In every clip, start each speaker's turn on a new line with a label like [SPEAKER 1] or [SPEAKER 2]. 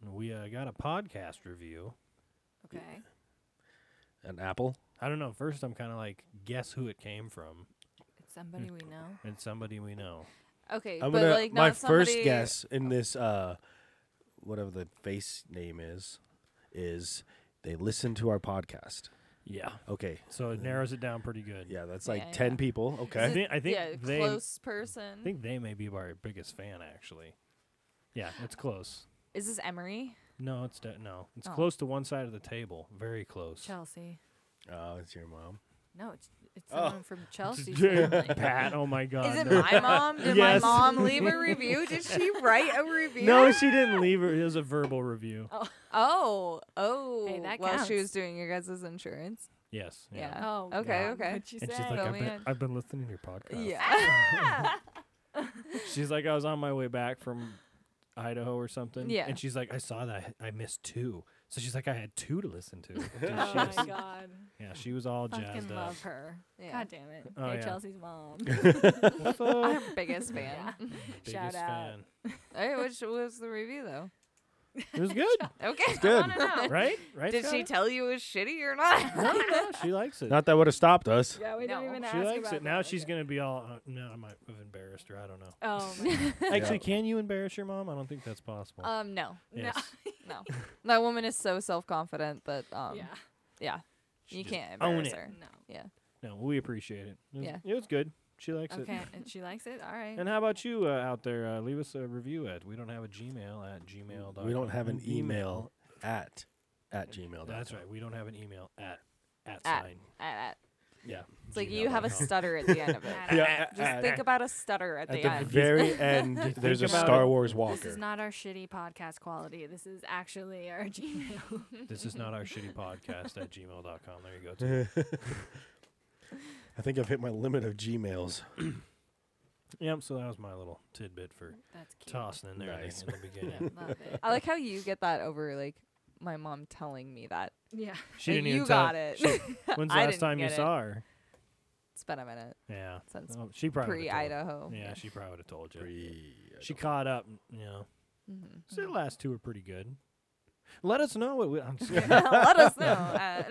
[SPEAKER 1] we uh, got a podcast review
[SPEAKER 2] Okay.
[SPEAKER 3] An apple.
[SPEAKER 1] i don't know first i'm kind of like guess who it came from
[SPEAKER 2] It's somebody we know.
[SPEAKER 1] and somebody we know
[SPEAKER 2] Okay,
[SPEAKER 3] I'm
[SPEAKER 2] but
[SPEAKER 3] gonna.
[SPEAKER 2] like not
[SPEAKER 3] my first
[SPEAKER 2] somebody-
[SPEAKER 3] guess in this, uh, whatever the face name is, is they listen to our podcast.
[SPEAKER 1] yeah
[SPEAKER 3] Okay.
[SPEAKER 1] so it narrows it down pretty good
[SPEAKER 3] Yeah, that's like
[SPEAKER 2] Yeah,
[SPEAKER 3] ten
[SPEAKER 2] yeah.
[SPEAKER 3] people.
[SPEAKER 1] I
[SPEAKER 3] Okay.
[SPEAKER 1] think- I think
[SPEAKER 2] yeah,
[SPEAKER 1] they-
[SPEAKER 2] close person.
[SPEAKER 1] i think they may be our biggest fan actually yeah it's close
[SPEAKER 2] Is this Emery?
[SPEAKER 1] no it's de- no it's
[SPEAKER 2] Oh.
[SPEAKER 1] close to one side of the table very close
[SPEAKER 2] Chelsea.
[SPEAKER 3] Oh, it's your mom.
[SPEAKER 2] No, it's it's
[SPEAKER 3] Oh.
[SPEAKER 2] someone from Chelsea. family.
[SPEAKER 1] pat oh my god
[SPEAKER 2] Is it
[SPEAKER 1] no.
[SPEAKER 2] my mom? Did
[SPEAKER 1] Yes.
[SPEAKER 2] my mom leave a review? Did she write a review?
[SPEAKER 1] no she didn't leave her it was a verbal review
[SPEAKER 2] Oh, oh.
[SPEAKER 4] Hey, that
[SPEAKER 2] while she
[SPEAKER 4] counts.
[SPEAKER 2] was doing your guys' insurance.
[SPEAKER 1] yes
[SPEAKER 2] Yeah. "Oh,
[SPEAKER 4] Oh,
[SPEAKER 2] okay,
[SPEAKER 1] yeah.
[SPEAKER 2] okay.
[SPEAKER 4] What'd she
[SPEAKER 1] and
[SPEAKER 4] say?
[SPEAKER 1] she's like
[SPEAKER 2] Fill
[SPEAKER 1] I've
[SPEAKER 2] me
[SPEAKER 1] been,
[SPEAKER 2] in.
[SPEAKER 1] I've been listening to your podcast
[SPEAKER 2] Yeah.
[SPEAKER 1] She's like, I was on my way back from Idaho or something.
[SPEAKER 2] Yeah.
[SPEAKER 1] And she's like, I saw that. I missed two. So she's like, I had two to listen to. Dude, she
[SPEAKER 4] oh
[SPEAKER 1] was-
[SPEAKER 4] my god.
[SPEAKER 1] yeah, she was all
[SPEAKER 4] Fucking
[SPEAKER 1] jazzed up.
[SPEAKER 4] love her.
[SPEAKER 2] Yeah.
[SPEAKER 4] God damn it.
[SPEAKER 1] Oh,
[SPEAKER 4] hey,
[SPEAKER 1] yeah.
[SPEAKER 4] Chelsea's mom.
[SPEAKER 1] What's up?
[SPEAKER 2] Our biggest fan.
[SPEAKER 1] Biggest
[SPEAKER 4] Shout out.
[SPEAKER 1] fan.
[SPEAKER 2] All right, which was the review though?
[SPEAKER 1] It was good,
[SPEAKER 2] Okay.
[SPEAKER 3] Good.
[SPEAKER 1] right? Right?
[SPEAKER 2] Did she
[SPEAKER 1] Skylar?
[SPEAKER 2] tell you it was shitty or not?
[SPEAKER 1] no, no, she likes it.
[SPEAKER 3] Not that would have stopped us.
[SPEAKER 4] yeah, we
[SPEAKER 2] No.
[SPEAKER 4] didn't even
[SPEAKER 1] she
[SPEAKER 4] ask
[SPEAKER 1] likes
[SPEAKER 4] about
[SPEAKER 1] it. Now
[SPEAKER 4] that.
[SPEAKER 1] she's
[SPEAKER 4] Okay.
[SPEAKER 1] going to be all, uh, no, I might have embarrassed her. I don't know.
[SPEAKER 4] Oh, my God.
[SPEAKER 1] Actually, can you embarrass your mom? I don't think that's possible.
[SPEAKER 2] um, no,
[SPEAKER 1] yes.
[SPEAKER 2] no. That woman is so self-confident, but um, yeah,
[SPEAKER 4] yeah.
[SPEAKER 1] She
[SPEAKER 2] you
[SPEAKER 1] just
[SPEAKER 2] can't
[SPEAKER 1] own
[SPEAKER 2] embarrass
[SPEAKER 1] it.
[SPEAKER 2] her.
[SPEAKER 4] No.
[SPEAKER 1] No, we appreciate it. It was,
[SPEAKER 2] Yeah.
[SPEAKER 1] it was good. She likes
[SPEAKER 4] Okay,
[SPEAKER 1] it.
[SPEAKER 4] and she likes it. All right.
[SPEAKER 1] And how about you uh, out there? Uh, leave us a review at we don't have a Gmail at gmail.com.
[SPEAKER 3] We don't have an email at at gmail.
[SPEAKER 1] That's right. We don't have an email at at,
[SPEAKER 2] At.
[SPEAKER 1] sign.
[SPEAKER 2] Ah, ah.
[SPEAKER 3] Yeah.
[SPEAKER 2] It's like you have a
[SPEAKER 1] gmail.com.
[SPEAKER 2] stutter at the end of it.
[SPEAKER 4] Ah,
[SPEAKER 3] Yeah.
[SPEAKER 2] Just think about a stutter at,
[SPEAKER 3] at
[SPEAKER 2] the
[SPEAKER 3] the
[SPEAKER 2] end.
[SPEAKER 3] very end, there's a
[SPEAKER 1] about it.
[SPEAKER 3] Star Wars Walker.
[SPEAKER 4] This is not our shitty podcast quality. This is actually our Gmail.
[SPEAKER 1] This is not our shitty podcast at gmail.com. There you go. Tim.
[SPEAKER 3] I think I've hit my limit of Gmails.
[SPEAKER 1] yep. So that was my little tidbit for
[SPEAKER 4] That's cute.
[SPEAKER 1] tossing in there at the-
[SPEAKER 3] Nice.
[SPEAKER 1] in the beginning.
[SPEAKER 4] Love it.
[SPEAKER 2] I like how you get that over like my mom telling me that.
[SPEAKER 4] Yeah.
[SPEAKER 1] She
[SPEAKER 2] Like,
[SPEAKER 1] didn't
[SPEAKER 2] you
[SPEAKER 1] even
[SPEAKER 2] got
[SPEAKER 1] tell.
[SPEAKER 2] it.
[SPEAKER 1] she- when's the
[SPEAKER 2] I
[SPEAKER 1] last
[SPEAKER 2] didn't
[SPEAKER 1] time you
[SPEAKER 2] get it.
[SPEAKER 1] saw her?
[SPEAKER 2] It's been a minute
[SPEAKER 1] Yeah.
[SPEAKER 2] since
[SPEAKER 1] Oh, she probably would've told-
[SPEAKER 2] pre-Idaho.
[SPEAKER 1] Yeah, she probably would have told you.
[SPEAKER 3] Pre-
[SPEAKER 1] she caught up. You know,
[SPEAKER 2] hmm
[SPEAKER 1] so the last two are pretty good. Let us know what we. I'm just kidding.
[SPEAKER 2] Let us know. at-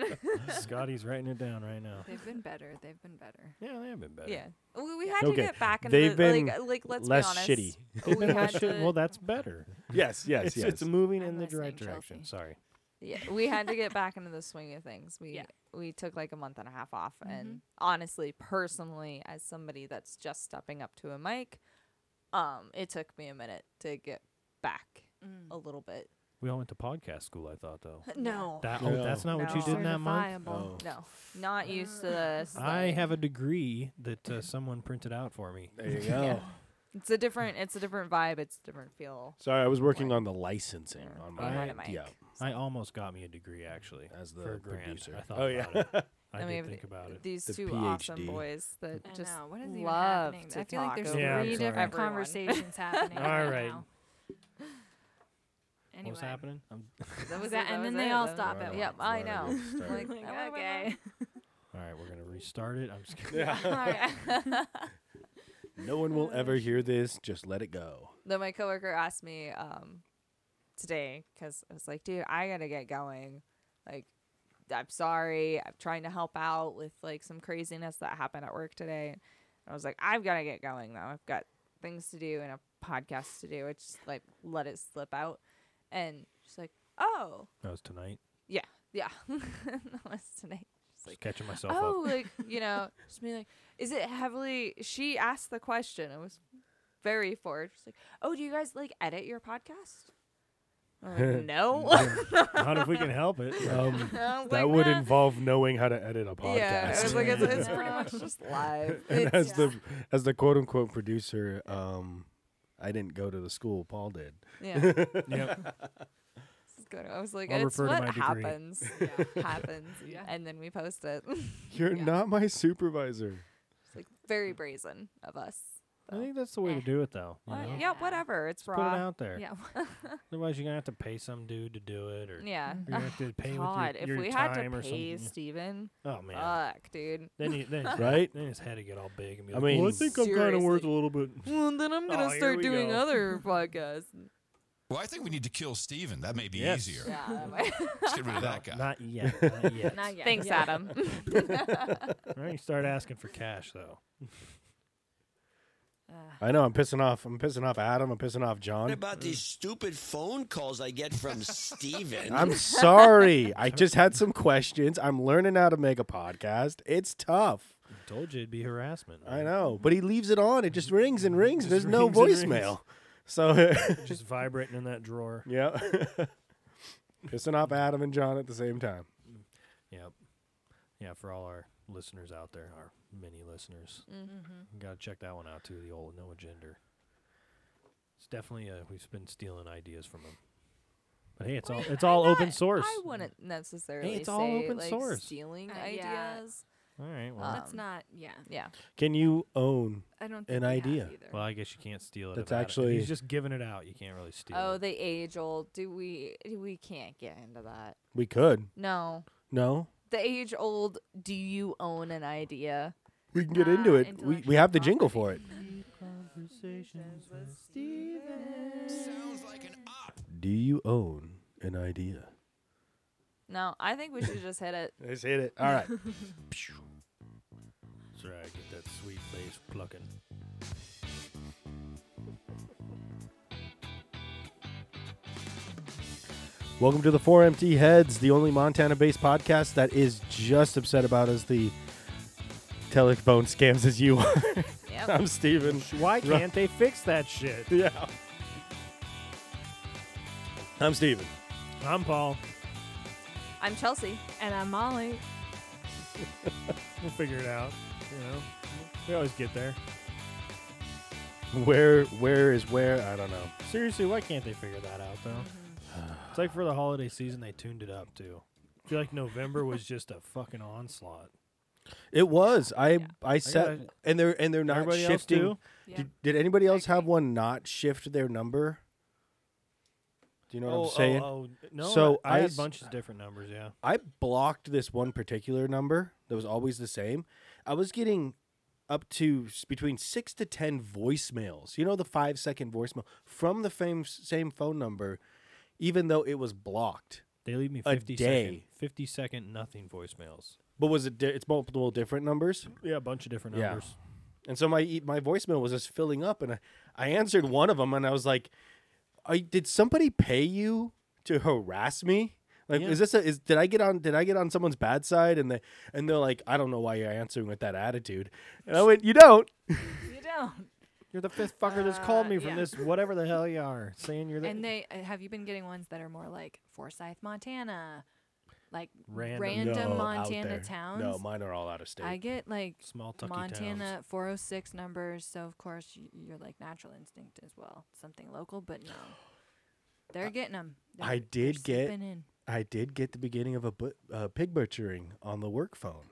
[SPEAKER 1] Scotty's writing it down right now.
[SPEAKER 4] They've been better. They've been better.
[SPEAKER 1] Yeah, they have been better.
[SPEAKER 2] yeah, we, we had
[SPEAKER 3] Okay.
[SPEAKER 2] to get back into
[SPEAKER 3] They've
[SPEAKER 2] the,
[SPEAKER 3] been
[SPEAKER 2] like, uh, like let's
[SPEAKER 3] less
[SPEAKER 2] be honest.
[SPEAKER 3] shitty.
[SPEAKER 1] They've
[SPEAKER 2] We
[SPEAKER 1] been
[SPEAKER 2] had
[SPEAKER 1] less shit-
[SPEAKER 2] to,
[SPEAKER 1] Well, that's better.
[SPEAKER 3] Yes, yes,
[SPEAKER 1] it's,
[SPEAKER 3] yes.
[SPEAKER 1] it's moving
[SPEAKER 4] I'm
[SPEAKER 1] in the right
[SPEAKER 4] listening,
[SPEAKER 1] direction.
[SPEAKER 4] Chelsea.
[SPEAKER 1] Sorry.
[SPEAKER 2] yeah, we had to get back into the swing of things. We
[SPEAKER 4] Yeah. Mm-hmm.
[SPEAKER 2] we took like a month and a half off, and honestly, personally, as somebody that's just stepping up to a mic, um, it took me a minute to get back
[SPEAKER 4] Mm.
[SPEAKER 2] a little bit.
[SPEAKER 1] We all went to podcast school. I thought though.
[SPEAKER 4] No.
[SPEAKER 1] That, oh,
[SPEAKER 3] No.
[SPEAKER 1] that's not what you
[SPEAKER 2] No.
[SPEAKER 1] did in that month.
[SPEAKER 4] Certifiable.
[SPEAKER 2] No, not used to this.
[SPEAKER 1] I
[SPEAKER 2] like-
[SPEAKER 1] have a degree that uh, someone printed out for me.
[SPEAKER 3] There you go.
[SPEAKER 2] It's a different. It's a different vibe. It's a different feel.
[SPEAKER 3] Sorry, I was working on the licensing
[SPEAKER 2] Yeah.
[SPEAKER 3] on
[SPEAKER 2] I
[SPEAKER 3] my
[SPEAKER 2] had a
[SPEAKER 3] end. Yeah,
[SPEAKER 2] mic.
[SPEAKER 1] I almost got me a degree actually
[SPEAKER 3] as
[SPEAKER 1] for a
[SPEAKER 3] the
[SPEAKER 1] grand.
[SPEAKER 3] producer.
[SPEAKER 1] I thought
[SPEAKER 3] oh
[SPEAKER 1] about
[SPEAKER 3] yeah.
[SPEAKER 1] it. I
[SPEAKER 2] And we
[SPEAKER 1] did
[SPEAKER 2] have
[SPEAKER 1] think about it.
[SPEAKER 2] These
[SPEAKER 3] The
[SPEAKER 2] two awesome
[SPEAKER 3] PhD.
[SPEAKER 2] boys that
[SPEAKER 4] I
[SPEAKER 2] just
[SPEAKER 4] know. What is even
[SPEAKER 2] love
[SPEAKER 4] happening?
[SPEAKER 2] to
[SPEAKER 4] I feel like
[SPEAKER 2] talk
[SPEAKER 4] there's
[SPEAKER 2] over
[SPEAKER 1] Yeah,
[SPEAKER 4] three
[SPEAKER 1] it's
[SPEAKER 4] different
[SPEAKER 1] alright.
[SPEAKER 2] everyone.
[SPEAKER 4] conversations happening.
[SPEAKER 1] All
[SPEAKER 4] right.
[SPEAKER 1] right.
[SPEAKER 4] Now. Anyway.
[SPEAKER 1] What's happening?
[SPEAKER 2] Oh.
[SPEAKER 1] I'm,
[SPEAKER 2] That was
[SPEAKER 4] that- and
[SPEAKER 2] it, that
[SPEAKER 4] then
[SPEAKER 2] was
[SPEAKER 4] they
[SPEAKER 2] it,
[SPEAKER 4] all
[SPEAKER 2] that was
[SPEAKER 4] stop
[SPEAKER 2] it.
[SPEAKER 4] at
[SPEAKER 2] Yep,
[SPEAKER 3] once.
[SPEAKER 2] I
[SPEAKER 3] Right,
[SPEAKER 2] know.
[SPEAKER 3] it's starting.
[SPEAKER 2] Like,
[SPEAKER 4] Like,
[SPEAKER 2] oh,
[SPEAKER 4] okay.
[SPEAKER 1] all right, we're gonna restart it. I'm just kidding.
[SPEAKER 3] no one will ever hear this. Just let it go.
[SPEAKER 2] Then my coworker asked me um, today because I was like, dude, I gotta get going. Like, I'm sorry. I'm trying to help out with like some craziness that happened at work today. And I was like, I've gotta get going though. I've got things to do and a podcast to do. It's just like let it slip out. And she's like, oh
[SPEAKER 1] That was tonight.
[SPEAKER 2] yeah, that was tonight. She's like,
[SPEAKER 1] Just catching myself up.
[SPEAKER 2] oh, like you know, just being like, is it heavily? She asked the question. It was very forward. She's like, oh, do you guys like edit your podcast? I'm like, no,
[SPEAKER 1] Not if we can help it.
[SPEAKER 3] Um,
[SPEAKER 2] I was
[SPEAKER 3] that
[SPEAKER 2] like,
[SPEAKER 3] would
[SPEAKER 2] "Nah."
[SPEAKER 3] involve knowing how to edit a podcast.
[SPEAKER 2] Yeah, I was like, it's, it's
[SPEAKER 4] Yeah.
[SPEAKER 2] pretty much just live.
[SPEAKER 3] and
[SPEAKER 2] It's-
[SPEAKER 3] as the as the quote unquote producer, um, I didn't go to the school. Paul did.
[SPEAKER 2] yeah,
[SPEAKER 1] Yep.
[SPEAKER 2] it's good. I was like,
[SPEAKER 1] I'll
[SPEAKER 2] it's
[SPEAKER 1] refer to
[SPEAKER 2] what
[SPEAKER 1] my degree.
[SPEAKER 2] happens, happens,
[SPEAKER 4] Yeah.
[SPEAKER 2] and then we post it.
[SPEAKER 3] You're
[SPEAKER 2] Yeah.
[SPEAKER 3] not my supervisor.
[SPEAKER 2] it's like very brazen of us.
[SPEAKER 1] I think that's the way to do it though. you
[SPEAKER 2] Well,
[SPEAKER 1] know?
[SPEAKER 2] Oh, Yeah, whatever. It's
[SPEAKER 1] Put it
[SPEAKER 2] raw.
[SPEAKER 1] out there.
[SPEAKER 4] Yeah.
[SPEAKER 1] Otherwise, you're gonna have to pay some dude to do it, or
[SPEAKER 2] Yeah.
[SPEAKER 1] you're gonna have to pay
[SPEAKER 2] God,
[SPEAKER 1] with your,
[SPEAKER 2] if
[SPEAKER 1] your
[SPEAKER 2] we had
[SPEAKER 1] time
[SPEAKER 2] to uh,
[SPEAKER 1] or
[SPEAKER 2] pay
[SPEAKER 1] something.
[SPEAKER 2] Steven,
[SPEAKER 1] Oh man.
[SPEAKER 2] fuck, dude.
[SPEAKER 1] then you, then
[SPEAKER 3] Right?
[SPEAKER 1] Then his head to get all big and be
[SPEAKER 3] I
[SPEAKER 1] like,
[SPEAKER 3] mean-
[SPEAKER 1] well, I think I'm kind of worth
[SPEAKER 2] Seriously.
[SPEAKER 1] a little bit.
[SPEAKER 2] Well, then I'm gonna
[SPEAKER 1] Oh, here
[SPEAKER 2] start
[SPEAKER 1] we
[SPEAKER 2] doing
[SPEAKER 1] go.
[SPEAKER 2] other podcasts.
[SPEAKER 5] Well, I think we need to kill Steven. That may be
[SPEAKER 1] Yes.
[SPEAKER 5] easier.
[SPEAKER 2] Yeah. that might-
[SPEAKER 5] Let's get rid of that guy.
[SPEAKER 1] Not yet. Not yet.
[SPEAKER 4] Not yet.
[SPEAKER 2] Thanks,
[SPEAKER 4] Yeah.
[SPEAKER 2] Adam.
[SPEAKER 1] Why don't you start asking for cash though?
[SPEAKER 3] I know. I'm pissing off. I'm pissing off Adam. I'm pissing off
[SPEAKER 6] What
[SPEAKER 3] John.
[SPEAKER 6] about these stupid phone calls I get from Steven?
[SPEAKER 3] I'm sorry. I just had some questions. I'm learning how to make a podcast. It's tough.
[SPEAKER 1] told you it'd be harassment.
[SPEAKER 3] I know, but he leaves it on. It just rings and rings.
[SPEAKER 1] Just
[SPEAKER 3] There's no
[SPEAKER 1] rings and rings.
[SPEAKER 3] voicemail. So,
[SPEAKER 1] Just vibrating in that drawer.
[SPEAKER 3] yeah. pissing off Adam and John at the same time.
[SPEAKER 1] Yep. Yeah, for all our listeners out there, our many listeners,
[SPEAKER 2] Mm-hmm.
[SPEAKER 1] you got to check that one out too. The old no agenda. It's definitely uh we've been stealing ideas from them. But hey, it's all it's all
[SPEAKER 2] I'm
[SPEAKER 1] open
[SPEAKER 2] not-
[SPEAKER 1] source.
[SPEAKER 2] I wouldn't necessarily
[SPEAKER 1] it's
[SPEAKER 2] say
[SPEAKER 1] all open
[SPEAKER 2] like
[SPEAKER 1] sourse.
[SPEAKER 2] stealing
[SPEAKER 4] Uh, yeah.
[SPEAKER 2] ideas.
[SPEAKER 1] All right. Well,
[SPEAKER 2] Uh,
[SPEAKER 4] That's
[SPEAKER 2] Um,
[SPEAKER 4] not. Yeah.
[SPEAKER 2] Yeah.
[SPEAKER 3] Can you own?
[SPEAKER 4] I don't. Think
[SPEAKER 3] an
[SPEAKER 4] we have
[SPEAKER 3] idea.
[SPEAKER 4] Either.
[SPEAKER 1] well, I guess you can't steal it.
[SPEAKER 3] That's
[SPEAKER 1] if Adam- if
[SPEAKER 3] actually-
[SPEAKER 1] he's just giving it out. You can't really steal.
[SPEAKER 2] Oh,
[SPEAKER 1] it.
[SPEAKER 2] the age old. Do we? We can't get into that.
[SPEAKER 3] We could.
[SPEAKER 2] No.
[SPEAKER 3] No.
[SPEAKER 2] The age old. Do you own an idea?
[SPEAKER 3] We can get
[SPEAKER 4] Ah,
[SPEAKER 3] into it. We, we
[SPEAKER 4] intellectual
[SPEAKER 3] have the jingle for it.
[SPEAKER 5] Sounds like an op.
[SPEAKER 3] Do you own an idea?
[SPEAKER 2] No. I think we should just hit it.
[SPEAKER 3] Let's hit it. All right.
[SPEAKER 1] That's right. Get that sweet bass plucking.
[SPEAKER 3] Welcome to the Four Empty Heads, the only Montana based podcast that is just upset about as the telephone scams as you are.
[SPEAKER 2] Yep.
[SPEAKER 3] I'm Steven.
[SPEAKER 1] Why
[SPEAKER 3] Ru-
[SPEAKER 1] can't they fix that shit?
[SPEAKER 3] Yeah. I'm Steven.
[SPEAKER 1] I'm Paul.
[SPEAKER 2] I'm Chelsea.
[SPEAKER 4] And I'm Molly.
[SPEAKER 1] We'll figure it out. You know, we always get there.
[SPEAKER 3] Where where is where? I don't know.
[SPEAKER 1] Seriously, why can't they figure that out though?
[SPEAKER 3] Mm-hmm.
[SPEAKER 1] it's like for the holiday season they tuned it up too. I feel like November was just a fucking onslaught.
[SPEAKER 3] It was. I I set
[SPEAKER 1] gotta-
[SPEAKER 3] and they're and they're not
[SPEAKER 1] Everybody else
[SPEAKER 3] shifting.
[SPEAKER 1] too?
[SPEAKER 4] Yeah.
[SPEAKER 3] Did, did anybody else have one not shift their number? Do you know
[SPEAKER 1] oh,
[SPEAKER 3] what I'm saying?
[SPEAKER 1] oh, oh, no.
[SPEAKER 3] So
[SPEAKER 1] I, I
[SPEAKER 3] I
[SPEAKER 1] had
[SPEAKER 3] s-
[SPEAKER 1] a bunch of different numbers, yeah.
[SPEAKER 3] I blocked this one particular number that was always the same. I was getting up to s- between six to ten voicemails. You know the five second voicemail from the fame, same phone number, even though it was blocked.
[SPEAKER 1] They leave me
[SPEAKER 3] A
[SPEAKER 1] 50 second-
[SPEAKER 3] day.
[SPEAKER 1] 50 second nothing voicemails.
[SPEAKER 3] But was it? Di- it's multiple different numbers,
[SPEAKER 1] Yeah, a bunch of different
[SPEAKER 3] Yeah.
[SPEAKER 1] numbers.
[SPEAKER 3] and so my e- my voicemail was just filling up, and I, I answered one of them, and I was like, "I did somebody pay you to harass me?" Like,
[SPEAKER 1] Yeah.
[SPEAKER 3] is this a, is did I get on did I get on someone's bad side? And they and they're like, I don't know why you're answering with that attitude. And I went, you don't.
[SPEAKER 4] You don't.
[SPEAKER 1] You're the fifth fucker that's called
[SPEAKER 4] Uh,
[SPEAKER 1] me from
[SPEAKER 4] yeah.
[SPEAKER 1] this whatever the hell you are saying you're the
[SPEAKER 4] And they uh, have you been getting ones that are more like Forsyth, Montana, like
[SPEAKER 1] Random.
[SPEAKER 3] No, out
[SPEAKER 4] Montana
[SPEAKER 3] there.
[SPEAKER 4] towns.
[SPEAKER 3] No, mine are all out of state.
[SPEAKER 4] I get like
[SPEAKER 1] small tucky
[SPEAKER 4] Montana
[SPEAKER 1] towns.
[SPEAKER 4] 406 numbers, so of course y- your like natural instinct as well, something local, but no, they're getting them.
[SPEAKER 3] I did get-
[SPEAKER 4] in.
[SPEAKER 3] I did get the beginning of a bu- uh, pig butchering on the work phone.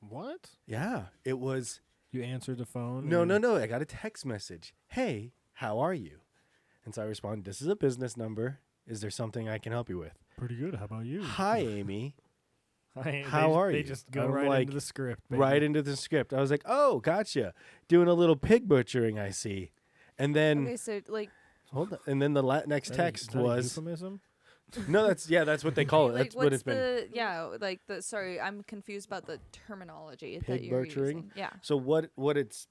[SPEAKER 1] What?
[SPEAKER 3] Yeah, it was.
[SPEAKER 1] You answered the phone?
[SPEAKER 3] No,
[SPEAKER 1] and-
[SPEAKER 3] no, no. I got a text message. Hey, how are you? And so I responded, This is a business number. Is there something I can help you with?
[SPEAKER 1] Pretty good. How about you?
[SPEAKER 3] Hi, Amy.
[SPEAKER 1] I-
[SPEAKER 3] How
[SPEAKER 1] they,
[SPEAKER 3] are
[SPEAKER 1] they
[SPEAKER 3] you?
[SPEAKER 1] just go
[SPEAKER 3] I'm
[SPEAKER 1] right
[SPEAKER 3] like,
[SPEAKER 1] into the script. baby.
[SPEAKER 3] right into the script. I was like, Oh, gotcha. Doing a little pig butchering, I see. And then
[SPEAKER 2] Okay. So like,
[SPEAKER 3] hold on. And then the la- next
[SPEAKER 1] Is that a- is
[SPEAKER 3] text
[SPEAKER 1] that a
[SPEAKER 3] was
[SPEAKER 1] euphemism?
[SPEAKER 3] no. That's yeah. That's what they call it.
[SPEAKER 2] like
[SPEAKER 3] That's
[SPEAKER 2] what's
[SPEAKER 3] what it's been.
[SPEAKER 2] the yeah? Like the sorry, I'm confused about the terminology that
[SPEAKER 3] Pig
[SPEAKER 2] you're
[SPEAKER 3] butchering?
[SPEAKER 2] using. Yeah.
[SPEAKER 3] So what what it's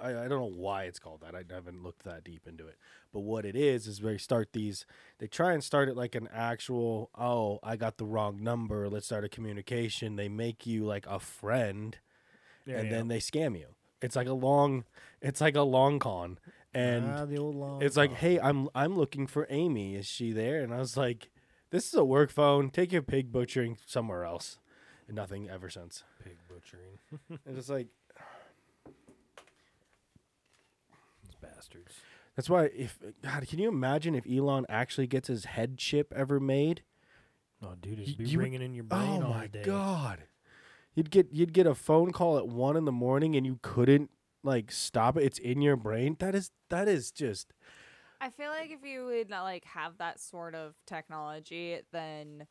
[SPEAKER 3] I, I don't know why it's called that. I haven't looked that deep into it. But what it is is they start these they try and start it like an actual, oh, I got the wrong number, let's start a communication. They make you like a friend
[SPEAKER 1] Yeah,
[SPEAKER 3] and
[SPEAKER 1] yeah.
[SPEAKER 3] then they scam you. It's like a long it's like a long con. And
[SPEAKER 1] Ah, the old long
[SPEAKER 3] it's like,
[SPEAKER 1] con.
[SPEAKER 3] hey, I'm I'm looking for Amy. Is she there? And I was like, This is a work phone. Take your pig butchering somewhere else. And nothing ever since.
[SPEAKER 1] pig butchering.
[SPEAKER 3] It's just like
[SPEAKER 1] These bastards.
[SPEAKER 3] That's why if God, can you imagine if Elon actually gets his head chip ever made?
[SPEAKER 1] Oh, dude,
[SPEAKER 3] Y-
[SPEAKER 1] it'd be
[SPEAKER 3] you would- Oh
[SPEAKER 1] ringing in your brain all day.
[SPEAKER 3] god. You'd get you'd get a phone call at one in the morning and you couldn't like stop it. It's in your brain. That is that is just
[SPEAKER 2] I feel like if you would not like have that sort of technology, then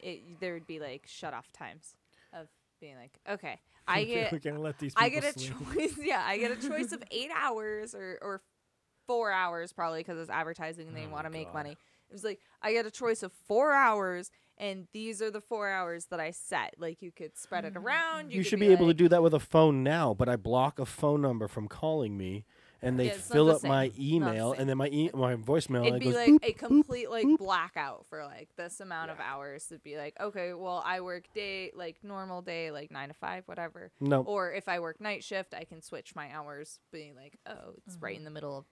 [SPEAKER 2] it there would be like shut off times of being like, okay, I
[SPEAKER 1] We're
[SPEAKER 2] get
[SPEAKER 1] gonna let these
[SPEAKER 2] I get
[SPEAKER 1] people
[SPEAKER 2] a
[SPEAKER 1] sleep.
[SPEAKER 2] choice. Yeah, I get a choice of eight hours or or four hours probably because it's advertising and they
[SPEAKER 3] Oh
[SPEAKER 2] want to make
[SPEAKER 7] God.
[SPEAKER 2] money. It was like I get a choice of four hours, and these are the four hours that I set. Like you could spread it around. You,
[SPEAKER 3] Mm. You,
[SPEAKER 2] could
[SPEAKER 3] should be able to
[SPEAKER 2] like-
[SPEAKER 3] do that with a phone now, but I block a phone number from calling me, and they
[SPEAKER 2] Yeah, it's not
[SPEAKER 3] fill
[SPEAKER 2] the
[SPEAKER 3] up my
[SPEAKER 2] same. Not the
[SPEAKER 3] email,
[SPEAKER 2] same.
[SPEAKER 3] and then my e- my voicemail
[SPEAKER 2] It'd
[SPEAKER 3] and it
[SPEAKER 2] be
[SPEAKER 3] goes
[SPEAKER 2] like
[SPEAKER 3] boop.
[SPEAKER 2] a complete like blackout for like this amount of hours. It'd be like, okay, well, I work day like normal day, like nine to five, whatever.
[SPEAKER 3] No.
[SPEAKER 2] Or if I work night shift, I can switch my hours, being like, oh, it's
[SPEAKER 3] Mm-hmm.
[SPEAKER 2] right in the middle of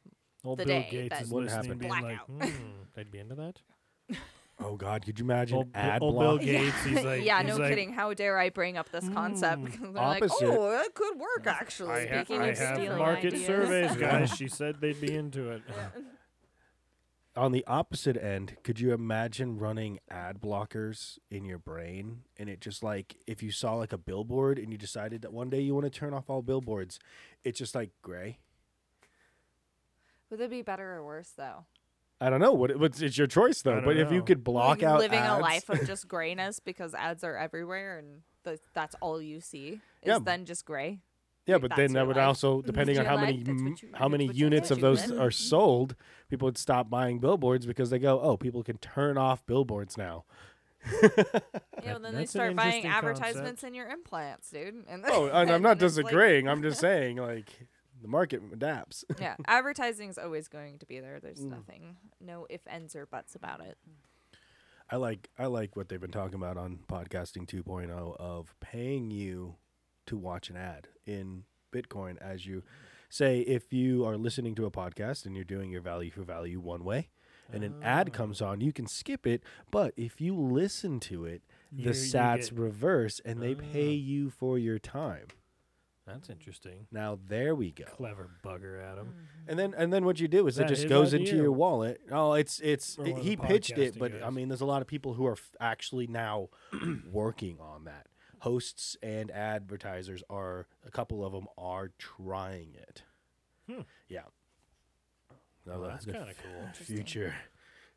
[SPEAKER 7] Old
[SPEAKER 2] the
[SPEAKER 7] Bill
[SPEAKER 2] day
[SPEAKER 7] Gates
[SPEAKER 2] that
[SPEAKER 7] is
[SPEAKER 3] What
[SPEAKER 7] listening,
[SPEAKER 3] happened?
[SPEAKER 7] being like,
[SPEAKER 2] Blackout.
[SPEAKER 7] hmm, they'd be into that.
[SPEAKER 3] Oh God, could you imagine
[SPEAKER 7] Old, Bi-
[SPEAKER 3] ad
[SPEAKER 7] old
[SPEAKER 3] block?
[SPEAKER 7] Bill Gates, he's like,
[SPEAKER 2] yeah,
[SPEAKER 7] he's
[SPEAKER 2] no
[SPEAKER 7] like,
[SPEAKER 2] kidding. How dare I bring up this concept? Because they're
[SPEAKER 3] Mm, Opposite.
[SPEAKER 2] like, oh, that could work actually.
[SPEAKER 7] I, ha-
[SPEAKER 4] Speaking
[SPEAKER 7] I
[SPEAKER 4] of
[SPEAKER 7] have
[SPEAKER 4] stealing
[SPEAKER 7] market
[SPEAKER 4] ideas.
[SPEAKER 7] surveys, guys. She said they'd be into it.
[SPEAKER 3] On the opposite end, could you imagine running ad blockers in your brain, and it just like if you saw like a billboard and you decided that one day you want to turn off all billboards, it's just like gray.
[SPEAKER 2] Would it be better or worse though?
[SPEAKER 3] I don't know what it, what's- it's your choice
[SPEAKER 7] I
[SPEAKER 3] though,
[SPEAKER 7] don't
[SPEAKER 3] but if you
[SPEAKER 7] know.
[SPEAKER 3] could block
[SPEAKER 2] Like,
[SPEAKER 3] out
[SPEAKER 2] living
[SPEAKER 3] ads,
[SPEAKER 2] a life of just grayness because ads are everywhere and th- that's all you see is
[SPEAKER 3] Yeah.
[SPEAKER 2] then just gray.
[SPEAKER 3] Yeah,
[SPEAKER 2] Like,
[SPEAKER 3] but
[SPEAKER 2] that's
[SPEAKER 3] then that
[SPEAKER 2] your
[SPEAKER 3] would
[SPEAKER 2] life.
[SPEAKER 3] also depending on
[SPEAKER 4] your
[SPEAKER 3] how
[SPEAKER 4] life,
[SPEAKER 3] many
[SPEAKER 4] that's
[SPEAKER 3] m-
[SPEAKER 4] what you-
[SPEAKER 3] how
[SPEAKER 4] that's
[SPEAKER 3] many
[SPEAKER 4] what you
[SPEAKER 3] units of
[SPEAKER 4] do.
[SPEAKER 3] those
[SPEAKER 4] Mhm.
[SPEAKER 3] are sold, people would stop buying billboards because they go, "Oh, people can turn off billboards now."
[SPEAKER 2] Yeah,
[SPEAKER 7] That-
[SPEAKER 2] and then they
[SPEAKER 7] that's an
[SPEAKER 2] start buying
[SPEAKER 7] interesting
[SPEAKER 2] advertisements
[SPEAKER 7] concept.
[SPEAKER 2] in your implants, dude. And
[SPEAKER 3] Oh, and I'm not disagreeing. I'm just saying like the market adapts.
[SPEAKER 2] yeah, advertising is always going to be there. There's nothing, no if ands, or buts about it.
[SPEAKER 3] I like I like what they've been talking about on podcasting 2.0 of paying you to watch an ad in Bitcoin as you say if you are listening to a podcast and you're doing your value for value one way and an
[SPEAKER 7] Ah.
[SPEAKER 3] ad comes on you can skip it but if you listen to it the
[SPEAKER 7] You- you
[SPEAKER 3] stats
[SPEAKER 7] get-
[SPEAKER 3] reverse and they pay
[SPEAKER 7] Ah.
[SPEAKER 3] you for your time
[SPEAKER 7] That's interesting.
[SPEAKER 3] now there we go
[SPEAKER 7] Clever bugger, Adam.
[SPEAKER 2] Mm.
[SPEAKER 3] and then and then what you do is, it
[SPEAKER 7] that
[SPEAKER 3] just
[SPEAKER 7] his
[SPEAKER 3] goes into
[SPEAKER 7] idea?
[SPEAKER 3] your wallet. Oh, it's it's
[SPEAKER 7] Or
[SPEAKER 3] it-
[SPEAKER 7] one of
[SPEAKER 3] he
[SPEAKER 7] the
[SPEAKER 3] pitched it,
[SPEAKER 7] podcasting
[SPEAKER 3] but I
[SPEAKER 7] guys.
[SPEAKER 3] mean, there's a lot of people who are f- actually now working on that. Hosts and advertisers are a couple of them are trying it. Yeah. No,
[SPEAKER 7] Hmm. Well, that's
[SPEAKER 3] the
[SPEAKER 7] kind of cool.
[SPEAKER 3] future.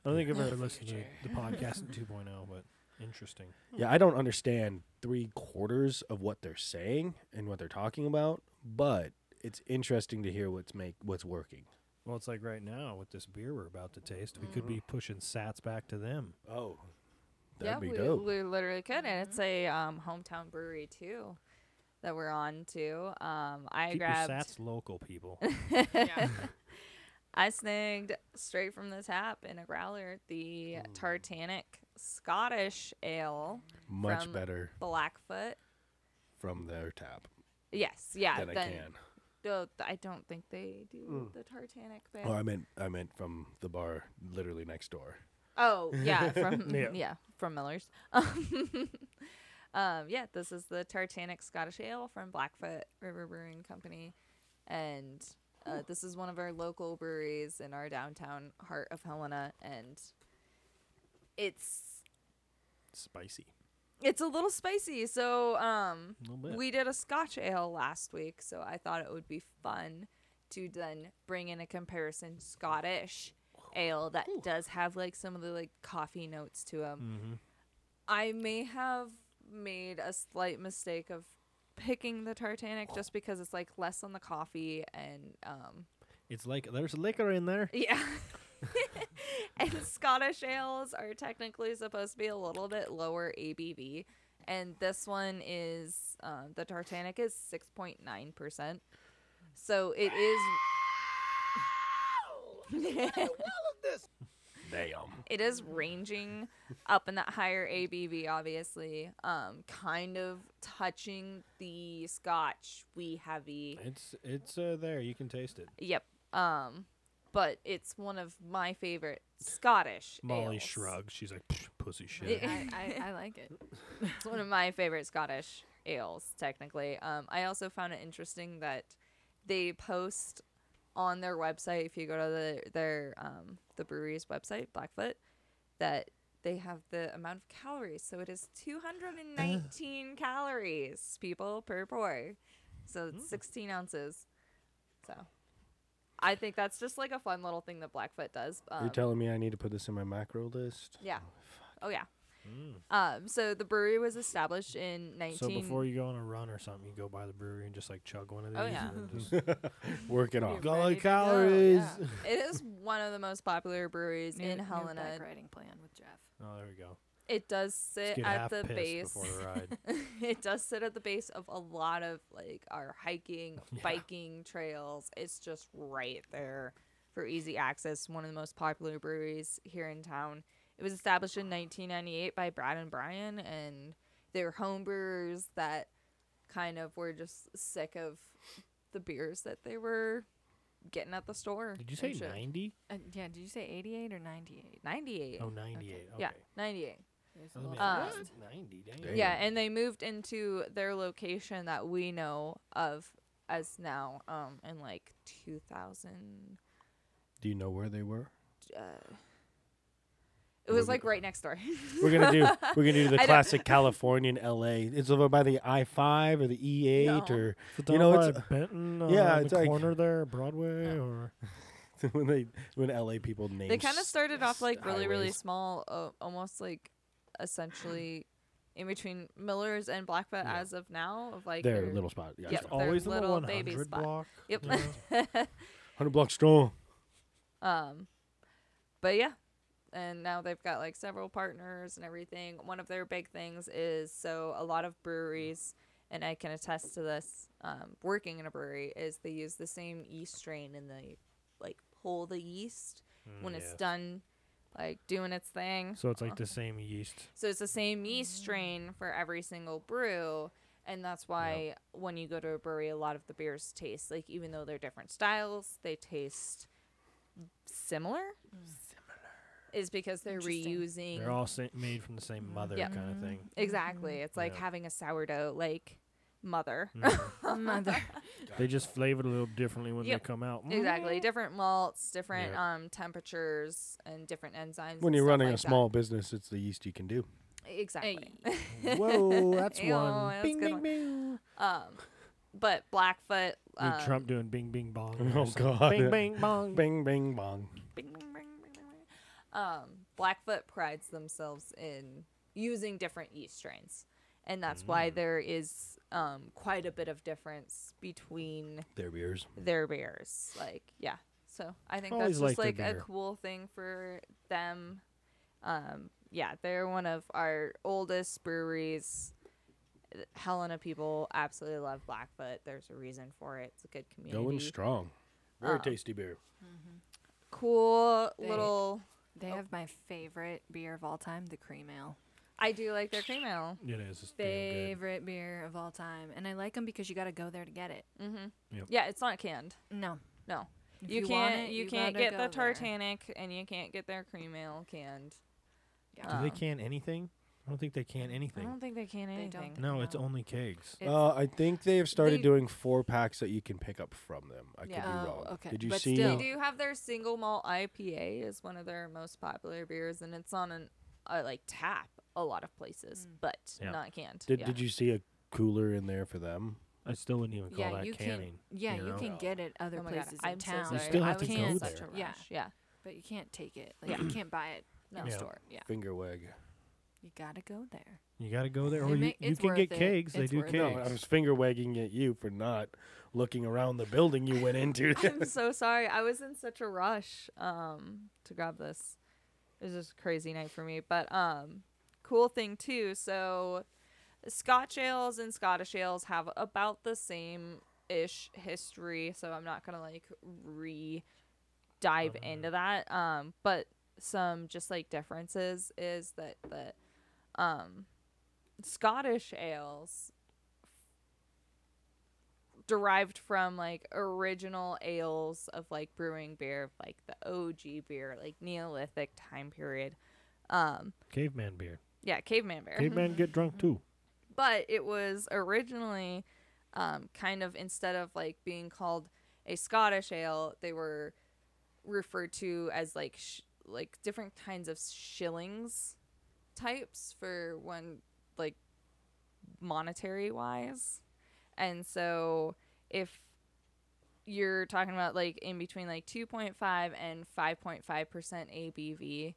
[SPEAKER 7] I don't think I've ever listened to the podcast in 2.0, but interesting.
[SPEAKER 3] Yeah, I don't understand three quarters of what they're saying and what they're talking about, but it's interesting to hear what's make what's working.
[SPEAKER 7] Well, it's like right now with this beer we're about to taste, we could
[SPEAKER 2] Mm-hmm.
[SPEAKER 7] be pushing sats back to them.
[SPEAKER 3] Oh, that'd
[SPEAKER 2] yeah,
[SPEAKER 3] be
[SPEAKER 2] we,
[SPEAKER 3] dope.
[SPEAKER 2] we literally could, and it's a um, hometown brewery too that we're on to. Um, I
[SPEAKER 7] Keep
[SPEAKER 2] grabbed,
[SPEAKER 7] your sats local, people.
[SPEAKER 2] I snagged straight from the tap in a growler the
[SPEAKER 7] Mm.
[SPEAKER 2] Tartanic Scottish Ale,
[SPEAKER 3] Much
[SPEAKER 2] from-
[SPEAKER 3] better
[SPEAKER 2] Blackfoot.
[SPEAKER 3] from their tap
[SPEAKER 2] Yes, yeah.
[SPEAKER 3] than I
[SPEAKER 2] then-
[SPEAKER 3] can.
[SPEAKER 2] No, th- I don't think they do
[SPEAKER 7] Mm.
[SPEAKER 2] the Tartanic. There.
[SPEAKER 3] Oh, I meant I meant from the bar literally next door.
[SPEAKER 2] Oh yeah, from yeah.
[SPEAKER 7] Yeah.
[SPEAKER 2] from Miller's. Um, um, yeah, this is the Tartanic Scottish Ale from Blackfoot River Brewing Company, and uh, this is one of our local breweries in our downtown heart of Helena, and it's
[SPEAKER 7] Spicy.
[SPEAKER 2] it's a little spicy. So um,
[SPEAKER 7] A little bit.
[SPEAKER 2] we did a Scotch Ale last week, so I thought it would be fun to then bring in a comparison Scottish ale that does have like some of the like coffee notes to them.
[SPEAKER 7] Mm-hmm.
[SPEAKER 2] I may have made a slight mistake of picking the Tartanic just because it's like less on the coffee and um
[SPEAKER 7] It's like there's liquor in there.
[SPEAKER 2] yeah. and Scottish ales are technically supposed to be a little bit lower ABV. And this one is, um, the Tartanic is 6.9%. So it is.
[SPEAKER 3] Damn.
[SPEAKER 2] it is ranging up in that higher ABV, obviously, um, kind of touching the Scotch wee heavy.
[SPEAKER 7] It's it's uh, there. You can taste it.
[SPEAKER 2] Yep. Um, but it's one of my favorite Scottish.
[SPEAKER 7] Molly
[SPEAKER 2] ales.
[SPEAKER 7] shrugs. She's like, "Psh, pussy shit.
[SPEAKER 2] Yeah.
[SPEAKER 4] I, I, I like it.
[SPEAKER 2] It's one of my favorite Scottish ales, technically. Um, I also found it interesting that they post on their website. If you go to the, their um, the brewery's website, Blackfoot, that they have the amount of calories. So it is 219 calories, people per pour. So
[SPEAKER 7] Mm.
[SPEAKER 2] it's 16 ounces. So I think that's just like a fun little thing that Blackfoot does. Um,
[SPEAKER 3] You're telling me I need to put this in my macro list?
[SPEAKER 2] yeah. Oh yeah. Um, so the brewery was established in 19.
[SPEAKER 7] Mm. So before you go on a run or something, you go by the brewery and just like chug one of these.
[SPEAKER 2] Oh, yeah.
[SPEAKER 7] And then just
[SPEAKER 3] Working off.
[SPEAKER 7] go
[SPEAKER 2] ready
[SPEAKER 7] on
[SPEAKER 2] to go,
[SPEAKER 7] calories.
[SPEAKER 4] yeah.
[SPEAKER 2] it is one of the most popular breweries
[SPEAKER 4] New-
[SPEAKER 2] in
[SPEAKER 4] new
[SPEAKER 2] Helena.
[SPEAKER 4] bike riding plan with Jeff.
[SPEAKER 7] Oh, there we go.
[SPEAKER 2] It does
[SPEAKER 7] Just
[SPEAKER 2] sit
[SPEAKER 7] get
[SPEAKER 2] at
[SPEAKER 7] half
[SPEAKER 2] the
[SPEAKER 7] pissed
[SPEAKER 2] base.
[SPEAKER 7] before the ride.
[SPEAKER 2] it does sit at the base of a lot of like our hiking, biking trails. It's just right there for easy access. One of the most popular breweries here in town. It was established in 1998 by Brad and Brian, and they were home brewers that kind of were just sick of the beers that they were getting at the store.
[SPEAKER 7] Did you
[SPEAKER 2] and
[SPEAKER 7] say
[SPEAKER 2] shit.
[SPEAKER 7] 90?
[SPEAKER 4] Uh, yeah, did you say 88 or 98?
[SPEAKER 2] 98?
[SPEAKER 7] Oh, 98. Okay.
[SPEAKER 2] Yeah, 98.
[SPEAKER 4] There's a
[SPEAKER 7] That was
[SPEAKER 4] little
[SPEAKER 7] amazing.
[SPEAKER 2] Um,
[SPEAKER 4] fast.
[SPEAKER 7] 90, dang.
[SPEAKER 3] Damn.
[SPEAKER 2] Yeah, and they moved into their location that we know of as now um in like 2000
[SPEAKER 3] Do you know where they were?
[SPEAKER 2] uh, it was
[SPEAKER 3] Where
[SPEAKER 2] like right next door.
[SPEAKER 3] We're gonna do we're gonna do the
[SPEAKER 2] I don't-
[SPEAKER 3] classic Californian LA. It's over by the I five or the E eight
[SPEAKER 2] No.
[SPEAKER 3] or
[SPEAKER 7] Is it
[SPEAKER 3] You
[SPEAKER 7] down
[SPEAKER 3] know,
[SPEAKER 7] by
[SPEAKER 3] it's-
[SPEAKER 7] Benton. Uh,
[SPEAKER 3] yeah,
[SPEAKER 7] the
[SPEAKER 3] it's like-
[SPEAKER 7] corner there, Broadway, or
[SPEAKER 3] when they when LA people name
[SPEAKER 2] they kind of
[SPEAKER 3] s-
[SPEAKER 2] started off like really really
[SPEAKER 3] highways.
[SPEAKER 2] small uh, almost like essentially in between Miller's and Blackfoot
[SPEAKER 3] Yeah.
[SPEAKER 2] as of now of like
[SPEAKER 3] their
[SPEAKER 2] their-
[SPEAKER 3] little spot. Yeah,
[SPEAKER 2] yeah.
[SPEAKER 3] it's
[SPEAKER 2] Their
[SPEAKER 7] always in the
[SPEAKER 2] little
[SPEAKER 7] 100
[SPEAKER 2] baby spot.
[SPEAKER 7] block.
[SPEAKER 2] Yep.
[SPEAKER 7] you know?
[SPEAKER 3] hundred blocks strong.
[SPEAKER 2] Um, but yeah, and now they've got like several partners and everything. One of their big things is so a lot of breweries, and I can attest to this, um, working in a brewery is they use the same yeast strain and they like pull the yeast when it's
[SPEAKER 7] yeah.
[SPEAKER 2] done, like doing its thing.
[SPEAKER 7] So it's like the same yeast.
[SPEAKER 2] So it's the same yeast strain for every single brew. And that's why when you go to a brewery, a lot of the beers taste like, even though they're different styles, they taste similar. Similar. Is because they're reusing.
[SPEAKER 7] They're all sa- made from the
[SPEAKER 4] Mm-hmm.
[SPEAKER 7] same mother
[SPEAKER 2] Yeah.
[SPEAKER 7] kind of
[SPEAKER 3] Mm-hmm.
[SPEAKER 7] thing.
[SPEAKER 2] exactly. It's like
[SPEAKER 7] Yeah.
[SPEAKER 2] having a sourdough, like mother.
[SPEAKER 3] Mm-hmm.
[SPEAKER 4] Mother.
[SPEAKER 7] They just flavor it a little differently when
[SPEAKER 2] Yep.
[SPEAKER 7] they come out.
[SPEAKER 2] exactly. Different malts, different
[SPEAKER 7] Yeah.
[SPEAKER 2] um, temperatures, and different enzymes.
[SPEAKER 3] When
[SPEAKER 2] and
[SPEAKER 3] you're
[SPEAKER 2] stuff
[SPEAKER 3] running
[SPEAKER 2] like
[SPEAKER 3] a
[SPEAKER 2] that.
[SPEAKER 3] small business, it's the yeast you can do.
[SPEAKER 2] Exactly.
[SPEAKER 7] Whoa, that's
[SPEAKER 2] Ew,
[SPEAKER 7] one.
[SPEAKER 2] that's a
[SPEAKER 7] bing, bing,
[SPEAKER 2] good one.
[SPEAKER 7] bing.
[SPEAKER 2] Um, but
[SPEAKER 7] Dude,
[SPEAKER 2] Blackfoot. Um,
[SPEAKER 7] Mm-hmm.
[SPEAKER 4] uh,
[SPEAKER 7] Trump doing bing, bing, bong. or
[SPEAKER 3] Oh,
[SPEAKER 7] something.
[SPEAKER 3] God.
[SPEAKER 7] Bing, bing, bong.
[SPEAKER 3] Bing, bing, bong.
[SPEAKER 2] bing, bing, bing, bing, bing, bing. Um, Blackfoot prides themselves in using different yeast strains, and that's why
[SPEAKER 7] Mm.
[SPEAKER 2] there is um, quite a bit of difference between
[SPEAKER 3] Their beers.
[SPEAKER 2] their beers. Like, yeah. So I think
[SPEAKER 7] Always
[SPEAKER 2] that's
[SPEAKER 7] liked
[SPEAKER 2] just like
[SPEAKER 7] their
[SPEAKER 2] a
[SPEAKER 7] beer.
[SPEAKER 2] cool thing for them. Um, yeah, they're one of our oldest breweries. Helena people absolutely love Blackfoot. There's a reason for it. It's a good community.
[SPEAKER 3] Going strong. Very
[SPEAKER 2] Uh,
[SPEAKER 3] tasty beer.
[SPEAKER 2] Cool
[SPEAKER 4] They-
[SPEAKER 2] little.
[SPEAKER 4] They have my favorite beer of all time, the cream ale.
[SPEAKER 2] I do like their cream ale.
[SPEAKER 7] It is. It's damn good.
[SPEAKER 4] Favorite beer of all time. And I like them because you got to go there to get it.
[SPEAKER 2] Yeah, it's not canned.
[SPEAKER 4] No.
[SPEAKER 2] No.
[SPEAKER 4] If
[SPEAKER 2] You,
[SPEAKER 4] you want
[SPEAKER 2] can't
[SPEAKER 4] it,
[SPEAKER 2] you,
[SPEAKER 4] you
[SPEAKER 2] can't
[SPEAKER 4] gotta
[SPEAKER 2] get the
[SPEAKER 4] go there.
[SPEAKER 2] tartanic and you can't get their cream ale canned.
[SPEAKER 7] Do
[SPEAKER 4] Yeah.
[SPEAKER 7] they can anything? I don't think they can
[SPEAKER 2] I
[SPEAKER 7] anything.
[SPEAKER 2] don't think they can
[SPEAKER 4] They
[SPEAKER 2] anything.
[SPEAKER 4] don't.
[SPEAKER 7] no, it's
[SPEAKER 4] No.
[SPEAKER 7] only kegs.
[SPEAKER 4] It's-
[SPEAKER 3] Uh, I think they have started
[SPEAKER 2] They-
[SPEAKER 3] doing four packs that you can pick up from them. I could
[SPEAKER 2] Yeah.
[SPEAKER 3] be
[SPEAKER 4] Oh,
[SPEAKER 3] wrong.
[SPEAKER 4] okay.
[SPEAKER 3] Did you
[SPEAKER 4] But
[SPEAKER 3] see?
[SPEAKER 4] still.
[SPEAKER 2] They do have their single malt IPA is one of their most popular beers and it's on an uh, like tap a lot of places,
[SPEAKER 4] Mm.
[SPEAKER 2] but
[SPEAKER 7] Yeah.
[SPEAKER 2] not canned.
[SPEAKER 3] Did,
[SPEAKER 2] yeah.
[SPEAKER 3] did you see a cooler in there for them?
[SPEAKER 7] I still wouldn't even call
[SPEAKER 4] yeah,
[SPEAKER 7] that
[SPEAKER 4] you
[SPEAKER 7] canning.
[SPEAKER 4] can. Yeah,
[SPEAKER 7] you
[SPEAKER 4] you,
[SPEAKER 7] know?
[SPEAKER 4] can get it other
[SPEAKER 2] Oh my God,
[SPEAKER 4] places in
[SPEAKER 2] I'm so
[SPEAKER 4] town.
[SPEAKER 2] sorry.
[SPEAKER 7] You still
[SPEAKER 2] I
[SPEAKER 7] have to
[SPEAKER 2] was
[SPEAKER 7] go
[SPEAKER 2] in
[SPEAKER 7] there.
[SPEAKER 2] Such a rush.
[SPEAKER 4] Yeah.
[SPEAKER 2] yeah.
[SPEAKER 4] But you can't take it. Like you can't buy it in the
[SPEAKER 7] Yeah.
[SPEAKER 4] store. Yeah.
[SPEAKER 3] Finger wag.
[SPEAKER 4] You got to go there.
[SPEAKER 7] You got to go there,
[SPEAKER 4] They
[SPEAKER 7] or
[SPEAKER 4] make-
[SPEAKER 7] you, you
[SPEAKER 4] it's
[SPEAKER 7] can
[SPEAKER 4] worth
[SPEAKER 7] get
[SPEAKER 4] it.
[SPEAKER 7] kegs. They
[SPEAKER 4] It's
[SPEAKER 7] do
[SPEAKER 4] worth it. No,
[SPEAKER 3] No,
[SPEAKER 7] kegs.
[SPEAKER 3] I was finger wagging at you for not looking around the building you went into.
[SPEAKER 2] I'm so sorry. I was in such a rush um to grab this. It was just a crazy night for me. But um cool thing too, so Scotch ales and Scottish ales have about the same ish history, so I'm not gonna like re dive into that. Um but some just like differences is that that um Scottish ales derived from like original ales of like brewing beer of like the OG beer, like Neolithic time period. Um,
[SPEAKER 7] Caveman beer.
[SPEAKER 2] yeah, caveman beer.
[SPEAKER 7] Caveman get drunk
[SPEAKER 4] Mm-hmm.
[SPEAKER 7] too.
[SPEAKER 2] But it was originally um, kind of instead of like being called a Scottish ale, they were referred to as like sh- like different kinds of shillings types for when like monetary wise. And so if you're talking about like in between like 2.5 and 5.5% ABV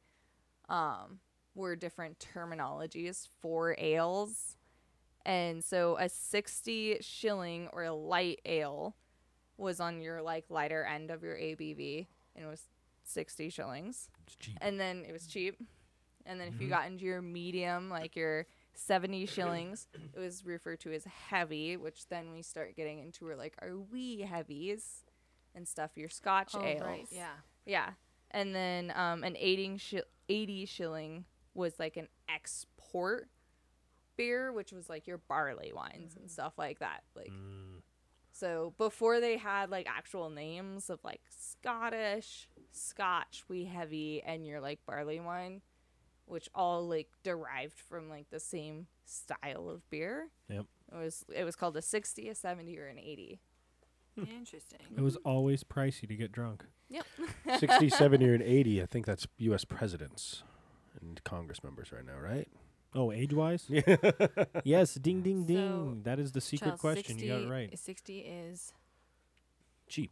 [SPEAKER 2] um were different terminologies for ales. And so a 60 shilling or a light ale was on your like lighter end of your ABV and it was 60 shillings.
[SPEAKER 1] It's cheap.
[SPEAKER 2] And then it was cheap. And then if you got into your medium, like your 70 shillings, it was referred to as heavy, which then we start getting into we're like our wee heavies and stuff, your scotch ales.
[SPEAKER 4] Oh, Yeah.
[SPEAKER 2] Yeah. And then um, an 80, shi 80 shilling was like an export beer, which was like your barley wines and stuff like that. Like, so before they had like actual names of like Scottish, Scotch, wee heavy, and your like barley wine, which all like derived from like the same style of beer.
[SPEAKER 1] Yep.
[SPEAKER 2] It was it was called a 60, a 70, or an 80.
[SPEAKER 4] Hmm. Interesting.
[SPEAKER 1] It was always pricey to get drunk.
[SPEAKER 3] 60, 70, and 80. I think that's U.S. presidents and Congress members right now, right?
[SPEAKER 1] Oh, age wise? yes, ding, ding,
[SPEAKER 4] So,
[SPEAKER 1] ding. that is the secret
[SPEAKER 4] Charles,
[SPEAKER 1] question. You got it
[SPEAKER 4] 60
[SPEAKER 1] right.
[SPEAKER 4] 60 is
[SPEAKER 1] Cheap.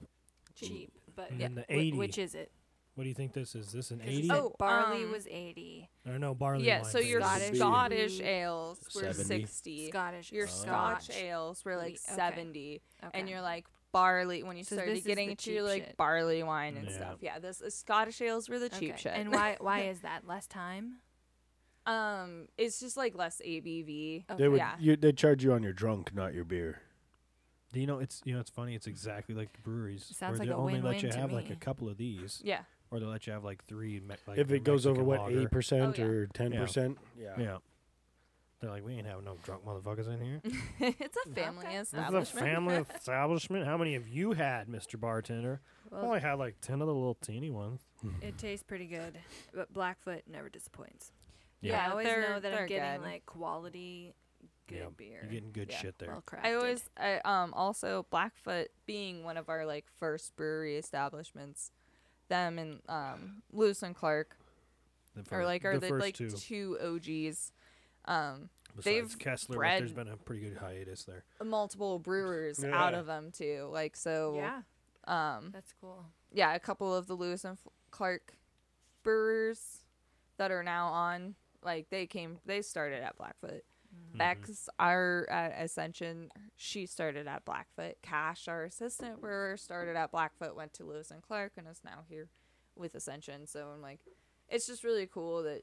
[SPEAKER 4] cheap, but
[SPEAKER 1] And
[SPEAKER 4] yeah,
[SPEAKER 1] then the
[SPEAKER 4] wh-
[SPEAKER 1] 80.
[SPEAKER 4] which is it?
[SPEAKER 1] What do you think this is? This an
[SPEAKER 4] 'Cause you
[SPEAKER 1] 80?
[SPEAKER 4] said
[SPEAKER 2] Oh,
[SPEAKER 4] barley
[SPEAKER 2] um,
[SPEAKER 4] was 80.
[SPEAKER 1] Or no, barley
[SPEAKER 2] yeah,
[SPEAKER 1] wine
[SPEAKER 2] so your
[SPEAKER 1] thing.
[SPEAKER 3] Scottish
[SPEAKER 2] Scottish,
[SPEAKER 3] Should be.
[SPEAKER 2] ales were
[SPEAKER 3] 70.
[SPEAKER 2] 60.
[SPEAKER 4] Scottish.
[SPEAKER 2] Your
[SPEAKER 4] ale.
[SPEAKER 2] Scotch ales were like
[SPEAKER 4] Okay.
[SPEAKER 2] 70. And
[SPEAKER 4] Okay.
[SPEAKER 2] you're like barley, when you
[SPEAKER 4] So this
[SPEAKER 2] started
[SPEAKER 4] is
[SPEAKER 2] getting
[SPEAKER 4] the
[SPEAKER 2] into your
[SPEAKER 4] cheap
[SPEAKER 2] like
[SPEAKER 4] shit.
[SPEAKER 2] barley wine and
[SPEAKER 1] Yeah.
[SPEAKER 2] stuff. Yeah, this uh, Scottish ales were the cheap
[SPEAKER 4] Okay.
[SPEAKER 2] shit.
[SPEAKER 4] And why why is that? Less time?
[SPEAKER 2] um, it's just like less ABV.
[SPEAKER 4] Okay.
[SPEAKER 3] They would
[SPEAKER 2] Yeah.
[SPEAKER 3] you, they charge you on your drunk, not your beer.
[SPEAKER 1] Do you know it's you know it's funny? It's exactly like breweries.
[SPEAKER 4] Sounds
[SPEAKER 1] where
[SPEAKER 4] like
[SPEAKER 1] they
[SPEAKER 4] a
[SPEAKER 1] only let
[SPEAKER 4] win-win
[SPEAKER 1] you
[SPEAKER 4] to
[SPEAKER 1] have like a
[SPEAKER 4] me.
[SPEAKER 1] couple of these,
[SPEAKER 2] Yeah.
[SPEAKER 1] or they let you have like three. Me- like
[SPEAKER 3] if
[SPEAKER 1] the
[SPEAKER 3] it goes over
[SPEAKER 1] Mexican
[SPEAKER 3] what
[SPEAKER 1] lager.
[SPEAKER 3] eight percent
[SPEAKER 2] Oh, yeah.
[SPEAKER 3] or ten percent,
[SPEAKER 1] Yeah. They're like, we ain't having no drunk motherfuckers in here.
[SPEAKER 2] it's a family
[SPEAKER 1] This is a
[SPEAKER 2] establishment.
[SPEAKER 1] family establishment. How many of you had, Mister Bartender?
[SPEAKER 4] Well-
[SPEAKER 1] only had like ten of the little teeny ones.
[SPEAKER 4] It tastes pretty good, but Blackfoot never disappoints.
[SPEAKER 1] Yeah.
[SPEAKER 4] I always
[SPEAKER 2] they're-
[SPEAKER 4] know that
[SPEAKER 2] they're
[SPEAKER 4] I'm getting
[SPEAKER 2] good.
[SPEAKER 4] like quality, good
[SPEAKER 1] Yeah,
[SPEAKER 4] beer.
[SPEAKER 1] You're getting good shit there.
[SPEAKER 4] er, Well crafted.
[SPEAKER 2] I always, I, um, also Blackfoot being one of our like first brewery establishments, them and um, Lewis and Clark
[SPEAKER 1] The fir-
[SPEAKER 2] or like are
[SPEAKER 1] the
[SPEAKER 2] the,
[SPEAKER 1] first
[SPEAKER 2] like
[SPEAKER 1] two.
[SPEAKER 2] two OGs. Um,
[SPEAKER 1] Besides
[SPEAKER 2] they've
[SPEAKER 1] Kessler, like,
[SPEAKER 2] bred-
[SPEAKER 1] there's been a pretty good hiatus there.
[SPEAKER 2] multiple brewers out
[SPEAKER 3] Yeah.
[SPEAKER 2] of them too. Like so,
[SPEAKER 4] Yeah.
[SPEAKER 2] um,
[SPEAKER 4] That's cool.
[SPEAKER 2] yeah, a couple of the Lewis and F- Clark brewers that are now on, like they came, they started at Blackfoot. Bex, our at Ascension, she started at Blackfoot. Cash, our assistant brewer, started at Blackfoot, went to Lewis and Clark, and is now here with Ascension. So I'm like, it's just really cool that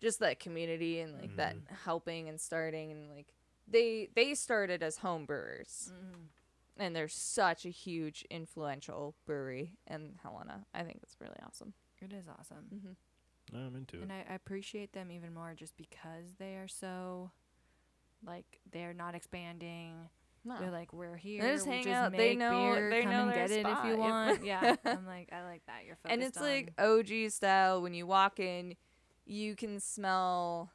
[SPEAKER 2] just that community and like that helping and starting and like they they started as home brewers and they're such a huge influential brewery in helena i think it's really awesome
[SPEAKER 4] It is awesome.
[SPEAKER 1] No, Oh, I'm into it.
[SPEAKER 4] And I, I appreciate them even more just because they are so, like, they're not expanding. They're like, we're here.
[SPEAKER 2] just
[SPEAKER 4] we
[SPEAKER 2] hang out. They
[SPEAKER 4] make
[SPEAKER 2] know-
[SPEAKER 4] beer,
[SPEAKER 2] they
[SPEAKER 4] come
[SPEAKER 2] know
[SPEAKER 4] and
[SPEAKER 2] their
[SPEAKER 4] get it if
[SPEAKER 2] spot.
[SPEAKER 4] you
[SPEAKER 2] Yep.
[SPEAKER 4] want. yeah. I'm like, I like that. You're focused
[SPEAKER 2] and it's like uh,
[SPEAKER 4] on-
[SPEAKER 2] og style when you walk in you can smell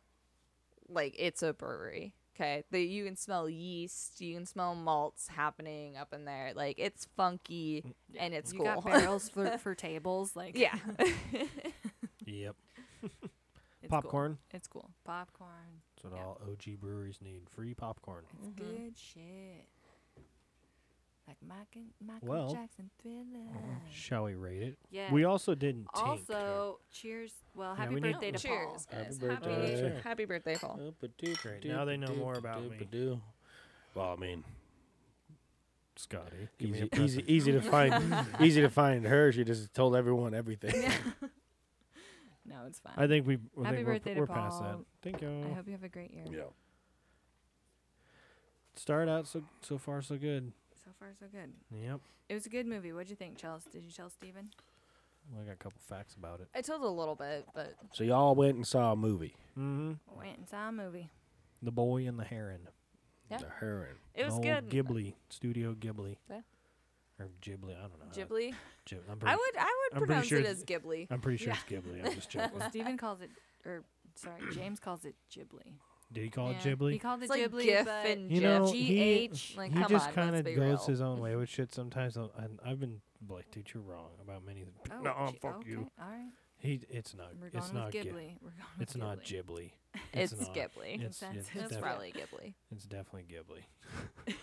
[SPEAKER 2] like it's a brewery okay that you can smell yeast you can smell malts happening up in there like it's funky and it's
[SPEAKER 4] you
[SPEAKER 2] cool
[SPEAKER 4] got barrels for, for tables. Like,
[SPEAKER 2] yeah
[SPEAKER 1] Yep.
[SPEAKER 4] it's cool.
[SPEAKER 1] popcorn.
[SPEAKER 4] It's cool. Popcorn.
[SPEAKER 1] That's what
[SPEAKER 4] Yeah. Mm-hmm.
[SPEAKER 1] all OG breweries need. Free popcorn.
[SPEAKER 4] It's
[SPEAKER 2] Mm-hmm.
[SPEAKER 4] good shit. Like Michael, Michael
[SPEAKER 1] Well.
[SPEAKER 4] Jackson Thriller.
[SPEAKER 1] Shall we rate it?
[SPEAKER 4] Yeah.
[SPEAKER 1] We also didn't take.
[SPEAKER 4] also, cheers. Well, happy
[SPEAKER 1] we need-
[SPEAKER 4] birthday to Paul.
[SPEAKER 2] cheers guys.
[SPEAKER 3] Happy birthday.
[SPEAKER 2] happy birthday paul
[SPEAKER 1] Great, now they know more about me.
[SPEAKER 3] Well, I mean,
[SPEAKER 1] Scotty. Give me
[SPEAKER 3] easy,
[SPEAKER 1] a present.
[SPEAKER 3] easy, easy to find, easy to find her. She just told everyone everything.
[SPEAKER 4] No, it's fine.
[SPEAKER 1] I think we. I
[SPEAKER 4] Happy
[SPEAKER 1] think
[SPEAKER 4] birthday
[SPEAKER 1] we're,
[SPEAKER 4] to
[SPEAKER 1] we're past that.
[SPEAKER 4] Paul.
[SPEAKER 1] Thank you.
[SPEAKER 4] I hope you have a great year.
[SPEAKER 1] Start out so so far so good.
[SPEAKER 4] So far, so good.
[SPEAKER 1] Yep.
[SPEAKER 4] It was a good movie. What'd you think, Chels? Did you tell Steven?
[SPEAKER 1] Well, I got a couple facts about it.
[SPEAKER 2] i told a little bit but
[SPEAKER 3] So y'all went and saw a movie.
[SPEAKER 1] Mm-hmm.
[SPEAKER 4] Went and saw a movie.
[SPEAKER 1] The Boy and the Heron.
[SPEAKER 2] Yeah.
[SPEAKER 3] The Heron.
[SPEAKER 2] it was
[SPEAKER 1] the
[SPEAKER 2] good
[SPEAKER 1] old Ghibli Studio Ghibli.
[SPEAKER 2] Yeah.
[SPEAKER 1] Or Ghibli. I don't know. how-
[SPEAKER 2] ghibli
[SPEAKER 1] Ghi- I'm pretty,
[SPEAKER 2] i would i would
[SPEAKER 1] I'm pretty
[SPEAKER 2] pronounce
[SPEAKER 1] sure
[SPEAKER 2] it
[SPEAKER 1] th-
[SPEAKER 2] as ghibli
[SPEAKER 1] I'm pretty sure it's Ghibli. I'm just joking.
[SPEAKER 4] Well, Steven calls it, or sorry, James calls it Ghibli.
[SPEAKER 1] Did he call
[SPEAKER 4] Yeah,
[SPEAKER 1] it Ghibli?
[SPEAKER 4] He called it
[SPEAKER 2] It's like
[SPEAKER 4] Ghibli,
[SPEAKER 2] GIF
[SPEAKER 4] but
[SPEAKER 2] and
[SPEAKER 1] you know,
[SPEAKER 4] G
[SPEAKER 1] he,
[SPEAKER 4] H.
[SPEAKER 2] Like,
[SPEAKER 1] he
[SPEAKER 2] come
[SPEAKER 1] just
[SPEAKER 2] on, let's
[SPEAKER 1] kind of
[SPEAKER 2] be
[SPEAKER 1] goes
[SPEAKER 2] real.
[SPEAKER 1] his own way with shit sometimes. though, And I've been like, dude, you're wrong about many. of the-
[SPEAKER 4] Oh,
[SPEAKER 1] no,
[SPEAKER 4] G-
[SPEAKER 1] fuck
[SPEAKER 4] okay,
[SPEAKER 1] you.
[SPEAKER 4] All right.
[SPEAKER 1] He, it's not.
[SPEAKER 4] We're going
[SPEAKER 1] It's not
[SPEAKER 4] with Ghibli.
[SPEAKER 1] Ghibli.
[SPEAKER 4] We're going with
[SPEAKER 1] It's
[SPEAKER 4] Ghibli.
[SPEAKER 1] not Ghibli.
[SPEAKER 2] it's,
[SPEAKER 1] not.
[SPEAKER 2] ghibli
[SPEAKER 1] It's, it's,
[SPEAKER 4] Consensus.
[SPEAKER 2] That's
[SPEAKER 1] defi-
[SPEAKER 2] probably Ghibli.
[SPEAKER 1] it's definitely Ghibli.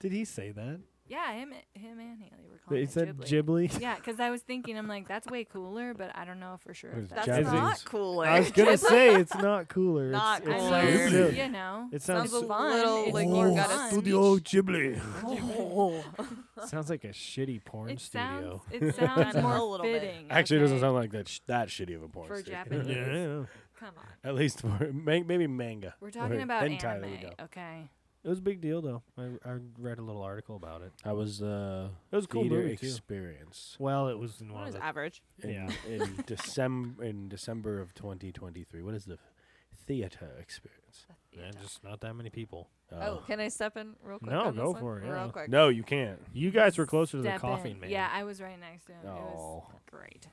[SPEAKER 1] Did he say that?
[SPEAKER 4] Yeah, him, him and Haley were
[SPEAKER 1] They
[SPEAKER 4] calling it
[SPEAKER 1] said
[SPEAKER 4] Ghibli.
[SPEAKER 1] Ghibli.
[SPEAKER 4] Yeah, because I was thinking, I'm like, that's way cooler, but I don't know for sure.
[SPEAKER 3] What
[SPEAKER 4] If
[SPEAKER 3] is
[SPEAKER 4] that's
[SPEAKER 2] That's
[SPEAKER 1] Japanese.
[SPEAKER 2] not cooler.
[SPEAKER 1] I was gonna say it's not cooler. It's-
[SPEAKER 2] Not
[SPEAKER 1] it's,
[SPEAKER 4] I
[SPEAKER 2] cooler.
[SPEAKER 4] mean,
[SPEAKER 1] Ghibli.
[SPEAKER 4] you know,
[SPEAKER 1] It sounds
[SPEAKER 2] Sounds
[SPEAKER 1] so-
[SPEAKER 2] a
[SPEAKER 4] fun.
[SPEAKER 2] little
[SPEAKER 4] It's
[SPEAKER 2] like
[SPEAKER 4] more
[SPEAKER 2] you gotta
[SPEAKER 4] fun.
[SPEAKER 1] Studio Ghibli.
[SPEAKER 2] Oh.
[SPEAKER 1] sounds like a shitty porn
[SPEAKER 4] it sounds
[SPEAKER 1] studio.
[SPEAKER 4] it sounds
[SPEAKER 2] know.
[SPEAKER 4] more
[SPEAKER 2] A little bit.
[SPEAKER 4] fitting.
[SPEAKER 3] Actually, it doesn't
[SPEAKER 4] okay?
[SPEAKER 3] sound like that sh- that shitty of a porn.
[SPEAKER 4] for
[SPEAKER 3] stick.
[SPEAKER 4] Japanese.
[SPEAKER 1] yeah,
[SPEAKER 4] Come on,
[SPEAKER 3] At least for man- maybe manga.
[SPEAKER 4] we're
[SPEAKER 3] Or
[SPEAKER 4] talking about
[SPEAKER 3] hentai, there we
[SPEAKER 4] anime,
[SPEAKER 3] go.
[SPEAKER 4] okay?
[SPEAKER 7] It was a big deal though. I, I read a little article about it.
[SPEAKER 3] I was uh,
[SPEAKER 7] It was a cool
[SPEAKER 3] theater
[SPEAKER 7] movie too.
[SPEAKER 3] experience
[SPEAKER 7] Well, it was in
[SPEAKER 2] That
[SPEAKER 7] one of
[SPEAKER 2] was
[SPEAKER 7] the
[SPEAKER 2] average.
[SPEAKER 3] in,
[SPEAKER 7] Yeah.
[SPEAKER 3] in December in December of 2023. What is the theater experience?
[SPEAKER 7] yeah, just not that many people.
[SPEAKER 2] Oh, can I step in real quick?
[SPEAKER 7] No,
[SPEAKER 2] on this
[SPEAKER 7] go
[SPEAKER 2] one?
[SPEAKER 7] for it, yeah.
[SPEAKER 2] Real quick.
[SPEAKER 3] no, you can't.
[SPEAKER 7] You guys were closer to the
[SPEAKER 4] Step
[SPEAKER 7] coffin
[SPEAKER 4] in.
[SPEAKER 7] man.
[SPEAKER 4] Yeah, I was right next to him. It was
[SPEAKER 3] Oh.
[SPEAKER 4] great.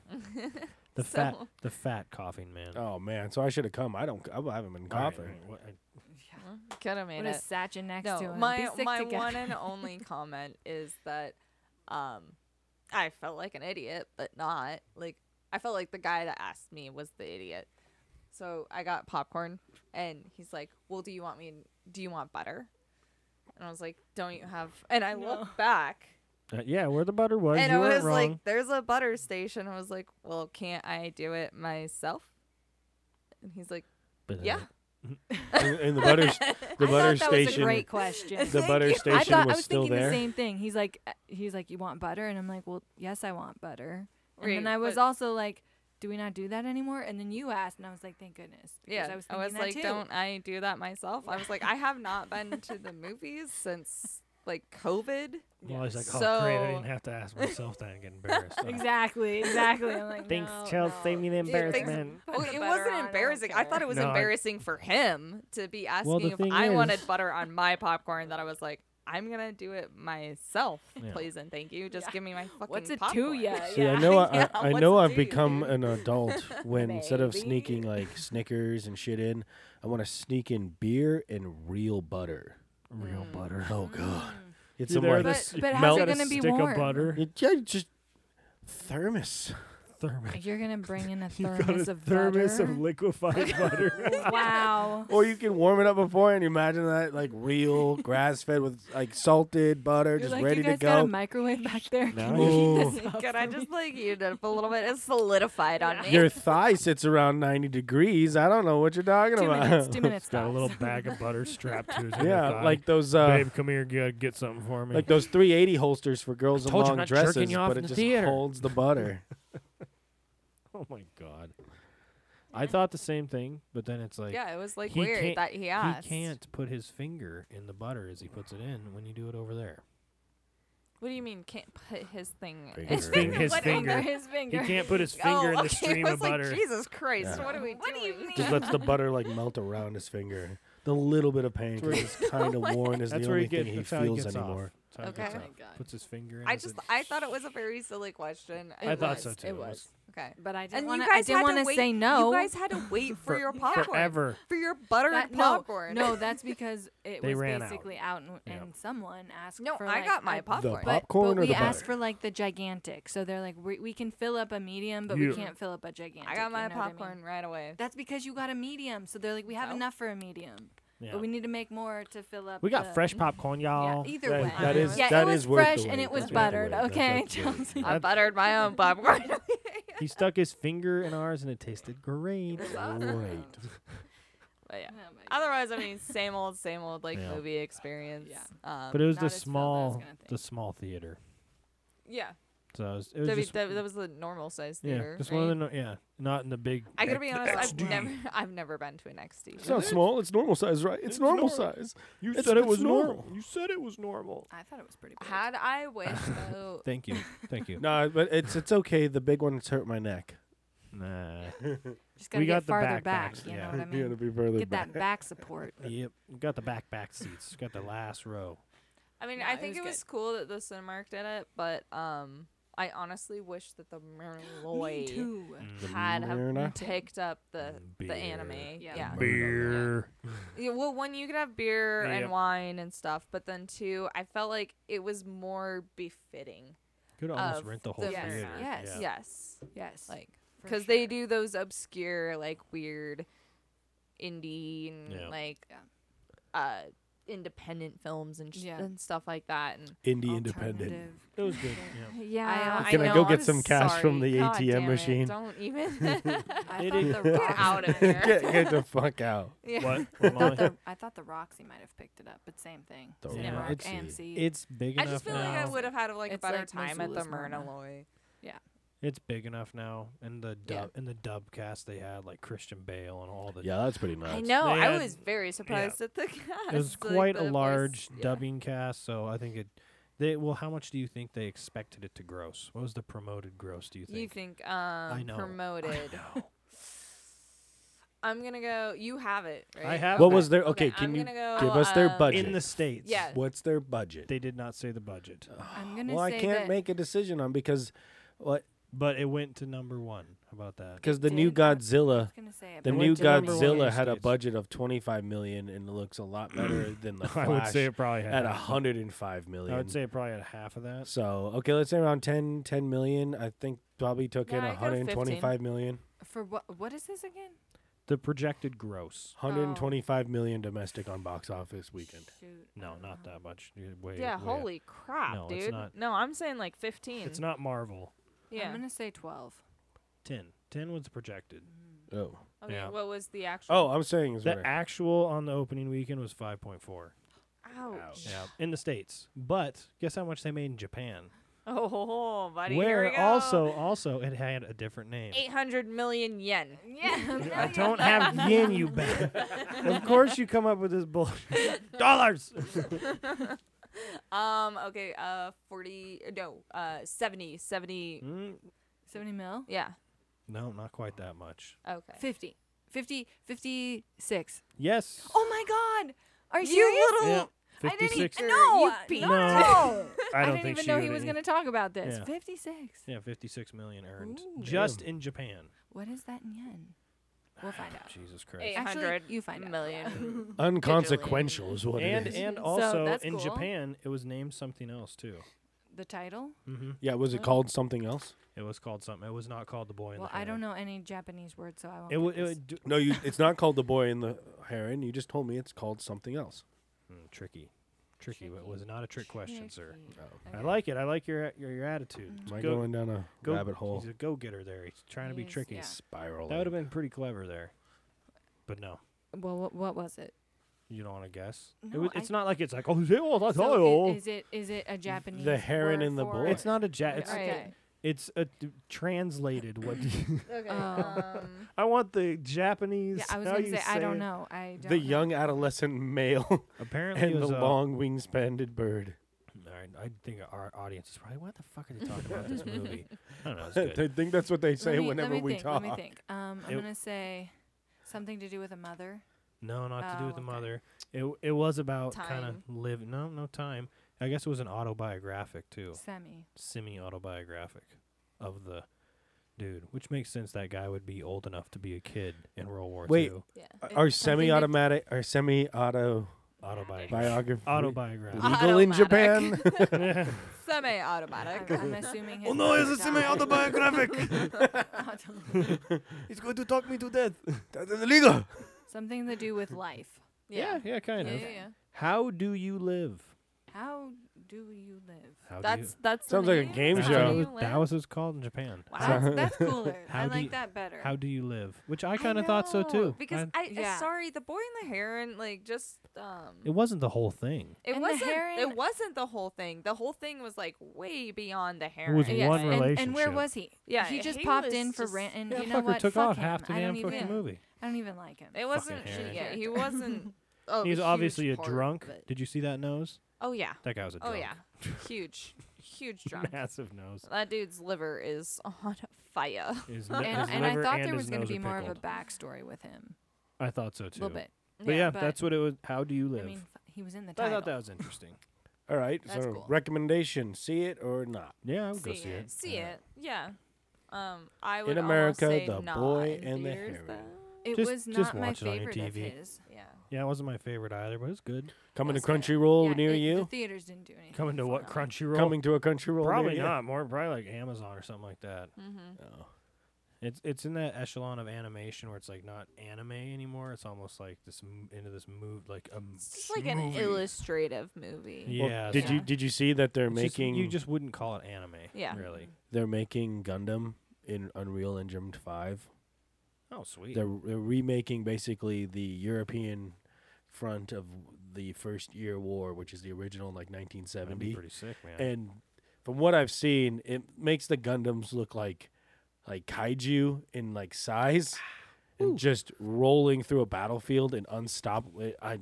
[SPEAKER 7] the fat
[SPEAKER 2] so-
[SPEAKER 7] the fat coffin man.
[SPEAKER 3] Oh man, so I should have come. I don't. I haven't been
[SPEAKER 7] All right,
[SPEAKER 3] coughing.
[SPEAKER 7] what- I-
[SPEAKER 2] Could have made
[SPEAKER 4] What
[SPEAKER 2] it.
[SPEAKER 4] is Satchin next to
[SPEAKER 2] No,
[SPEAKER 4] him?
[SPEAKER 2] my
[SPEAKER 4] Be sick
[SPEAKER 2] my
[SPEAKER 4] together.
[SPEAKER 2] one and only comment is that, um, I felt like an idiot, but not like I felt like the guy that asked me was the idiot. So I got popcorn, and he's like, "Well, do you want me? Do you want butter?" And I was like, "Don't you have?" And I looked back,
[SPEAKER 7] uh, yeah, where the butter
[SPEAKER 4] Oh,
[SPEAKER 7] was,
[SPEAKER 2] and
[SPEAKER 7] you
[SPEAKER 2] I
[SPEAKER 7] weren't
[SPEAKER 2] was
[SPEAKER 7] wrong.
[SPEAKER 2] like, "There's a butter station." I was like, "Well, can't I do it myself?" And he's like,
[SPEAKER 7] But, uh,
[SPEAKER 2] "Yeah."
[SPEAKER 3] in, in the butter, s- the
[SPEAKER 4] I
[SPEAKER 3] butter
[SPEAKER 4] thought
[SPEAKER 3] station.
[SPEAKER 4] That was a great question.
[SPEAKER 3] The butter
[SPEAKER 4] I
[SPEAKER 3] station
[SPEAKER 4] thought
[SPEAKER 3] was,
[SPEAKER 4] I was
[SPEAKER 3] still
[SPEAKER 4] thinking
[SPEAKER 3] there.
[SPEAKER 4] the same thing. He's like, uh, he's like, you want butter? And I'm like, well, yes, I want butter. And
[SPEAKER 2] Right,
[SPEAKER 4] then I was
[SPEAKER 2] but-
[SPEAKER 4] also like, do we not do that anymore? And then you asked, and I was like, thank goodness. because
[SPEAKER 2] Yeah,
[SPEAKER 4] I was thinking that
[SPEAKER 2] like,
[SPEAKER 4] too.
[SPEAKER 2] don't I do that myself? I was like, I have not been to the movies since like COVID.
[SPEAKER 7] Well, I was like, oh great, I
[SPEAKER 2] So-
[SPEAKER 7] didn't have to ask myself that and get embarrassed. Uh,
[SPEAKER 4] Exactly, exactly. I'm like,
[SPEAKER 1] Thanks,
[SPEAKER 4] no,
[SPEAKER 1] Chels.
[SPEAKER 4] no.
[SPEAKER 1] Save me the
[SPEAKER 2] Yeah, thanks.
[SPEAKER 1] embarrassment.
[SPEAKER 4] Put
[SPEAKER 2] Oh,
[SPEAKER 4] the
[SPEAKER 2] it
[SPEAKER 4] butter
[SPEAKER 2] wasn't
[SPEAKER 4] on, I don't
[SPEAKER 2] embarrassing. I thought
[SPEAKER 4] care.
[SPEAKER 2] it was
[SPEAKER 7] No, I-
[SPEAKER 2] embarrassing for him to be asking
[SPEAKER 7] the
[SPEAKER 2] if
[SPEAKER 7] thing
[SPEAKER 2] I
[SPEAKER 7] is-
[SPEAKER 2] wanted butter on my popcorn that I was like, I'm gonna do it myself,
[SPEAKER 7] Yeah.
[SPEAKER 2] please and thank you. Just
[SPEAKER 4] Yeah.
[SPEAKER 2] give me my fucking
[SPEAKER 4] What's a two
[SPEAKER 2] popcorn.
[SPEAKER 4] ya?
[SPEAKER 3] See, I
[SPEAKER 4] Yeah.
[SPEAKER 3] know I,
[SPEAKER 2] Yeah,
[SPEAKER 3] I, I
[SPEAKER 2] what's
[SPEAKER 3] know
[SPEAKER 2] the
[SPEAKER 3] I've
[SPEAKER 2] deal,
[SPEAKER 3] become
[SPEAKER 2] dude?
[SPEAKER 3] an adult when instead of
[SPEAKER 4] Maybe.
[SPEAKER 3] sneaking like Snickers and shit in, I want to sneak in beer and real butter.
[SPEAKER 7] Real
[SPEAKER 4] Mm.
[SPEAKER 7] butter.
[SPEAKER 3] Oh god, it's
[SPEAKER 7] Dude,
[SPEAKER 3] some
[SPEAKER 7] there are
[SPEAKER 3] like
[SPEAKER 7] the
[SPEAKER 4] But-
[SPEAKER 7] s-
[SPEAKER 4] but how's it
[SPEAKER 7] melt a
[SPEAKER 4] gonna be
[SPEAKER 7] stick
[SPEAKER 4] warm?
[SPEAKER 7] of butter?
[SPEAKER 3] you ju- just thermos.
[SPEAKER 7] Thermos.
[SPEAKER 4] You're gonna bring in a
[SPEAKER 1] You got
[SPEAKER 4] thermos
[SPEAKER 1] a
[SPEAKER 4] of
[SPEAKER 1] thermos
[SPEAKER 4] butter.
[SPEAKER 1] of liquefied butter.
[SPEAKER 4] wow.
[SPEAKER 3] Or you can warm it up before and imagine that like real grass fed with like salted butter,
[SPEAKER 4] You're
[SPEAKER 3] just
[SPEAKER 4] like,
[SPEAKER 3] ready
[SPEAKER 4] you guys
[SPEAKER 3] to
[SPEAKER 4] got a
[SPEAKER 3] go.
[SPEAKER 4] microwave back there. Can
[SPEAKER 1] Nice.
[SPEAKER 4] you heat
[SPEAKER 3] Ooh.
[SPEAKER 4] this up
[SPEAKER 2] Could I
[SPEAKER 4] for
[SPEAKER 2] just
[SPEAKER 4] me?
[SPEAKER 2] like eat it up a little bit? It's solidified on me.
[SPEAKER 3] Your thigh sits around ninety degrees. I don't know what you're talking
[SPEAKER 4] Two
[SPEAKER 3] about.
[SPEAKER 4] minutes. Two minutes.
[SPEAKER 7] It's got a
[SPEAKER 4] guys.
[SPEAKER 7] little bag of butter strapped to his inner
[SPEAKER 3] yeah,
[SPEAKER 7] thigh.
[SPEAKER 3] like those uh,
[SPEAKER 7] babe, come here, get get something for me.
[SPEAKER 3] like those 380 holsters for girls in
[SPEAKER 7] told you I'm
[SPEAKER 3] long
[SPEAKER 7] not jerking
[SPEAKER 3] dresses,
[SPEAKER 7] you off
[SPEAKER 3] but
[SPEAKER 7] in the
[SPEAKER 3] it just
[SPEAKER 7] theater.
[SPEAKER 3] holds the butter.
[SPEAKER 7] oh my god. I thought the same thing, but then it's like
[SPEAKER 2] yeah, it was like
[SPEAKER 7] he can't-
[SPEAKER 2] weird that he asked.
[SPEAKER 7] He can't put his finger in the butter as he puts it in when you do it over there.
[SPEAKER 2] What do you mean can't put his thing?
[SPEAKER 3] Finger.
[SPEAKER 2] in?
[SPEAKER 3] His fing-
[SPEAKER 7] his
[SPEAKER 2] What
[SPEAKER 7] finger.
[SPEAKER 2] finger?
[SPEAKER 4] His
[SPEAKER 7] He
[SPEAKER 4] finger.
[SPEAKER 7] can't put his
[SPEAKER 2] Oh,
[SPEAKER 7] finger in
[SPEAKER 2] okay,
[SPEAKER 7] the stream
[SPEAKER 2] I
[SPEAKER 7] of
[SPEAKER 2] was like,
[SPEAKER 7] butter.
[SPEAKER 2] Jesus Christ,
[SPEAKER 3] Yeah.
[SPEAKER 2] what are we doing?
[SPEAKER 4] What do you
[SPEAKER 3] just lets the butter like melt around his finger. The little bit of pain
[SPEAKER 7] where-
[SPEAKER 3] is kind
[SPEAKER 4] Oh
[SPEAKER 3] of worn is the
[SPEAKER 7] That's where he
[SPEAKER 3] only
[SPEAKER 7] gets.
[SPEAKER 3] thing he
[SPEAKER 7] that's how he
[SPEAKER 3] feels
[SPEAKER 7] gets
[SPEAKER 3] anymore.
[SPEAKER 7] Off. That's how he
[SPEAKER 2] Okay.
[SPEAKER 7] gets
[SPEAKER 2] Oh
[SPEAKER 7] off.
[SPEAKER 4] my God.
[SPEAKER 7] Puts his finger. in
[SPEAKER 2] I
[SPEAKER 7] and
[SPEAKER 2] just
[SPEAKER 7] said,
[SPEAKER 2] I thought it was a very silly question.
[SPEAKER 4] It
[SPEAKER 7] I thought
[SPEAKER 4] was,
[SPEAKER 7] so too.
[SPEAKER 4] It
[SPEAKER 7] It
[SPEAKER 4] was.
[SPEAKER 7] was
[SPEAKER 2] Okay.
[SPEAKER 4] But I didn't
[SPEAKER 2] And
[SPEAKER 4] want
[SPEAKER 2] you
[SPEAKER 4] to. I
[SPEAKER 2] guys
[SPEAKER 4] didn't
[SPEAKER 2] had
[SPEAKER 4] want
[SPEAKER 2] to
[SPEAKER 4] to say
[SPEAKER 2] wait-
[SPEAKER 4] no.
[SPEAKER 2] You guys had to wait for,
[SPEAKER 7] For-
[SPEAKER 2] your popcorn.
[SPEAKER 7] forever.
[SPEAKER 2] For your buttered
[SPEAKER 4] That- no,
[SPEAKER 2] popcorn.
[SPEAKER 4] No, that's because it
[SPEAKER 7] They
[SPEAKER 4] was
[SPEAKER 7] ran out.
[SPEAKER 4] basically out, and,
[SPEAKER 7] Yeah.
[SPEAKER 4] and someone asked.
[SPEAKER 2] No,
[SPEAKER 4] for
[SPEAKER 2] I
[SPEAKER 4] like,
[SPEAKER 2] got my
[SPEAKER 4] a-
[SPEAKER 2] popcorn.
[SPEAKER 3] The
[SPEAKER 4] But,
[SPEAKER 3] popcorn
[SPEAKER 4] but
[SPEAKER 3] or
[SPEAKER 4] we
[SPEAKER 3] the
[SPEAKER 4] asked
[SPEAKER 3] butter?
[SPEAKER 4] for like the gigantic, so they're like, we, we can fill up a medium, but
[SPEAKER 7] Yeah.
[SPEAKER 4] we can't fill up a gigantic.
[SPEAKER 2] I got my
[SPEAKER 4] you know what I mean?
[SPEAKER 2] popcorn right away.
[SPEAKER 4] That's because you got a medium, so they're like, we have
[SPEAKER 2] No.
[SPEAKER 4] enough for a medium,
[SPEAKER 7] Yeah.
[SPEAKER 4] but we need to make more to fill up.
[SPEAKER 1] We
[SPEAKER 4] the-
[SPEAKER 1] got fresh popcorn,
[SPEAKER 4] Yeah,
[SPEAKER 1] y'all.
[SPEAKER 4] either
[SPEAKER 3] That-
[SPEAKER 4] way.
[SPEAKER 3] that is-
[SPEAKER 4] yeah,
[SPEAKER 3] that
[SPEAKER 4] it was
[SPEAKER 3] is worth the
[SPEAKER 4] fresh and
[SPEAKER 3] wait.
[SPEAKER 4] it was
[SPEAKER 3] That's worth the
[SPEAKER 4] buttered.
[SPEAKER 3] wait. That's
[SPEAKER 4] Okay,
[SPEAKER 3] worth the wait.
[SPEAKER 4] Chelsea.
[SPEAKER 2] I buttered my own popcorn.
[SPEAKER 1] He stuck his finger in ours and it tasted great.
[SPEAKER 3] Great.
[SPEAKER 2] but yeah.
[SPEAKER 4] Oh my God.
[SPEAKER 2] Otherwise, I mean, same old, same old, like
[SPEAKER 7] Yeah.
[SPEAKER 2] movie experience.
[SPEAKER 4] Yeah.
[SPEAKER 2] Um,
[SPEAKER 7] But it was
[SPEAKER 4] not
[SPEAKER 7] the
[SPEAKER 4] as filled as I was
[SPEAKER 7] small,
[SPEAKER 4] gonna think.
[SPEAKER 7] the small theater.
[SPEAKER 2] yeah,
[SPEAKER 7] So it was, it was
[SPEAKER 2] that,
[SPEAKER 7] just,
[SPEAKER 2] that, that was the normal size
[SPEAKER 7] yeah,
[SPEAKER 2] theater.
[SPEAKER 7] just
[SPEAKER 2] right?
[SPEAKER 7] one of the, no- yeah, not in the big.
[SPEAKER 2] I gotta be honest. I've
[SPEAKER 5] XD.
[SPEAKER 2] never, I've never been to an XD.
[SPEAKER 3] It's not small. It's normal size, right? It's, normal
[SPEAKER 7] normal.
[SPEAKER 3] size.
[SPEAKER 7] You
[SPEAKER 3] It's- said it it's was normal. normal.
[SPEAKER 7] You said it was normal.
[SPEAKER 4] I thought it was pretty. big.
[SPEAKER 2] Had I wished though,
[SPEAKER 7] Thank you, thank you.
[SPEAKER 3] No, but it's it's okay. The big ones hurt my neck.
[SPEAKER 7] Nah.
[SPEAKER 4] Just gotta
[SPEAKER 7] We
[SPEAKER 4] get
[SPEAKER 7] got the
[SPEAKER 4] farther
[SPEAKER 7] back
[SPEAKER 4] back.
[SPEAKER 7] backs,
[SPEAKER 4] you
[SPEAKER 7] yeah.
[SPEAKER 4] know what I
[SPEAKER 3] You gotta
[SPEAKER 4] mean?
[SPEAKER 3] be further
[SPEAKER 4] Get
[SPEAKER 3] back.
[SPEAKER 4] that back support.
[SPEAKER 7] Yep, got the back back seats. Got the last row.
[SPEAKER 2] I mean,
[SPEAKER 4] No,
[SPEAKER 2] I
[SPEAKER 4] it
[SPEAKER 2] think
[SPEAKER 4] was
[SPEAKER 2] it was,
[SPEAKER 4] good.
[SPEAKER 2] cool that the Cinemark did it, but um, I honestly wish that the
[SPEAKER 4] Me
[SPEAKER 2] Merloy
[SPEAKER 4] too.
[SPEAKER 2] had
[SPEAKER 3] Myrna?
[SPEAKER 2] have picked up the
[SPEAKER 7] Mm, Beer.
[SPEAKER 2] the anime.
[SPEAKER 4] Yeah.
[SPEAKER 2] Yeah.
[SPEAKER 7] Beer.
[SPEAKER 2] Yeah, Well, one you could have beer
[SPEAKER 7] Yep.
[SPEAKER 2] and wine and stuff, but then two, I felt like it was more befitting.
[SPEAKER 7] Could almost
[SPEAKER 2] Of
[SPEAKER 7] rent the whole
[SPEAKER 2] the
[SPEAKER 7] theater.
[SPEAKER 4] Myrna. Yes.
[SPEAKER 7] Yeah.
[SPEAKER 2] Yes,
[SPEAKER 4] Yes.
[SPEAKER 2] like
[SPEAKER 4] for
[SPEAKER 2] because they
[SPEAKER 4] sure.
[SPEAKER 2] do those obscure, like weird, indie, and,
[SPEAKER 7] Yeah.
[SPEAKER 2] like
[SPEAKER 4] Yeah.
[SPEAKER 2] uh, independent films and sh-
[SPEAKER 4] Yeah.
[SPEAKER 2] and stuff like that. And uh,
[SPEAKER 3] Indie independent.
[SPEAKER 4] Alternative.
[SPEAKER 1] It was good.
[SPEAKER 2] yeah,
[SPEAKER 4] I- I
[SPEAKER 3] Can I,
[SPEAKER 4] know,
[SPEAKER 3] go
[SPEAKER 4] I'm
[SPEAKER 3] get some cash from the
[SPEAKER 2] God damn
[SPEAKER 3] ATM
[SPEAKER 2] it,
[SPEAKER 3] machine?
[SPEAKER 2] Don't even
[SPEAKER 4] I
[SPEAKER 1] It
[SPEAKER 4] thought
[SPEAKER 1] is-
[SPEAKER 4] the
[SPEAKER 2] get
[SPEAKER 4] Roxy-
[SPEAKER 2] out of here.
[SPEAKER 3] get, get the fuck out.
[SPEAKER 2] yeah.
[SPEAKER 1] What? What am
[SPEAKER 4] I thought
[SPEAKER 1] I-
[SPEAKER 4] the- I thought the Roxy might have picked it up, but same thing.
[SPEAKER 3] The
[SPEAKER 4] Cinemark,
[SPEAKER 3] Roxy.
[SPEAKER 4] AMC.
[SPEAKER 1] It's big
[SPEAKER 2] I
[SPEAKER 1] enough
[SPEAKER 2] just feel
[SPEAKER 1] now.
[SPEAKER 2] like I would have had like a
[SPEAKER 4] It's
[SPEAKER 2] better
[SPEAKER 4] like
[SPEAKER 2] time at the
[SPEAKER 4] Missoula's
[SPEAKER 2] Myrna
[SPEAKER 4] Mama.
[SPEAKER 2] Loy.
[SPEAKER 1] it's big enough now, and the
[SPEAKER 2] Yeah.
[SPEAKER 1] dub and the dub cast they had like Christian Bale and all the.
[SPEAKER 3] Yeah, that's pretty nice.
[SPEAKER 2] I know.
[SPEAKER 1] They
[SPEAKER 2] I
[SPEAKER 1] had-
[SPEAKER 2] was very surprised at the cast.
[SPEAKER 1] It was
[SPEAKER 2] like,
[SPEAKER 1] quite
[SPEAKER 2] the
[SPEAKER 1] a
[SPEAKER 2] voice-
[SPEAKER 1] large
[SPEAKER 2] yeah.
[SPEAKER 1] dubbing cast, so I think it. They well, how much do you think they expected it to gross? What was the promoted gross? Do you think?
[SPEAKER 2] You think um
[SPEAKER 1] know. I
[SPEAKER 2] promoted. I'm gonna go you have it, right?
[SPEAKER 1] I have
[SPEAKER 3] What
[SPEAKER 1] it.
[SPEAKER 3] was their
[SPEAKER 2] Okay,
[SPEAKER 3] okay? Can
[SPEAKER 2] I'm
[SPEAKER 3] you
[SPEAKER 2] gonna go,
[SPEAKER 3] give us
[SPEAKER 4] uh,
[SPEAKER 3] their
[SPEAKER 2] um,
[SPEAKER 3] budget?
[SPEAKER 1] in the states?
[SPEAKER 2] Yeah.
[SPEAKER 3] What's their budget?
[SPEAKER 1] They did not say the budget,
[SPEAKER 4] I'm gonna
[SPEAKER 3] well, I
[SPEAKER 4] say
[SPEAKER 3] can't
[SPEAKER 4] that
[SPEAKER 3] make a decision on because what
[SPEAKER 1] but it went to number one. How about that?
[SPEAKER 3] because the
[SPEAKER 4] did
[SPEAKER 3] new
[SPEAKER 4] not- I
[SPEAKER 3] Godzilla,
[SPEAKER 4] was gonna say it,
[SPEAKER 3] the
[SPEAKER 4] but
[SPEAKER 1] It
[SPEAKER 3] new
[SPEAKER 1] went to number one in the
[SPEAKER 3] Godzilla had a
[SPEAKER 1] States.
[SPEAKER 3] budget of 25 million and it looks a lot better than the Flash
[SPEAKER 1] I would say it probably had
[SPEAKER 3] at
[SPEAKER 1] half-
[SPEAKER 3] 105 million.
[SPEAKER 1] I would say it probably had half of that.
[SPEAKER 3] so. Okay, let's say around 10 10 million. I think probably took in
[SPEAKER 2] Yeah, I go
[SPEAKER 3] 125 million.
[SPEAKER 4] for what? What is this again?
[SPEAKER 1] The projected gross.
[SPEAKER 3] 125 million domestic on box office weekend.
[SPEAKER 4] Shoot, I
[SPEAKER 1] No,
[SPEAKER 4] don't
[SPEAKER 1] not
[SPEAKER 4] know.
[SPEAKER 1] that much. You're Way,
[SPEAKER 2] Yeah,
[SPEAKER 1] way up.
[SPEAKER 2] holy crap,
[SPEAKER 1] No,
[SPEAKER 2] dude.
[SPEAKER 1] it's not.
[SPEAKER 2] No, I'm saying like fifteen.
[SPEAKER 1] It's not Marvel.
[SPEAKER 2] yeah.
[SPEAKER 4] I'm gonna say twelve.
[SPEAKER 1] Ten. Ten was projected.
[SPEAKER 3] Oh,
[SPEAKER 2] okay,
[SPEAKER 1] yeah.
[SPEAKER 2] what was the actual
[SPEAKER 3] oh, I'm saying is
[SPEAKER 1] The
[SPEAKER 3] what I-
[SPEAKER 1] actual on the opening weekend was five point four.
[SPEAKER 2] ouch.
[SPEAKER 1] Yeah, in the states. But guess how much they made in Japan?
[SPEAKER 2] Oh, ho, ho, buddy.
[SPEAKER 1] where
[SPEAKER 2] here we go.
[SPEAKER 1] also also it had a different name.
[SPEAKER 2] eight hundred million yen.
[SPEAKER 4] Uh, Yeah.
[SPEAKER 1] I don't have yen, you bet. of course you come up with this bullshit. Dollars.
[SPEAKER 2] Um, okay, uh forty no, uh 70, 70
[SPEAKER 1] Mm,
[SPEAKER 4] Seventy mil.
[SPEAKER 2] yeah.
[SPEAKER 1] no, not quite that much.
[SPEAKER 2] Okay.
[SPEAKER 4] 50. 50, 56.
[SPEAKER 1] Yes.
[SPEAKER 4] Oh my God! Are you,
[SPEAKER 2] You
[SPEAKER 4] serious?
[SPEAKER 2] little-
[SPEAKER 1] yeah.
[SPEAKER 4] I didn't
[SPEAKER 1] Fifty six.
[SPEAKER 4] even-
[SPEAKER 2] Sure,
[SPEAKER 4] No,
[SPEAKER 2] you beat
[SPEAKER 4] no,
[SPEAKER 1] no,
[SPEAKER 2] me.
[SPEAKER 1] no. I don't
[SPEAKER 4] didn't
[SPEAKER 1] think
[SPEAKER 4] even
[SPEAKER 1] she
[SPEAKER 4] know
[SPEAKER 1] would
[SPEAKER 4] he was
[SPEAKER 1] any-
[SPEAKER 4] going to talk about this.
[SPEAKER 1] Yeah.
[SPEAKER 4] 56.
[SPEAKER 1] Yeah, fifty six million earned
[SPEAKER 4] Ooh.
[SPEAKER 1] just in Japan.
[SPEAKER 4] What is that in yen? We'll find out.
[SPEAKER 1] Jesus
[SPEAKER 2] Eight
[SPEAKER 1] Christ.
[SPEAKER 4] Actually,
[SPEAKER 2] hundred
[SPEAKER 4] you find out.
[SPEAKER 2] million.
[SPEAKER 3] unconsequential
[SPEAKER 2] digitally.
[SPEAKER 3] is what
[SPEAKER 1] And
[SPEAKER 3] it is.
[SPEAKER 1] and
[SPEAKER 4] So
[SPEAKER 1] also
[SPEAKER 4] that's
[SPEAKER 1] in
[SPEAKER 4] cool.
[SPEAKER 1] Japan it was named something else too.
[SPEAKER 4] The title?
[SPEAKER 1] Mm-hmm.
[SPEAKER 3] yeah, was it called something else?
[SPEAKER 1] It was called something. It was not called the boy in
[SPEAKER 4] Well,
[SPEAKER 1] the.
[SPEAKER 4] I
[SPEAKER 1] Heron.
[SPEAKER 4] don't know any Japanese words, so I won't.
[SPEAKER 1] It
[SPEAKER 4] get
[SPEAKER 1] would. It
[SPEAKER 4] this.
[SPEAKER 1] would d-
[SPEAKER 3] No, you. It's not called the boy in the heron. You just told me it's called something else.
[SPEAKER 1] Mm, tricky, tricky. but It was not a trick question, sir.
[SPEAKER 4] Tricky.
[SPEAKER 1] I
[SPEAKER 3] Oh.
[SPEAKER 4] Okay.
[SPEAKER 1] like it. I like your your, your attitude.
[SPEAKER 3] Am I
[SPEAKER 1] Go-
[SPEAKER 3] going down a
[SPEAKER 1] go-
[SPEAKER 3] rabbit hole?
[SPEAKER 1] He's a go getter. There, he's trying to be
[SPEAKER 4] He is,
[SPEAKER 1] tricky.
[SPEAKER 4] yeah.
[SPEAKER 3] Spiral.
[SPEAKER 1] That would have been pretty clever there, but no.
[SPEAKER 4] Well, what, what was it?
[SPEAKER 1] You don't want to guess. it
[SPEAKER 4] No,
[SPEAKER 1] was,
[SPEAKER 4] I-
[SPEAKER 1] it's not like it's like oh, hey, well, that's
[SPEAKER 4] So i-
[SPEAKER 1] all."
[SPEAKER 4] is it is it a Japanese?
[SPEAKER 3] heron
[SPEAKER 4] word
[SPEAKER 3] and the
[SPEAKER 4] for
[SPEAKER 3] boy.
[SPEAKER 4] it?
[SPEAKER 1] It's not a ja- It's
[SPEAKER 4] Okay.
[SPEAKER 1] it's a d- translated. What
[SPEAKER 2] Okay.
[SPEAKER 4] Oh.
[SPEAKER 2] Um,
[SPEAKER 1] I want the Japanese.
[SPEAKER 4] Yeah, I was
[SPEAKER 1] how
[SPEAKER 4] gonna
[SPEAKER 1] you
[SPEAKER 4] say, I don't
[SPEAKER 1] it.
[SPEAKER 4] know. I don't
[SPEAKER 3] the
[SPEAKER 4] know.
[SPEAKER 3] young adolescent male
[SPEAKER 1] Apparently, it
[SPEAKER 3] and the
[SPEAKER 1] was, uh,
[SPEAKER 3] long wingspanned bird.
[SPEAKER 1] All right, I think our audience is probably what the fuck are they talking about this movie? I don't know. It's good.
[SPEAKER 3] I think that's what they say
[SPEAKER 4] let me, let
[SPEAKER 3] whenever
[SPEAKER 4] me
[SPEAKER 3] we
[SPEAKER 4] think,
[SPEAKER 3] talk.
[SPEAKER 4] Let me think. Um, I'm
[SPEAKER 1] It-
[SPEAKER 4] gonna say something to do with a mother.
[SPEAKER 1] No, not to do with
[SPEAKER 4] Oh,
[SPEAKER 1] the
[SPEAKER 4] okay.
[SPEAKER 1] mother. It w- it was about kind
[SPEAKER 2] Time.
[SPEAKER 1] of live. No, no time. I guess it was an autobiographic too,
[SPEAKER 4] Semi.
[SPEAKER 1] semi autobiographic, of the dude, which makes sense. That guy would be old enough to be a kid in World War
[SPEAKER 3] Wait.
[SPEAKER 1] II.
[SPEAKER 2] yeah.
[SPEAKER 3] Are
[SPEAKER 4] It's something that-
[SPEAKER 3] semi-automatic or semi-auto
[SPEAKER 1] Autobiography.
[SPEAKER 3] biography
[SPEAKER 1] Autobiography.
[SPEAKER 3] legal in
[SPEAKER 2] Automatic.
[SPEAKER 3] Japan?
[SPEAKER 2] Semi-automatic.
[SPEAKER 4] I'm, I'm assuming. his
[SPEAKER 1] Oh, no,
[SPEAKER 4] mother
[SPEAKER 1] it's a
[SPEAKER 4] died.
[SPEAKER 1] semi-autobiographic.
[SPEAKER 4] Auto-
[SPEAKER 1] He's going to talk me to death.
[SPEAKER 3] That's illegal.
[SPEAKER 4] something to do with life.
[SPEAKER 1] Yeah, yeah, kind
[SPEAKER 4] Yeah,
[SPEAKER 1] of.
[SPEAKER 4] yeah, yeah.
[SPEAKER 1] How do you live?
[SPEAKER 4] How do you live?
[SPEAKER 1] How
[SPEAKER 2] That's that's the
[SPEAKER 3] Sounds like a
[SPEAKER 2] name?
[SPEAKER 3] game
[SPEAKER 1] That's
[SPEAKER 2] That's
[SPEAKER 1] what
[SPEAKER 2] how
[SPEAKER 1] it
[SPEAKER 3] show.
[SPEAKER 2] you
[SPEAKER 1] was- that
[SPEAKER 2] learn?
[SPEAKER 1] was what it's called in Japan.
[SPEAKER 4] Wow, that's, that's cooler.
[SPEAKER 1] How
[SPEAKER 4] I
[SPEAKER 1] do
[SPEAKER 4] like
[SPEAKER 1] you-
[SPEAKER 4] that better.
[SPEAKER 1] How do you live? Which I kind of thought so
[SPEAKER 2] know,
[SPEAKER 1] too.
[SPEAKER 2] Because
[SPEAKER 1] I-
[SPEAKER 2] I, uh,
[SPEAKER 4] Yeah.
[SPEAKER 2] sorry, the boy in the heron, like just um,
[SPEAKER 1] it wasn't the whole thing.
[SPEAKER 2] it
[SPEAKER 4] And the
[SPEAKER 2] wasn't
[SPEAKER 4] heron-
[SPEAKER 2] it wasn't the whole thing. The whole thing was like way beyond the
[SPEAKER 1] It
[SPEAKER 2] heron.
[SPEAKER 1] was
[SPEAKER 4] Yes,
[SPEAKER 1] one
[SPEAKER 4] and, and where
[SPEAKER 1] relationship.
[SPEAKER 4] was he?
[SPEAKER 2] Yeah,
[SPEAKER 4] he just
[SPEAKER 2] he
[SPEAKER 4] popped
[SPEAKER 2] was
[SPEAKER 4] in for
[SPEAKER 2] just-
[SPEAKER 4] rent, and
[SPEAKER 1] Yeah,
[SPEAKER 4] Mm-hmm. you know
[SPEAKER 1] fucker
[SPEAKER 4] what?
[SPEAKER 1] took
[SPEAKER 4] fuck
[SPEAKER 1] off
[SPEAKER 4] him.
[SPEAKER 1] half the
[SPEAKER 4] I
[SPEAKER 1] damn
[SPEAKER 4] don't even.
[SPEAKER 1] fucking movie.
[SPEAKER 4] I don't even like him.
[SPEAKER 2] It wasn't.
[SPEAKER 1] heron.
[SPEAKER 2] Yeah, he wasn't. Oh,
[SPEAKER 1] He's
[SPEAKER 2] huge
[SPEAKER 1] obviously a
[SPEAKER 2] part,
[SPEAKER 1] drunk.
[SPEAKER 2] but-
[SPEAKER 1] Did you see that nose?
[SPEAKER 2] Oh yeah.
[SPEAKER 1] That guy was a
[SPEAKER 2] Oh
[SPEAKER 1] drunk.
[SPEAKER 2] yeah. Huge, huge drunk.
[SPEAKER 1] Massive nose.
[SPEAKER 2] That dude's liver is on fire.
[SPEAKER 1] His
[SPEAKER 4] and, and I thought there was
[SPEAKER 1] going to
[SPEAKER 4] be more of a backstory with him,
[SPEAKER 1] a. I thought so
[SPEAKER 4] a
[SPEAKER 1] too.
[SPEAKER 4] little bit.
[SPEAKER 1] But yeah,
[SPEAKER 4] but-
[SPEAKER 1] that's what it was. How do you live?
[SPEAKER 4] I mean, f- he was in the
[SPEAKER 1] I
[SPEAKER 4] title.
[SPEAKER 1] thought that was interesting.
[SPEAKER 3] All right.
[SPEAKER 4] That's
[SPEAKER 3] so
[SPEAKER 4] cool.
[SPEAKER 3] recommendation: see it or not.
[SPEAKER 1] yeah, I would go see it.
[SPEAKER 2] See it. Yeah. Um, I would
[SPEAKER 3] In
[SPEAKER 2] almost
[SPEAKER 3] America,
[SPEAKER 2] say
[SPEAKER 3] the
[SPEAKER 2] not
[SPEAKER 3] boy
[SPEAKER 2] in
[SPEAKER 3] and the
[SPEAKER 2] theaters,
[SPEAKER 3] heron.
[SPEAKER 2] though.
[SPEAKER 4] it
[SPEAKER 1] Just-
[SPEAKER 4] was
[SPEAKER 1] just
[SPEAKER 4] not my
[SPEAKER 1] watch it on your
[SPEAKER 4] favorite of
[SPEAKER 1] TV.
[SPEAKER 4] his.
[SPEAKER 2] Yeah.
[SPEAKER 1] Yeah, it wasn't my favorite either, but it's good.
[SPEAKER 3] Coming to
[SPEAKER 4] Was it?
[SPEAKER 3] Crunchyroll
[SPEAKER 4] Yeah,
[SPEAKER 3] near
[SPEAKER 4] it- The
[SPEAKER 3] you.
[SPEAKER 4] theaters didn't do anything.
[SPEAKER 1] Coming to
[SPEAKER 4] for
[SPEAKER 1] what
[SPEAKER 4] it.
[SPEAKER 1] Crunchyroll?
[SPEAKER 3] Coming to a Crunchyroll.
[SPEAKER 1] probably
[SPEAKER 3] near you?
[SPEAKER 1] not. More probably like Amazon or something like that.
[SPEAKER 2] Mm-hmm.
[SPEAKER 3] Oh.
[SPEAKER 1] It's it's in that echelon of animation where it's like not anime anymore. It's almost like this m- into this move like a m-
[SPEAKER 2] It's just like an
[SPEAKER 1] movie.
[SPEAKER 2] illustrative movie.
[SPEAKER 1] Yeah.
[SPEAKER 3] Well, did you
[SPEAKER 4] Yeah.
[SPEAKER 3] did you see that they're
[SPEAKER 1] It's just-
[SPEAKER 3] making Mm-hmm.
[SPEAKER 1] you just wouldn't call it anime.
[SPEAKER 2] Yeah.
[SPEAKER 1] Really.
[SPEAKER 3] they're making Gundam in Unreal Engine 5?
[SPEAKER 1] Oh sweet.
[SPEAKER 3] They're, they're remaking basically the European front of the First Year War, which is the original like
[SPEAKER 1] That'd be
[SPEAKER 3] 1970.
[SPEAKER 1] pretty sick, man.
[SPEAKER 3] And from what I've seen, it makes the Gundams look like like kaiju in like size and just rolling through a battlefield and unstoppable. I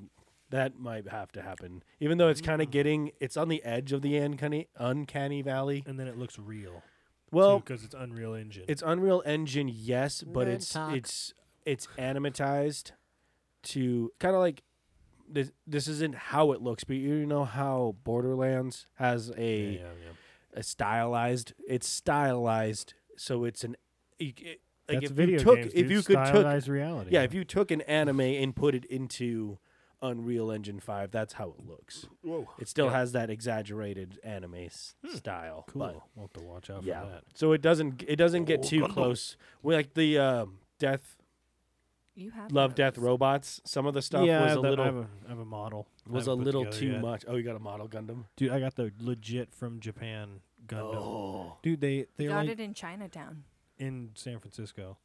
[SPEAKER 3] that might have to happen, even though it's
[SPEAKER 1] Mm.
[SPEAKER 3] kind of getting it's on the edge of the uncanny uncanny valley.
[SPEAKER 1] and then it looks real.
[SPEAKER 3] Well,
[SPEAKER 1] because it's Unreal Engine.
[SPEAKER 3] it's Unreal Engine, yes, but
[SPEAKER 8] Nerd
[SPEAKER 3] it's
[SPEAKER 8] talk.
[SPEAKER 3] it's it's animatized to kind of like this. This isn't how it looks, but you know how Borderlands has a
[SPEAKER 1] yeah, yeah, yeah.
[SPEAKER 3] a stylized. It's stylized, so it's an you c- like
[SPEAKER 1] That's
[SPEAKER 3] if
[SPEAKER 1] video
[SPEAKER 3] you took
[SPEAKER 1] games,
[SPEAKER 3] if
[SPEAKER 1] dude.
[SPEAKER 3] you could took
[SPEAKER 1] Stylized reality.
[SPEAKER 3] yeah if you took an anime and put it into Unreal Engine Five, that's how it looks.
[SPEAKER 1] Whoa.
[SPEAKER 3] It still has that exaggerated anime s- style,
[SPEAKER 1] Hmm. Cool.
[SPEAKER 3] but
[SPEAKER 1] we'll have to watch out
[SPEAKER 3] yeah.
[SPEAKER 1] for that.
[SPEAKER 3] So it doesn't it doesn't get too close. We like the um, death
[SPEAKER 4] You have
[SPEAKER 3] love death
[SPEAKER 4] those.
[SPEAKER 3] robots. Some of the stuff
[SPEAKER 1] yeah,
[SPEAKER 3] was a
[SPEAKER 1] that- I have
[SPEAKER 3] little
[SPEAKER 1] a, I have a model. I
[SPEAKER 3] was a
[SPEAKER 1] haven't put
[SPEAKER 3] little
[SPEAKER 1] together
[SPEAKER 3] too
[SPEAKER 1] yet.
[SPEAKER 3] much. Oh, you got a model Gundam.
[SPEAKER 1] Dude, I got the legit from Japan Gundam.
[SPEAKER 3] Oh,
[SPEAKER 1] Dude, they they
[SPEAKER 4] Got
[SPEAKER 1] like
[SPEAKER 4] it in Chinatown.
[SPEAKER 1] in San Francisco,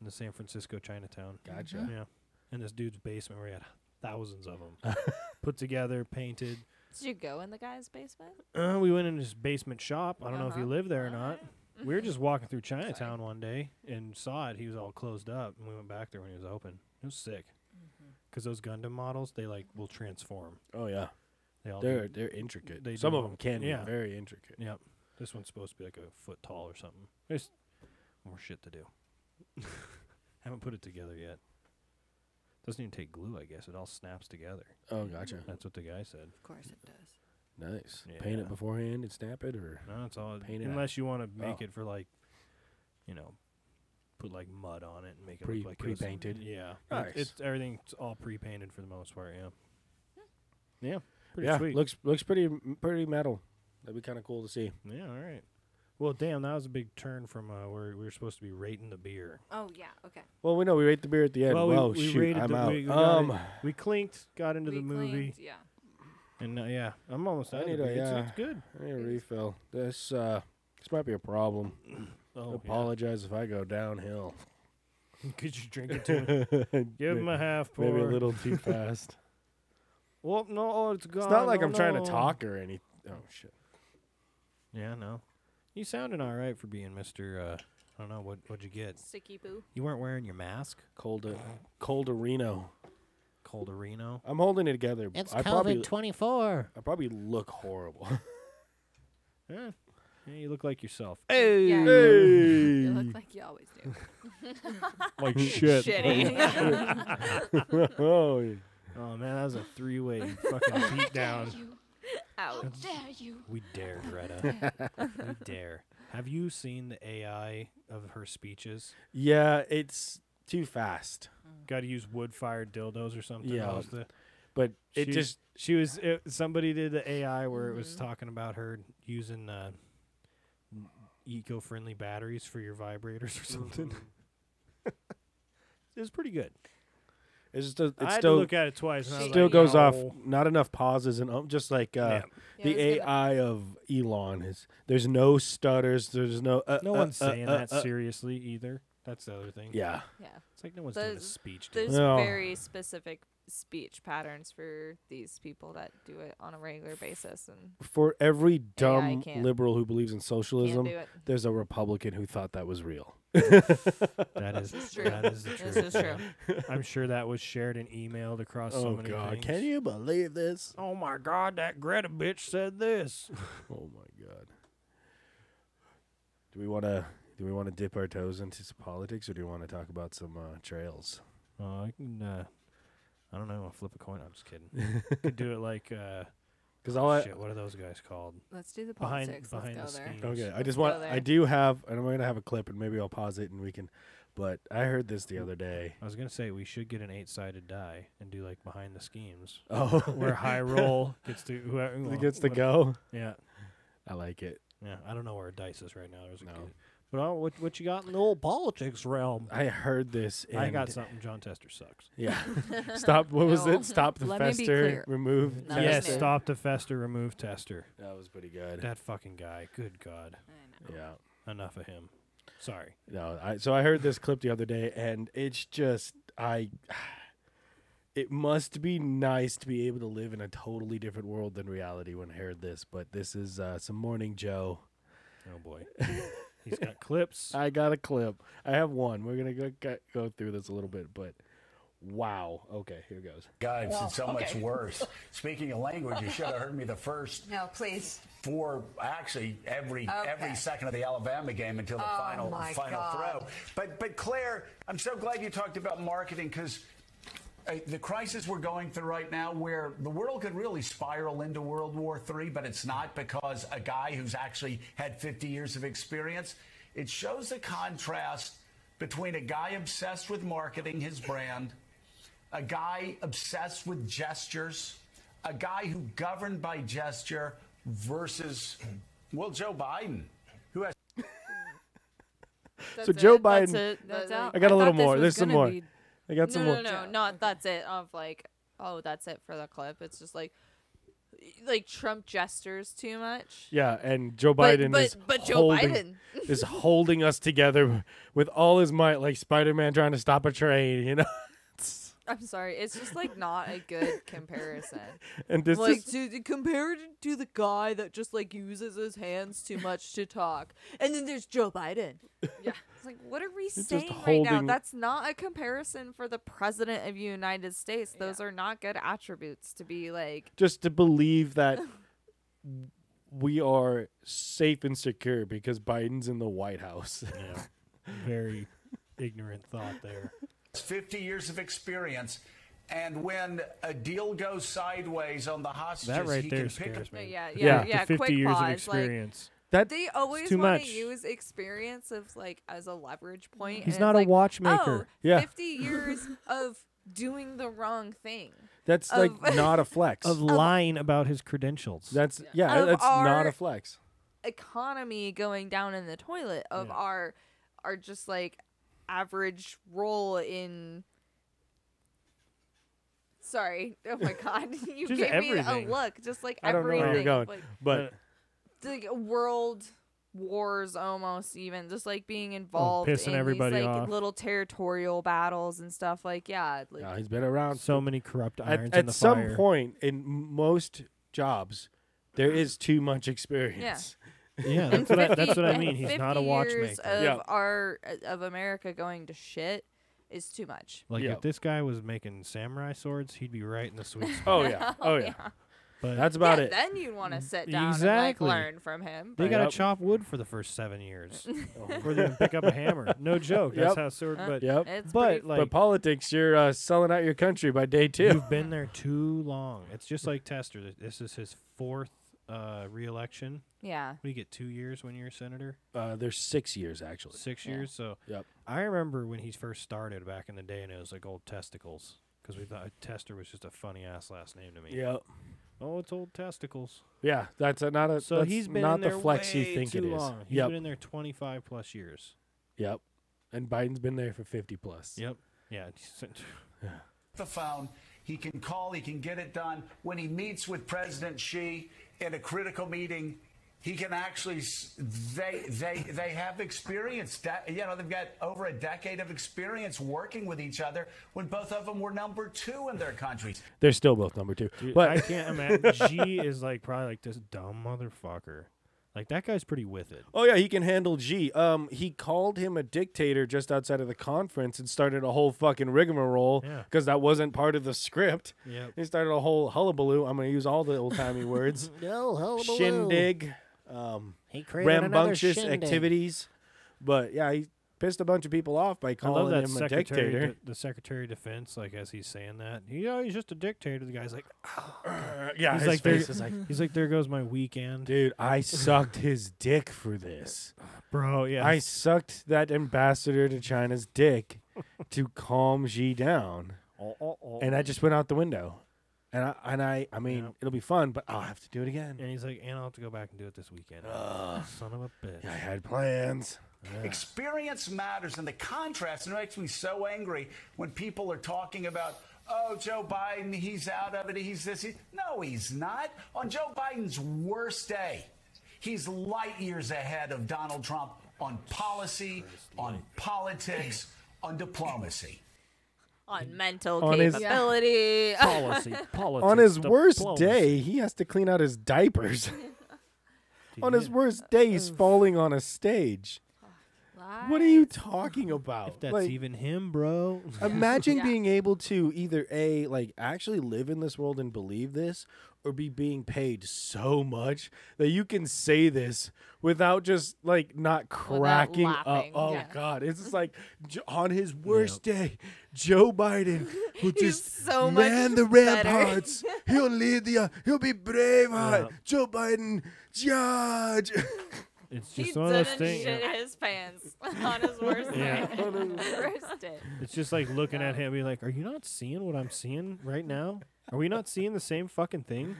[SPEAKER 1] in the San Francisco Chinatown.
[SPEAKER 3] gotcha.
[SPEAKER 1] Yeah, in this dude's basement where he had thousands of them put together, painted.
[SPEAKER 2] Did you go in the guy's basement?
[SPEAKER 1] Uh, we went in his basement shop. I don't know if he
[SPEAKER 2] Uh-huh.
[SPEAKER 1] lived there or not. We were just walking through Chinatown one day and saw it. He was all closed up, and we went back there when he was open. It was sick. Because those Gundam models, they like will transform.
[SPEAKER 3] Oh yeah,
[SPEAKER 1] They all
[SPEAKER 3] they're
[SPEAKER 1] do.
[SPEAKER 3] they're intricate.
[SPEAKER 1] they
[SPEAKER 3] Some
[SPEAKER 1] do
[SPEAKER 3] of
[SPEAKER 1] all-
[SPEAKER 3] them can
[SPEAKER 1] yeah.
[SPEAKER 3] be very intricate.
[SPEAKER 1] Yep. This one's supposed to be like a foot tall or something. There's more shit to do. Haven't put it together yet. Doesn't even take glue, I guess. It all snaps together.
[SPEAKER 3] Oh, gotcha.
[SPEAKER 1] That's what the guy said.
[SPEAKER 4] Of course it does.
[SPEAKER 3] Nice.
[SPEAKER 1] Paint
[SPEAKER 3] Paint
[SPEAKER 1] it Yeah.
[SPEAKER 3] it beforehand and snap it, or
[SPEAKER 1] No, it's all
[SPEAKER 3] Paint it out.
[SPEAKER 1] unless you want to make
[SPEAKER 3] Oh.
[SPEAKER 1] it for like, you know, put like mud on it and make it
[SPEAKER 3] Pre-
[SPEAKER 1] look like it was-
[SPEAKER 3] pre-painted.
[SPEAKER 1] Yeah, It-
[SPEAKER 3] Nice.
[SPEAKER 1] it's everything's all pre-painted for the most part. Yeah, yeah, pretty
[SPEAKER 3] yeah,
[SPEAKER 1] sweet.
[SPEAKER 3] looks looks pretty pretty metal. That'd be kind of cool to see.
[SPEAKER 1] yeah, all right. Well, damn, that was a big turn from uh, where we were supposed to be rating the beer.
[SPEAKER 4] Oh yeah. Okay.
[SPEAKER 3] Well, we know we rate the beer at the end.
[SPEAKER 1] well,
[SPEAKER 3] Whoa,
[SPEAKER 1] we, we
[SPEAKER 3] shoot,
[SPEAKER 1] rated
[SPEAKER 3] I'm
[SPEAKER 1] the,
[SPEAKER 3] out.
[SPEAKER 1] We, we got
[SPEAKER 3] um,
[SPEAKER 1] it- we clinked, got into the
[SPEAKER 4] We
[SPEAKER 1] movie,
[SPEAKER 4] cleaned, Yeah.
[SPEAKER 1] and uh, yeah, I'm almost
[SPEAKER 3] I
[SPEAKER 1] out of the
[SPEAKER 3] need a, uh,
[SPEAKER 1] beer. It's-
[SPEAKER 3] yeah.
[SPEAKER 1] It's good.
[SPEAKER 3] I need a refill. This uh, this might be a problem.
[SPEAKER 1] Oh,
[SPEAKER 3] Apologize if I go downhill.
[SPEAKER 1] yeah. could you drink it too? Give him a half pour.
[SPEAKER 3] Maybe a little too fast.
[SPEAKER 1] Well, no, oh, it's gone.
[SPEAKER 3] it's not like
[SPEAKER 1] Oh,
[SPEAKER 3] I'm trying to
[SPEAKER 1] no.
[SPEAKER 3] talk or anything. Oh shit.
[SPEAKER 1] Yeah, no. You sounded all right for being Mister. Uh, I don't know what what'd you get.
[SPEAKER 2] Sticky boo.
[SPEAKER 1] You weren't wearing your mask.
[SPEAKER 3] Cold, uh,
[SPEAKER 1] Uh,
[SPEAKER 3] cold Reno.
[SPEAKER 1] Cold Reno.
[SPEAKER 3] I'm holding it together.
[SPEAKER 8] It's
[SPEAKER 3] I
[SPEAKER 8] COVID
[SPEAKER 3] probably,
[SPEAKER 8] 24.
[SPEAKER 3] I probably look horrible.
[SPEAKER 1] Yeah. yeah, you look like yourself.
[SPEAKER 4] Hey. Yeah, you- You
[SPEAKER 3] hey,
[SPEAKER 4] look like you always do.
[SPEAKER 1] like shit.
[SPEAKER 2] Shitty.
[SPEAKER 3] oh, yeah.
[SPEAKER 1] Oh man, that was a three-way fucking beatdown.
[SPEAKER 2] Ouch.
[SPEAKER 1] We dare, Greta. we dare. Have you seen the AI of her speeches?
[SPEAKER 3] Yeah, it's too fast.
[SPEAKER 1] Got to use wood-fired dildos or something.
[SPEAKER 3] Yeah.
[SPEAKER 1] That was the-
[SPEAKER 3] But it
[SPEAKER 1] She-
[SPEAKER 3] just
[SPEAKER 1] she was it, somebody did the AI where it was talking about her using uh, eco-friendly batteries for your vibrators or
[SPEAKER 3] Mm-hmm.
[SPEAKER 1] something. it was pretty good.
[SPEAKER 3] it's just a-
[SPEAKER 1] I
[SPEAKER 3] it
[SPEAKER 1] had
[SPEAKER 3] still
[SPEAKER 1] to look at it twice. And I was
[SPEAKER 3] still
[SPEAKER 1] like,
[SPEAKER 3] goes off.
[SPEAKER 1] "No."
[SPEAKER 3] Not enough pauses and um, just like uh,
[SPEAKER 4] Yeah, I was
[SPEAKER 3] the
[SPEAKER 4] gonna-
[SPEAKER 3] AI of Elon is. There's no stutters. There's no. Uh,
[SPEAKER 1] No
[SPEAKER 3] uh,
[SPEAKER 1] one's
[SPEAKER 3] uh,
[SPEAKER 1] saying
[SPEAKER 3] uh,
[SPEAKER 1] that
[SPEAKER 3] uh,
[SPEAKER 1] seriously either. That's the other thing.
[SPEAKER 3] yeah,
[SPEAKER 2] Yeah.
[SPEAKER 1] it's like no one's doing a
[SPEAKER 2] Those-
[SPEAKER 1] speech. To
[SPEAKER 2] There's
[SPEAKER 3] No.
[SPEAKER 2] very specific speech patterns for these people that do it on a regular basis and
[SPEAKER 3] for every dumb
[SPEAKER 2] can't-
[SPEAKER 3] liberal who believes in
[SPEAKER 2] can't
[SPEAKER 3] socialism,
[SPEAKER 2] do it.
[SPEAKER 3] there's a Republican who thought that was real.
[SPEAKER 1] that is
[SPEAKER 2] It's true.
[SPEAKER 1] that is the
[SPEAKER 2] This
[SPEAKER 1] truth.
[SPEAKER 2] is true.
[SPEAKER 1] man. I'm sure that was shared and emailed across so
[SPEAKER 3] oh
[SPEAKER 1] many
[SPEAKER 3] God,
[SPEAKER 1] things.
[SPEAKER 3] can you believe this?
[SPEAKER 1] Oh my God, that Greta bitch said this.
[SPEAKER 3] Oh my God. Do we want to? Do we want to dip our toes into some politics, or do you want to talk about some uh, trails?
[SPEAKER 1] Oh, I can. Uh, I don't know. I'll flip a coin. I'm just kidding. Could do it like uh,
[SPEAKER 3] Because all Oh, I,
[SPEAKER 1] shit. What are those guys called?
[SPEAKER 4] Let's do the
[SPEAKER 1] Behind
[SPEAKER 4] politics.
[SPEAKER 1] behind
[SPEAKER 4] Let's
[SPEAKER 1] the
[SPEAKER 4] go there.
[SPEAKER 1] scenes.
[SPEAKER 3] Okay, I
[SPEAKER 2] Let's
[SPEAKER 3] just want.
[SPEAKER 2] go
[SPEAKER 3] I
[SPEAKER 2] there.
[SPEAKER 3] do have, and I'm going to have a clip, and maybe I'll pause it and we can. But I heard this the other day.
[SPEAKER 1] I was gonna say we should get an eight-sided die and do like behind the schemes,
[SPEAKER 3] Oh,
[SPEAKER 1] where high roll gets to whoever well,
[SPEAKER 3] it gets to
[SPEAKER 1] what-
[SPEAKER 3] go.
[SPEAKER 1] Yeah,
[SPEAKER 3] I like it.
[SPEAKER 1] yeah. I don't know where a dice is right now. There's a
[SPEAKER 3] No.
[SPEAKER 1] good- Well, what what you got in the old politics realm?
[SPEAKER 3] I heard this. And
[SPEAKER 1] I got something. John Tester sucks.
[SPEAKER 3] Yeah. Stop. What was
[SPEAKER 4] No.
[SPEAKER 3] it? Stop the
[SPEAKER 4] Let me be
[SPEAKER 3] fester.
[SPEAKER 4] clear.
[SPEAKER 3] Remove.
[SPEAKER 4] No,
[SPEAKER 1] yes,
[SPEAKER 4] that's it.
[SPEAKER 1] stop the fester, remove Tester.
[SPEAKER 3] That was pretty good.
[SPEAKER 1] That fucking guy. Good God.
[SPEAKER 3] yeah.
[SPEAKER 1] Enough of him. Sorry.
[SPEAKER 3] No, I, so I heard this clip the other day, and it's just I. It must be nice to be able to live in a totally different world than reality when I heard this, but this is uh, some Morning Joe.
[SPEAKER 1] Oh boy. He's got clips.
[SPEAKER 2] Uh,
[SPEAKER 3] I got a clip. I have one. We're gonna go go- go through this a little bit, but wow. Okay, here goes.
[SPEAKER 9] God, it's so much worse. Speaking of language, you should have heard me the first
[SPEAKER 10] No, please.
[SPEAKER 9] four, actually every
[SPEAKER 10] Okay.
[SPEAKER 9] every second of the Alabama game until the
[SPEAKER 10] Oh,
[SPEAKER 9] final
[SPEAKER 10] my
[SPEAKER 9] final
[SPEAKER 10] God.
[SPEAKER 9] throw. But but Claire, I'm so glad you talked about marketing because. the crisis we're going through right now, where the world could really spiral into World War III, but it's not because a guy who's actually had 50 years of experience. It shows the contrast between a guy obsessed with marketing his brand, a guy obsessed with gestures, a guy who governed by gesture versus, well, Joe Biden, who has
[SPEAKER 3] so Joe Biden.
[SPEAKER 2] That's it.
[SPEAKER 4] That's
[SPEAKER 2] That's
[SPEAKER 4] out.
[SPEAKER 3] I got a
[SPEAKER 4] I
[SPEAKER 3] little
[SPEAKER 4] thought this
[SPEAKER 3] more.
[SPEAKER 4] was
[SPEAKER 3] There's some
[SPEAKER 4] gonna
[SPEAKER 3] more.
[SPEAKER 4] be-
[SPEAKER 3] I got some
[SPEAKER 2] no,
[SPEAKER 3] more.
[SPEAKER 2] no, no, not that's it. Of like, oh, that's it for the clip. It's just like, like Trump gestures too much.
[SPEAKER 3] Yeah, and Joe
[SPEAKER 2] But-
[SPEAKER 3] Biden
[SPEAKER 2] but-
[SPEAKER 3] is
[SPEAKER 2] but Joe
[SPEAKER 3] holding,
[SPEAKER 2] Biden.
[SPEAKER 3] is holding us together with all his might, like Spider-Man trying to stop a train, you know.
[SPEAKER 2] I'm sorry, it's just like not a good comparison.
[SPEAKER 3] And this
[SPEAKER 2] like
[SPEAKER 3] is
[SPEAKER 2] to, to compare it to the guy that just like uses his hands too much to talk, and then there's Joe Biden. Yeah, it's like what are we saying right now?
[SPEAKER 3] holding-
[SPEAKER 2] That's not a comparison for the president of the United States. Those are not good attributes to be like.
[SPEAKER 3] just to believe that we are safe and secure because Biden's in the White House.
[SPEAKER 1] Yeah. Very ignorant thought there.
[SPEAKER 9] 50 years of experience, and when a deal goes sideways on the hostages,
[SPEAKER 1] That right
[SPEAKER 9] he
[SPEAKER 1] there
[SPEAKER 9] can pick
[SPEAKER 1] scares me.
[SPEAKER 2] Yeah,
[SPEAKER 3] Yeah,
[SPEAKER 2] yeah, yeah.
[SPEAKER 1] The 50
[SPEAKER 2] quick
[SPEAKER 1] years
[SPEAKER 2] pause.
[SPEAKER 1] of
[SPEAKER 2] Like,
[SPEAKER 1] experience.
[SPEAKER 3] That
[SPEAKER 2] they always
[SPEAKER 1] too
[SPEAKER 2] want
[SPEAKER 1] much.
[SPEAKER 2] to use experience of like as a leverage point.
[SPEAKER 1] He's
[SPEAKER 2] and it's
[SPEAKER 1] not a
[SPEAKER 2] like,
[SPEAKER 1] watchmaker.
[SPEAKER 2] Oh,
[SPEAKER 3] Yeah.
[SPEAKER 2] 50 years of doing the wrong thing.
[SPEAKER 3] that's like
[SPEAKER 2] of-
[SPEAKER 3] not a flex.
[SPEAKER 2] Oh.
[SPEAKER 1] Of lying about his credentials.
[SPEAKER 3] that's yeah,
[SPEAKER 2] Of
[SPEAKER 3] that's not
[SPEAKER 2] our-
[SPEAKER 3] a flex.
[SPEAKER 2] Economy going down in the toilet of
[SPEAKER 1] Yeah.
[SPEAKER 2] our our just like average role in Sorry. Oh my god. You
[SPEAKER 1] Just
[SPEAKER 2] gave me
[SPEAKER 1] everything.
[SPEAKER 2] a look. Just like
[SPEAKER 3] I don't know
[SPEAKER 2] everything.
[SPEAKER 3] where you're going,
[SPEAKER 2] Like,
[SPEAKER 3] but
[SPEAKER 2] like world wars almost even just like being involved
[SPEAKER 1] Oh, pissing
[SPEAKER 2] in
[SPEAKER 1] everybody
[SPEAKER 2] these like
[SPEAKER 1] off.
[SPEAKER 2] little territorial battles and stuff like yeah like
[SPEAKER 3] yeah, he's been around
[SPEAKER 1] so many corrupt
[SPEAKER 3] at,
[SPEAKER 1] irons in
[SPEAKER 3] at
[SPEAKER 1] the
[SPEAKER 3] some
[SPEAKER 1] fire.
[SPEAKER 3] point in most jobs there is too much experience
[SPEAKER 1] yeah, that's what, I, that's what I mean. He's not a
[SPEAKER 2] 50 years
[SPEAKER 1] watchmaker.
[SPEAKER 2] of
[SPEAKER 3] Yeah.
[SPEAKER 2] our of America going to shit is too much
[SPEAKER 1] like
[SPEAKER 3] Yeah.
[SPEAKER 1] if this guy was making samurai swords, he'd be right in the sweet spot.
[SPEAKER 3] oh yeah oh yeah
[SPEAKER 1] But
[SPEAKER 3] that's about
[SPEAKER 2] yeah,
[SPEAKER 3] it
[SPEAKER 2] then you'd want to sit down
[SPEAKER 1] Mm, Exactly.
[SPEAKER 2] and like learn from him
[SPEAKER 1] They
[SPEAKER 3] Right
[SPEAKER 1] gotta
[SPEAKER 3] up.
[SPEAKER 1] chop wood for the first seven years before they can pick up a hammer. No joke. That's
[SPEAKER 3] Yep.
[SPEAKER 1] how sword. But
[SPEAKER 3] yep
[SPEAKER 2] it's
[SPEAKER 1] but
[SPEAKER 2] pretty-
[SPEAKER 1] like
[SPEAKER 3] but politics you're uh, selling out your country by day two
[SPEAKER 1] you've been there too long. It's just like Tester. Th- This is his fourth uh, reelection.
[SPEAKER 2] yeah
[SPEAKER 1] We get two years when you're a senator,
[SPEAKER 3] uh, there's six years actually
[SPEAKER 1] six years. So
[SPEAKER 3] yep
[SPEAKER 1] I remember when he first started back in the day, and it was like old testicles because we thought Tester was just a funny ass last name to me.
[SPEAKER 3] yep
[SPEAKER 1] Oh, it's old testicles.
[SPEAKER 3] yeah that's a, not a
[SPEAKER 1] So
[SPEAKER 3] that's
[SPEAKER 1] he's been
[SPEAKER 3] not
[SPEAKER 1] in
[SPEAKER 3] the
[SPEAKER 1] there
[SPEAKER 3] flex you
[SPEAKER 1] way
[SPEAKER 3] think
[SPEAKER 1] too
[SPEAKER 3] it is
[SPEAKER 1] long. He's
[SPEAKER 3] yep
[SPEAKER 1] been in there 25 plus years.
[SPEAKER 3] yep and biden's been there for 50 plus
[SPEAKER 1] Yep. Yeah. it's-
[SPEAKER 9] the phone. He can call, he can get it done. When he meets with President Xi in a critical meeting, he can actually s- they they they have experience. De- you know, they've got over a decade of experience working with each other when both of them were number 2 in their countries.
[SPEAKER 3] they're still both number two
[SPEAKER 1] Dude,
[SPEAKER 3] but
[SPEAKER 1] I can't imagine. G is like probably like this dumb motherfucker. Like that guy's pretty with it.
[SPEAKER 3] Oh yeah, he can handle G. Um, he called him a dictator just outside of the conference and started a whole fucking rigmarole
[SPEAKER 1] Yeah.
[SPEAKER 3] because that wasn't part of the script.
[SPEAKER 1] Yep.
[SPEAKER 3] He started a whole hullabaloo. I'm gonna use all the old timey words.
[SPEAKER 11] No, hullabaloo.
[SPEAKER 3] Shindig, um,
[SPEAKER 11] He created another
[SPEAKER 3] rambunctious
[SPEAKER 11] shindig.
[SPEAKER 3] activities. But yeah, he pissed a bunch of people off by
[SPEAKER 1] I love
[SPEAKER 3] calling
[SPEAKER 1] that
[SPEAKER 3] him a
[SPEAKER 1] secretary,
[SPEAKER 3] dictator.
[SPEAKER 1] de- the secretary of defense. Like as he's saying that, you know, he's just a dictator. The guy's like,
[SPEAKER 3] yeah,
[SPEAKER 1] Uh, he's
[SPEAKER 3] Ah, his
[SPEAKER 1] like,
[SPEAKER 3] face
[SPEAKER 1] there,
[SPEAKER 3] is like,
[SPEAKER 1] he's like, there goes my weekend,
[SPEAKER 3] dude, I sucked his dick for this.
[SPEAKER 1] bro. Yeah,
[SPEAKER 3] I sucked that ambassador to China's dick to calm Xi down.
[SPEAKER 1] Oh,
[SPEAKER 3] and I just went out the window. And I and I I mean
[SPEAKER 1] Yep.
[SPEAKER 3] it'll be fun, but I'll have to do it again.
[SPEAKER 1] and he's like, and I'll have to go back and do it this weekend. Son of a bitch.
[SPEAKER 3] I had plans.
[SPEAKER 9] Experience matters, and the contrast it makes me so angry when people are talking about. Oh, Joe Biden, he's out of it. He's this. He... No, he's not. On Joe Biden's worst day, he's light years ahead of Donald Trump on policy, on politics, on diplomacy.
[SPEAKER 1] Mm.
[SPEAKER 2] on mental
[SPEAKER 3] On his-
[SPEAKER 2] capability.
[SPEAKER 1] Policy, politics,
[SPEAKER 3] On his worst
[SPEAKER 1] diplomacy.
[SPEAKER 3] day, he has to clean out his diapers. on his
[SPEAKER 1] Yeah.
[SPEAKER 3] worst day, he's falling on a stage. What are you talking about?
[SPEAKER 1] If that's
[SPEAKER 3] Like,
[SPEAKER 1] even him, bro.
[SPEAKER 3] imagine
[SPEAKER 2] Yeah.
[SPEAKER 3] being able to either a like actually live in this world and believe this, or be being paid so much that you can say this without just like not cracking up.
[SPEAKER 2] laughing,
[SPEAKER 3] Oh
[SPEAKER 2] yeah.
[SPEAKER 3] God, it's just like J- on his worst day, Joe Biden will just
[SPEAKER 2] so much
[SPEAKER 3] man the
[SPEAKER 2] better.
[SPEAKER 3] ramparts. he'll lead the. uh, he'll be brave. uh, Joe Biden, judge.
[SPEAKER 1] It's
[SPEAKER 2] he
[SPEAKER 1] just one of
[SPEAKER 2] didn't
[SPEAKER 1] those things.
[SPEAKER 2] shit his pants on his worst
[SPEAKER 1] Yeah.
[SPEAKER 2] day. worst day.
[SPEAKER 1] It's just like looking at him, be like, "Are you not seeing what I'm seeing right now? Are we not seeing the same fucking thing?"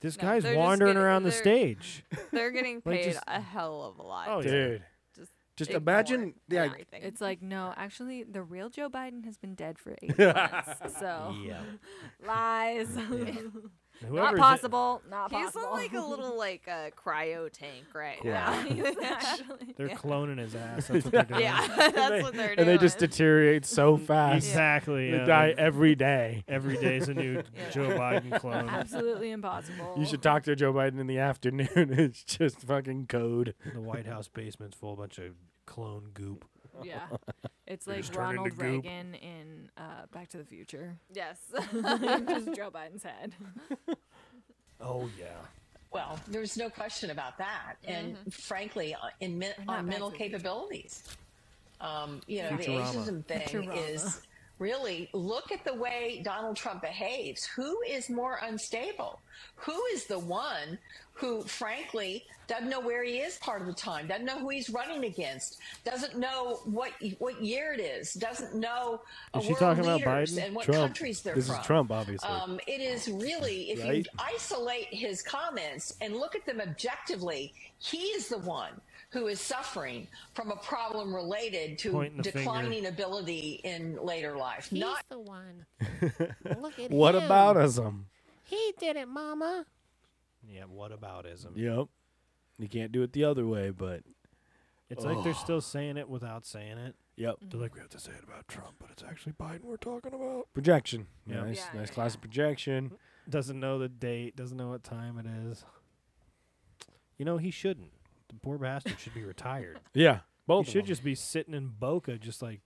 [SPEAKER 1] This
[SPEAKER 2] No,
[SPEAKER 1] guy's
[SPEAKER 2] they're just
[SPEAKER 1] wandering
[SPEAKER 2] getting-
[SPEAKER 1] around the
[SPEAKER 2] they're-
[SPEAKER 1] stage.
[SPEAKER 2] They're getting
[SPEAKER 1] Like,
[SPEAKER 2] paid
[SPEAKER 1] just-
[SPEAKER 2] a hell of a lot.
[SPEAKER 1] Oh,
[SPEAKER 2] to
[SPEAKER 1] yeah.
[SPEAKER 3] Dude,
[SPEAKER 2] Just,
[SPEAKER 3] just
[SPEAKER 2] ignore
[SPEAKER 3] imagine. Yeah,
[SPEAKER 2] everything.
[SPEAKER 4] It's like no, actually, the real Joe Biden has been dead for eight months. So
[SPEAKER 2] Oh.
[SPEAKER 1] Yeah,
[SPEAKER 4] lies, not
[SPEAKER 1] Whoever's-
[SPEAKER 4] possible, not
[SPEAKER 2] He's in
[SPEAKER 4] possible.
[SPEAKER 2] like a little like a cryo tank right now.
[SPEAKER 4] Actually,
[SPEAKER 1] They're cloning his ass. That's what they're doing.
[SPEAKER 2] yeah, that's what they're doing.
[SPEAKER 3] and they just deteriorate so fast.
[SPEAKER 1] Exactly.
[SPEAKER 3] They
[SPEAKER 1] yeah.
[SPEAKER 3] die every day.
[SPEAKER 1] Every day's a new
[SPEAKER 2] Yeah.
[SPEAKER 1] Joe Biden clone.
[SPEAKER 4] absolutely impossible.
[SPEAKER 3] You should talk to Joe Biden in the afternoon. It's just fucking code.
[SPEAKER 1] The White House basement's full of bunch of clone goop.
[SPEAKER 4] Yeah, it's
[SPEAKER 1] They
[SPEAKER 4] like
[SPEAKER 1] just turn into
[SPEAKER 4] Ronald
[SPEAKER 1] goop.
[SPEAKER 4] Reagan in uh, Back to the Future.
[SPEAKER 2] yes.
[SPEAKER 4] just Joe Biden's head.
[SPEAKER 1] Oh yeah.
[SPEAKER 11] Well, there's no question about that. And frankly, uh, in men-
[SPEAKER 4] not
[SPEAKER 11] on mental
[SPEAKER 4] back to the
[SPEAKER 11] capabilities, um, you know, the
[SPEAKER 1] Futurama.
[SPEAKER 11] ageism thing
[SPEAKER 4] Futurama.
[SPEAKER 11] is really look at the way Donald Trump behaves. Who is more unstable? Who is the one who, frankly, doesn't know where he is part of the time, doesn't know who he's running against, doesn't know what what year it is, doesn't know uh,
[SPEAKER 1] Is she
[SPEAKER 11] world
[SPEAKER 1] talking about
[SPEAKER 11] leaders
[SPEAKER 1] Biden?
[SPEAKER 11] and what
[SPEAKER 3] Trump.
[SPEAKER 11] countries they're
[SPEAKER 3] This is
[SPEAKER 11] from.
[SPEAKER 3] Trump, obviously.
[SPEAKER 11] Um, it is really, if
[SPEAKER 3] Right?
[SPEAKER 11] you isolate his comments and look at them objectively, he is the one who is suffering from a problem related to
[SPEAKER 1] Pointing the finger.
[SPEAKER 11] declining ability in later life.
[SPEAKER 12] He's
[SPEAKER 11] Not
[SPEAKER 12] the one. Look at
[SPEAKER 3] What
[SPEAKER 12] him.
[SPEAKER 3] about Um, usm?
[SPEAKER 12] He did it, Mama.
[SPEAKER 1] Yeah. What about ism?
[SPEAKER 3] Yep. You can't do it the other way, but
[SPEAKER 1] It's like they're still saying it without saying it.
[SPEAKER 3] yep.
[SPEAKER 4] Mm-hmm.
[SPEAKER 1] They're like, we have to say it about Trump, but it's actually Biden we're talking about.
[SPEAKER 3] Projection.
[SPEAKER 1] Yeah.
[SPEAKER 3] Nice,
[SPEAKER 4] Yeah,
[SPEAKER 3] nice
[SPEAKER 4] yeah,
[SPEAKER 3] classic projection.
[SPEAKER 1] Doesn't know the date. Doesn't know what time it is. You know he shouldn't. The poor bastard should be retired.
[SPEAKER 3] Yeah.
[SPEAKER 1] he
[SPEAKER 3] Both of
[SPEAKER 1] should
[SPEAKER 3] them.
[SPEAKER 1] just be sitting in Boca, just like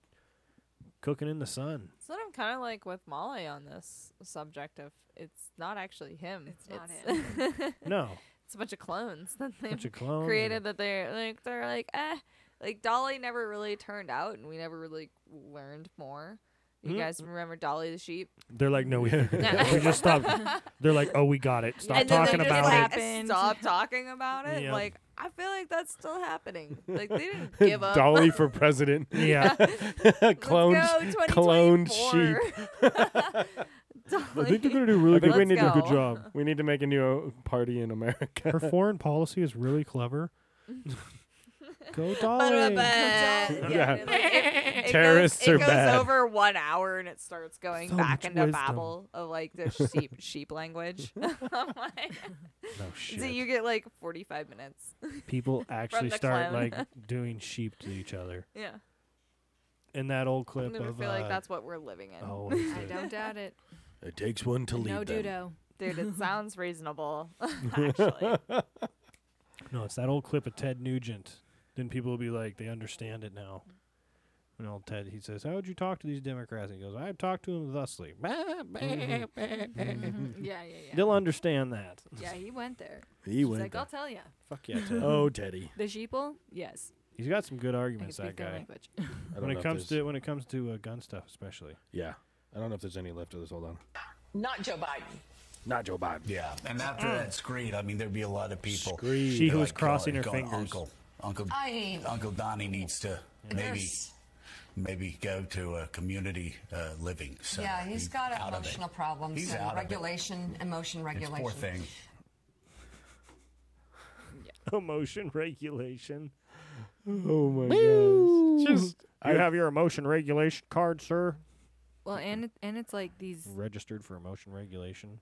[SPEAKER 1] cooking in the sun.
[SPEAKER 2] That's what I'm kind of like with Molly on this subject of it's not actually him.
[SPEAKER 4] It's not
[SPEAKER 2] him.
[SPEAKER 1] No,
[SPEAKER 2] it's a bunch of clones that they
[SPEAKER 1] bunch of clones.
[SPEAKER 2] created
[SPEAKER 1] and-
[SPEAKER 2] that they're like they're like eh like Dolly never really turned out and we never really learned more. You
[SPEAKER 1] Mm.
[SPEAKER 2] guys remember Dolly the sheep?
[SPEAKER 1] They're like, no, we figured it
[SPEAKER 2] Yeah.
[SPEAKER 1] out. we just stopped. They're like, oh, we got it. Stop
[SPEAKER 2] and then
[SPEAKER 1] talking
[SPEAKER 2] they just
[SPEAKER 1] about
[SPEAKER 2] like,
[SPEAKER 1] it.
[SPEAKER 4] happened.
[SPEAKER 2] Stop talking about it.
[SPEAKER 1] Yeah.
[SPEAKER 2] Like I feel like that's still happening. Like they didn't give up.
[SPEAKER 3] Dolly for president.
[SPEAKER 1] Yeah,
[SPEAKER 3] cloned,
[SPEAKER 2] Let's go,
[SPEAKER 3] cloned
[SPEAKER 2] 2024.
[SPEAKER 3] sheep.
[SPEAKER 1] I think they're
[SPEAKER 2] Dolly.
[SPEAKER 1] gonna do really
[SPEAKER 3] I think
[SPEAKER 1] good.
[SPEAKER 3] we
[SPEAKER 2] Let's
[SPEAKER 3] need to
[SPEAKER 2] go.
[SPEAKER 3] do a good job. We need to make a new uh, party in America.
[SPEAKER 1] Her foreign policy is really clever. Go Dolly.
[SPEAKER 2] Ba-da-ba.
[SPEAKER 3] Dolly.
[SPEAKER 2] Yeah,
[SPEAKER 3] Yeah.
[SPEAKER 2] like, it- it goes-
[SPEAKER 3] Terrorists are
[SPEAKER 2] It
[SPEAKER 3] bad.
[SPEAKER 2] goes over one hour and it starts going
[SPEAKER 1] So
[SPEAKER 2] back
[SPEAKER 1] much
[SPEAKER 2] into
[SPEAKER 1] wisdom.
[SPEAKER 2] babble of like the sheep sheep language. I'm like,
[SPEAKER 1] No
[SPEAKER 2] so
[SPEAKER 1] Oh, shit.
[SPEAKER 2] you get like 45 minutes.
[SPEAKER 1] People actually
[SPEAKER 2] the
[SPEAKER 1] start
[SPEAKER 2] clone.
[SPEAKER 1] like doing sheep to each other.
[SPEAKER 2] Yeah,
[SPEAKER 1] In that old
[SPEAKER 2] I
[SPEAKER 1] clip of
[SPEAKER 2] feel
[SPEAKER 1] uh,
[SPEAKER 2] like that's what we're living in.
[SPEAKER 1] oh, what's
[SPEAKER 4] I
[SPEAKER 1] it?
[SPEAKER 4] don't doubt it.
[SPEAKER 3] It takes one to
[SPEAKER 4] no
[SPEAKER 3] lead them.
[SPEAKER 4] dudo.
[SPEAKER 2] Dude, it sounds reasonable. Actually,
[SPEAKER 1] No, it's that old clip of Ted Nugent. Then people will be like, they understand it now. And old Ted, he says, "How would you talk to these Democrats?" And he goes, "I talk to them thusly.
[SPEAKER 2] Mm-hmm.
[SPEAKER 4] yeah, yeah, yeah.
[SPEAKER 1] They'll understand that."
[SPEAKER 4] Yeah, he went there.
[SPEAKER 3] He
[SPEAKER 4] He's
[SPEAKER 3] went.
[SPEAKER 4] like, "Oh, I'll tell you,
[SPEAKER 1] Fuck yeah, Ted.
[SPEAKER 3] there. oh, Teddy.
[SPEAKER 4] the sheeple. Yes,
[SPEAKER 1] He's got some good
[SPEAKER 4] I can
[SPEAKER 1] arguments.
[SPEAKER 4] speak
[SPEAKER 1] That
[SPEAKER 4] their
[SPEAKER 1] guy.
[SPEAKER 4] language.
[SPEAKER 3] I don't
[SPEAKER 1] When
[SPEAKER 3] know
[SPEAKER 1] it
[SPEAKER 3] if
[SPEAKER 1] comes
[SPEAKER 3] there's-
[SPEAKER 1] to when it comes to uh, gun stuff, especially.
[SPEAKER 3] yeah, I don't know if there's any left of this. Hold on.
[SPEAKER 11] not Joe Biden.
[SPEAKER 3] Not Joe Biden.
[SPEAKER 9] Yeah, and after that, screed. I mean, there'd be a lot of people.
[SPEAKER 3] Screed.
[SPEAKER 1] She who
[SPEAKER 9] like
[SPEAKER 1] was crossing
[SPEAKER 9] going-
[SPEAKER 1] her
[SPEAKER 9] going,
[SPEAKER 1] fingers.
[SPEAKER 9] Uncle, Uncle,
[SPEAKER 11] I-
[SPEAKER 9] Uncle Donnie needs to maybe
[SPEAKER 11] There's-
[SPEAKER 9] maybe go to a community uh, living. Center.
[SPEAKER 11] Yeah, he's got
[SPEAKER 9] out of it.
[SPEAKER 11] emotional problems
[SPEAKER 9] He's
[SPEAKER 11] and
[SPEAKER 9] out of it.
[SPEAKER 11] regulation, emotion
[SPEAKER 9] It's
[SPEAKER 11] regulation.
[SPEAKER 9] poor thing.
[SPEAKER 1] Emotion regulation.
[SPEAKER 3] Oh my
[SPEAKER 12] Boo.
[SPEAKER 1] Just you
[SPEAKER 3] I-
[SPEAKER 1] have your emotion regulation card, sir.
[SPEAKER 4] Well, and it, and it's like these.
[SPEAKER 1] Registered for emotion regulation.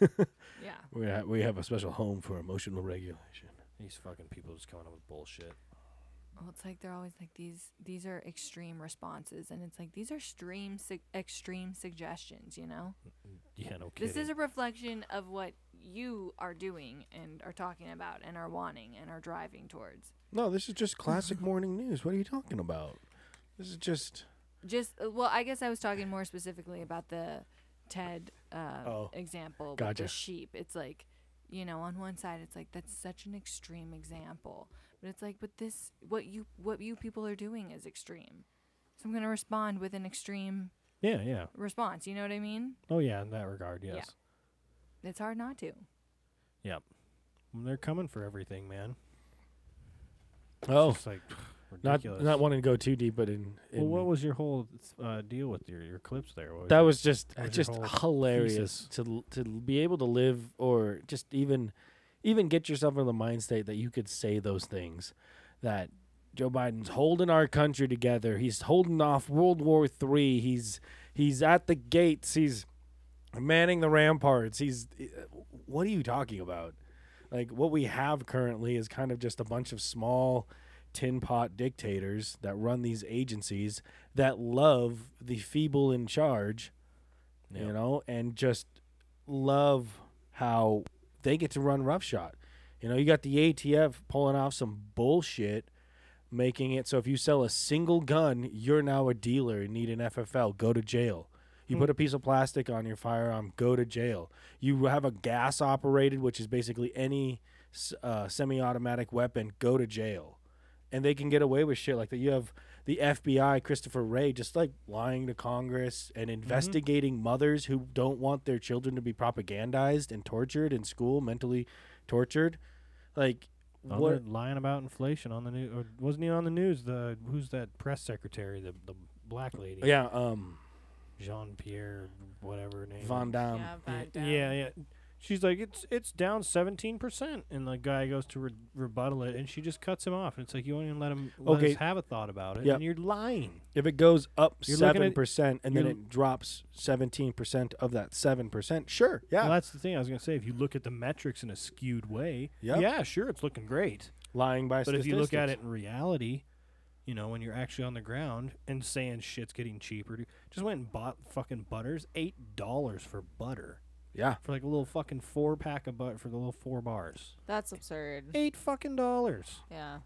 [SPEAKER 4] Yeah.
[SPEAKER 3] We ha- we have a special home for emotional regulation.
[SPEAKER 7] These fucking people just coming up with bullshit.
[SPEAKER 4] Well, it's like they're always like these. These are extreme responses, and it's like these are stream su- extreme suggestions. You know,
[SPEAKER 7] Yeah, no kidding.
[SPEAKER 4] this is a reflection of what you are doing and are talking about and are wanting and are driving towards.
[SPEAKER 3] No, this is just classic morning news. What are you talking about? This is just
[SPEAKER 4] Just uh, well, I guess I was talking more specifically about the Ted uh,
[SPEAKER 3] Oh,
[SPEAKER 4] example with
[SPEAKER 3] gotcha.
[SPEAKER 4] the sheep. It's like, you know, on one side, it's like that's such an extreme example, but it's like, but this what you what you people are doing is extreme. So I'm gonna respond with an extreme
[SPEAKER 1] Yeah, yeah.
[SPEAKER 4] response. You know what I mean?
[SPEAKER 1] Oh yeah, in that regard, yes.
[SPEAKER 4] It's hard not to.
[SPEAKER 1] Yep. They're coming for everything, man.
[SPEAKER 3] oh,
[SPEAKER 1] It's like
[SPEAKER 3] not
[SPEAKER 1] ridiculous.
[SPEAKER 3] not wanting to go too deep, but in, in
[SPEAKER 1] well, what was your whole uh, deal with your, your clips there? What
[SPEAKER 3] that
[SPEAKER 1] your-
[SPEAKER 3] was just
[SPEAKER 1] was your
[SPEAKER 3] just
[SPEAKER 1] whole
[SPEAKER 3] hilarious
[SPEAKER 1] thesis?
[SPEAKER 3] to l- to l- be able to live or just even even get yourself in the mind state that you could say those things that Joe Biden's holding our country together. He's holding off World War Three. He's he's at the gates. He's manning the ramparts. He's eh, what are you talking about? Like what we have currently is kind of just a bunch of small tin pot dictators that run these agencies that love the feeble in charge, you know, and just love how they get to run roughshod. You know, you got the ATF pulling off some bullshit, making it so if you sell a single gun, you're now a dealer and need an FFL, go to jail. You put a piece of plastic on your firearm, go to jail. You have a gas operated, which is basically any s- uh, semi automatic weapon, go to jail and they can get away with shit like that. You have the FBI, Christopher Wray, just like lying to Congress and investigating mothers who don't want their children to be propagandized and tortured in school, mentally tortured. Like,
[SPEAKER 1] Oh,
[SPEAKER 3] what?
[SPEAKER 1] they're lying about inflation on the news. Or wasn't he on the news? The who's that press secretary? The the black lady.
[SPEAKER 3] Yeah, um,
[SPEAKER 1] Jean Pierre, whatever her name.
[SPEAKER 3] Von Damme.
[SPEAKER 2] yeah,
[SPEAKER 1] Yeah,
[SPEAKER 2] back down.
[SPEAKER 1] yeah, yeah. She's like, it's it's down seventeen percent, and the guy goes to re- rebuttal it, and she just cuts him off, and it's like you won't even let him let
[SPEAKER 3] Okay.
[SPEAKER 1] us have a thought about it,
[SPEAKER 3] Yeah.
[SPEAKER 1] and you're lying.
[SPEAKER 3] If it goes up
[SPEAKER 1] You're looking
[SPEAKER 3] seven
[SPEAKER 1] at-
[SPEAKER 3] percent and then
[SPEAKER 1] you're-
[SPEAKER 3] it drops seventeen percent of that seven percent, sure, yeah,
[SPEAKER 1] Well, that's the thing I was gonna say. If you look at the metrics in a skewed way,
[SPEAKER 3] Yep.
[SPEAKER 1] yeah, sure, it's looking great.
[SPEAKER 3] lying by.
[SPEAKER 1] But if you look at it
[SPEAKER 3] statistics.
[SPEAKER 1] in reality, you know, when you're actually on the ground and saying shit's getting cheaper, dude, just went and bought fucking butters, eight dollars for butter
[SPEAKER 3] yeah,
[SPEAKER 1] for like a little fucking four pack of butter for the little four bars,
[SPEAKER 2] That's absurd.
[SPEAKER 1] eight fucking dollars.
[SPEAKER 2] Yeah.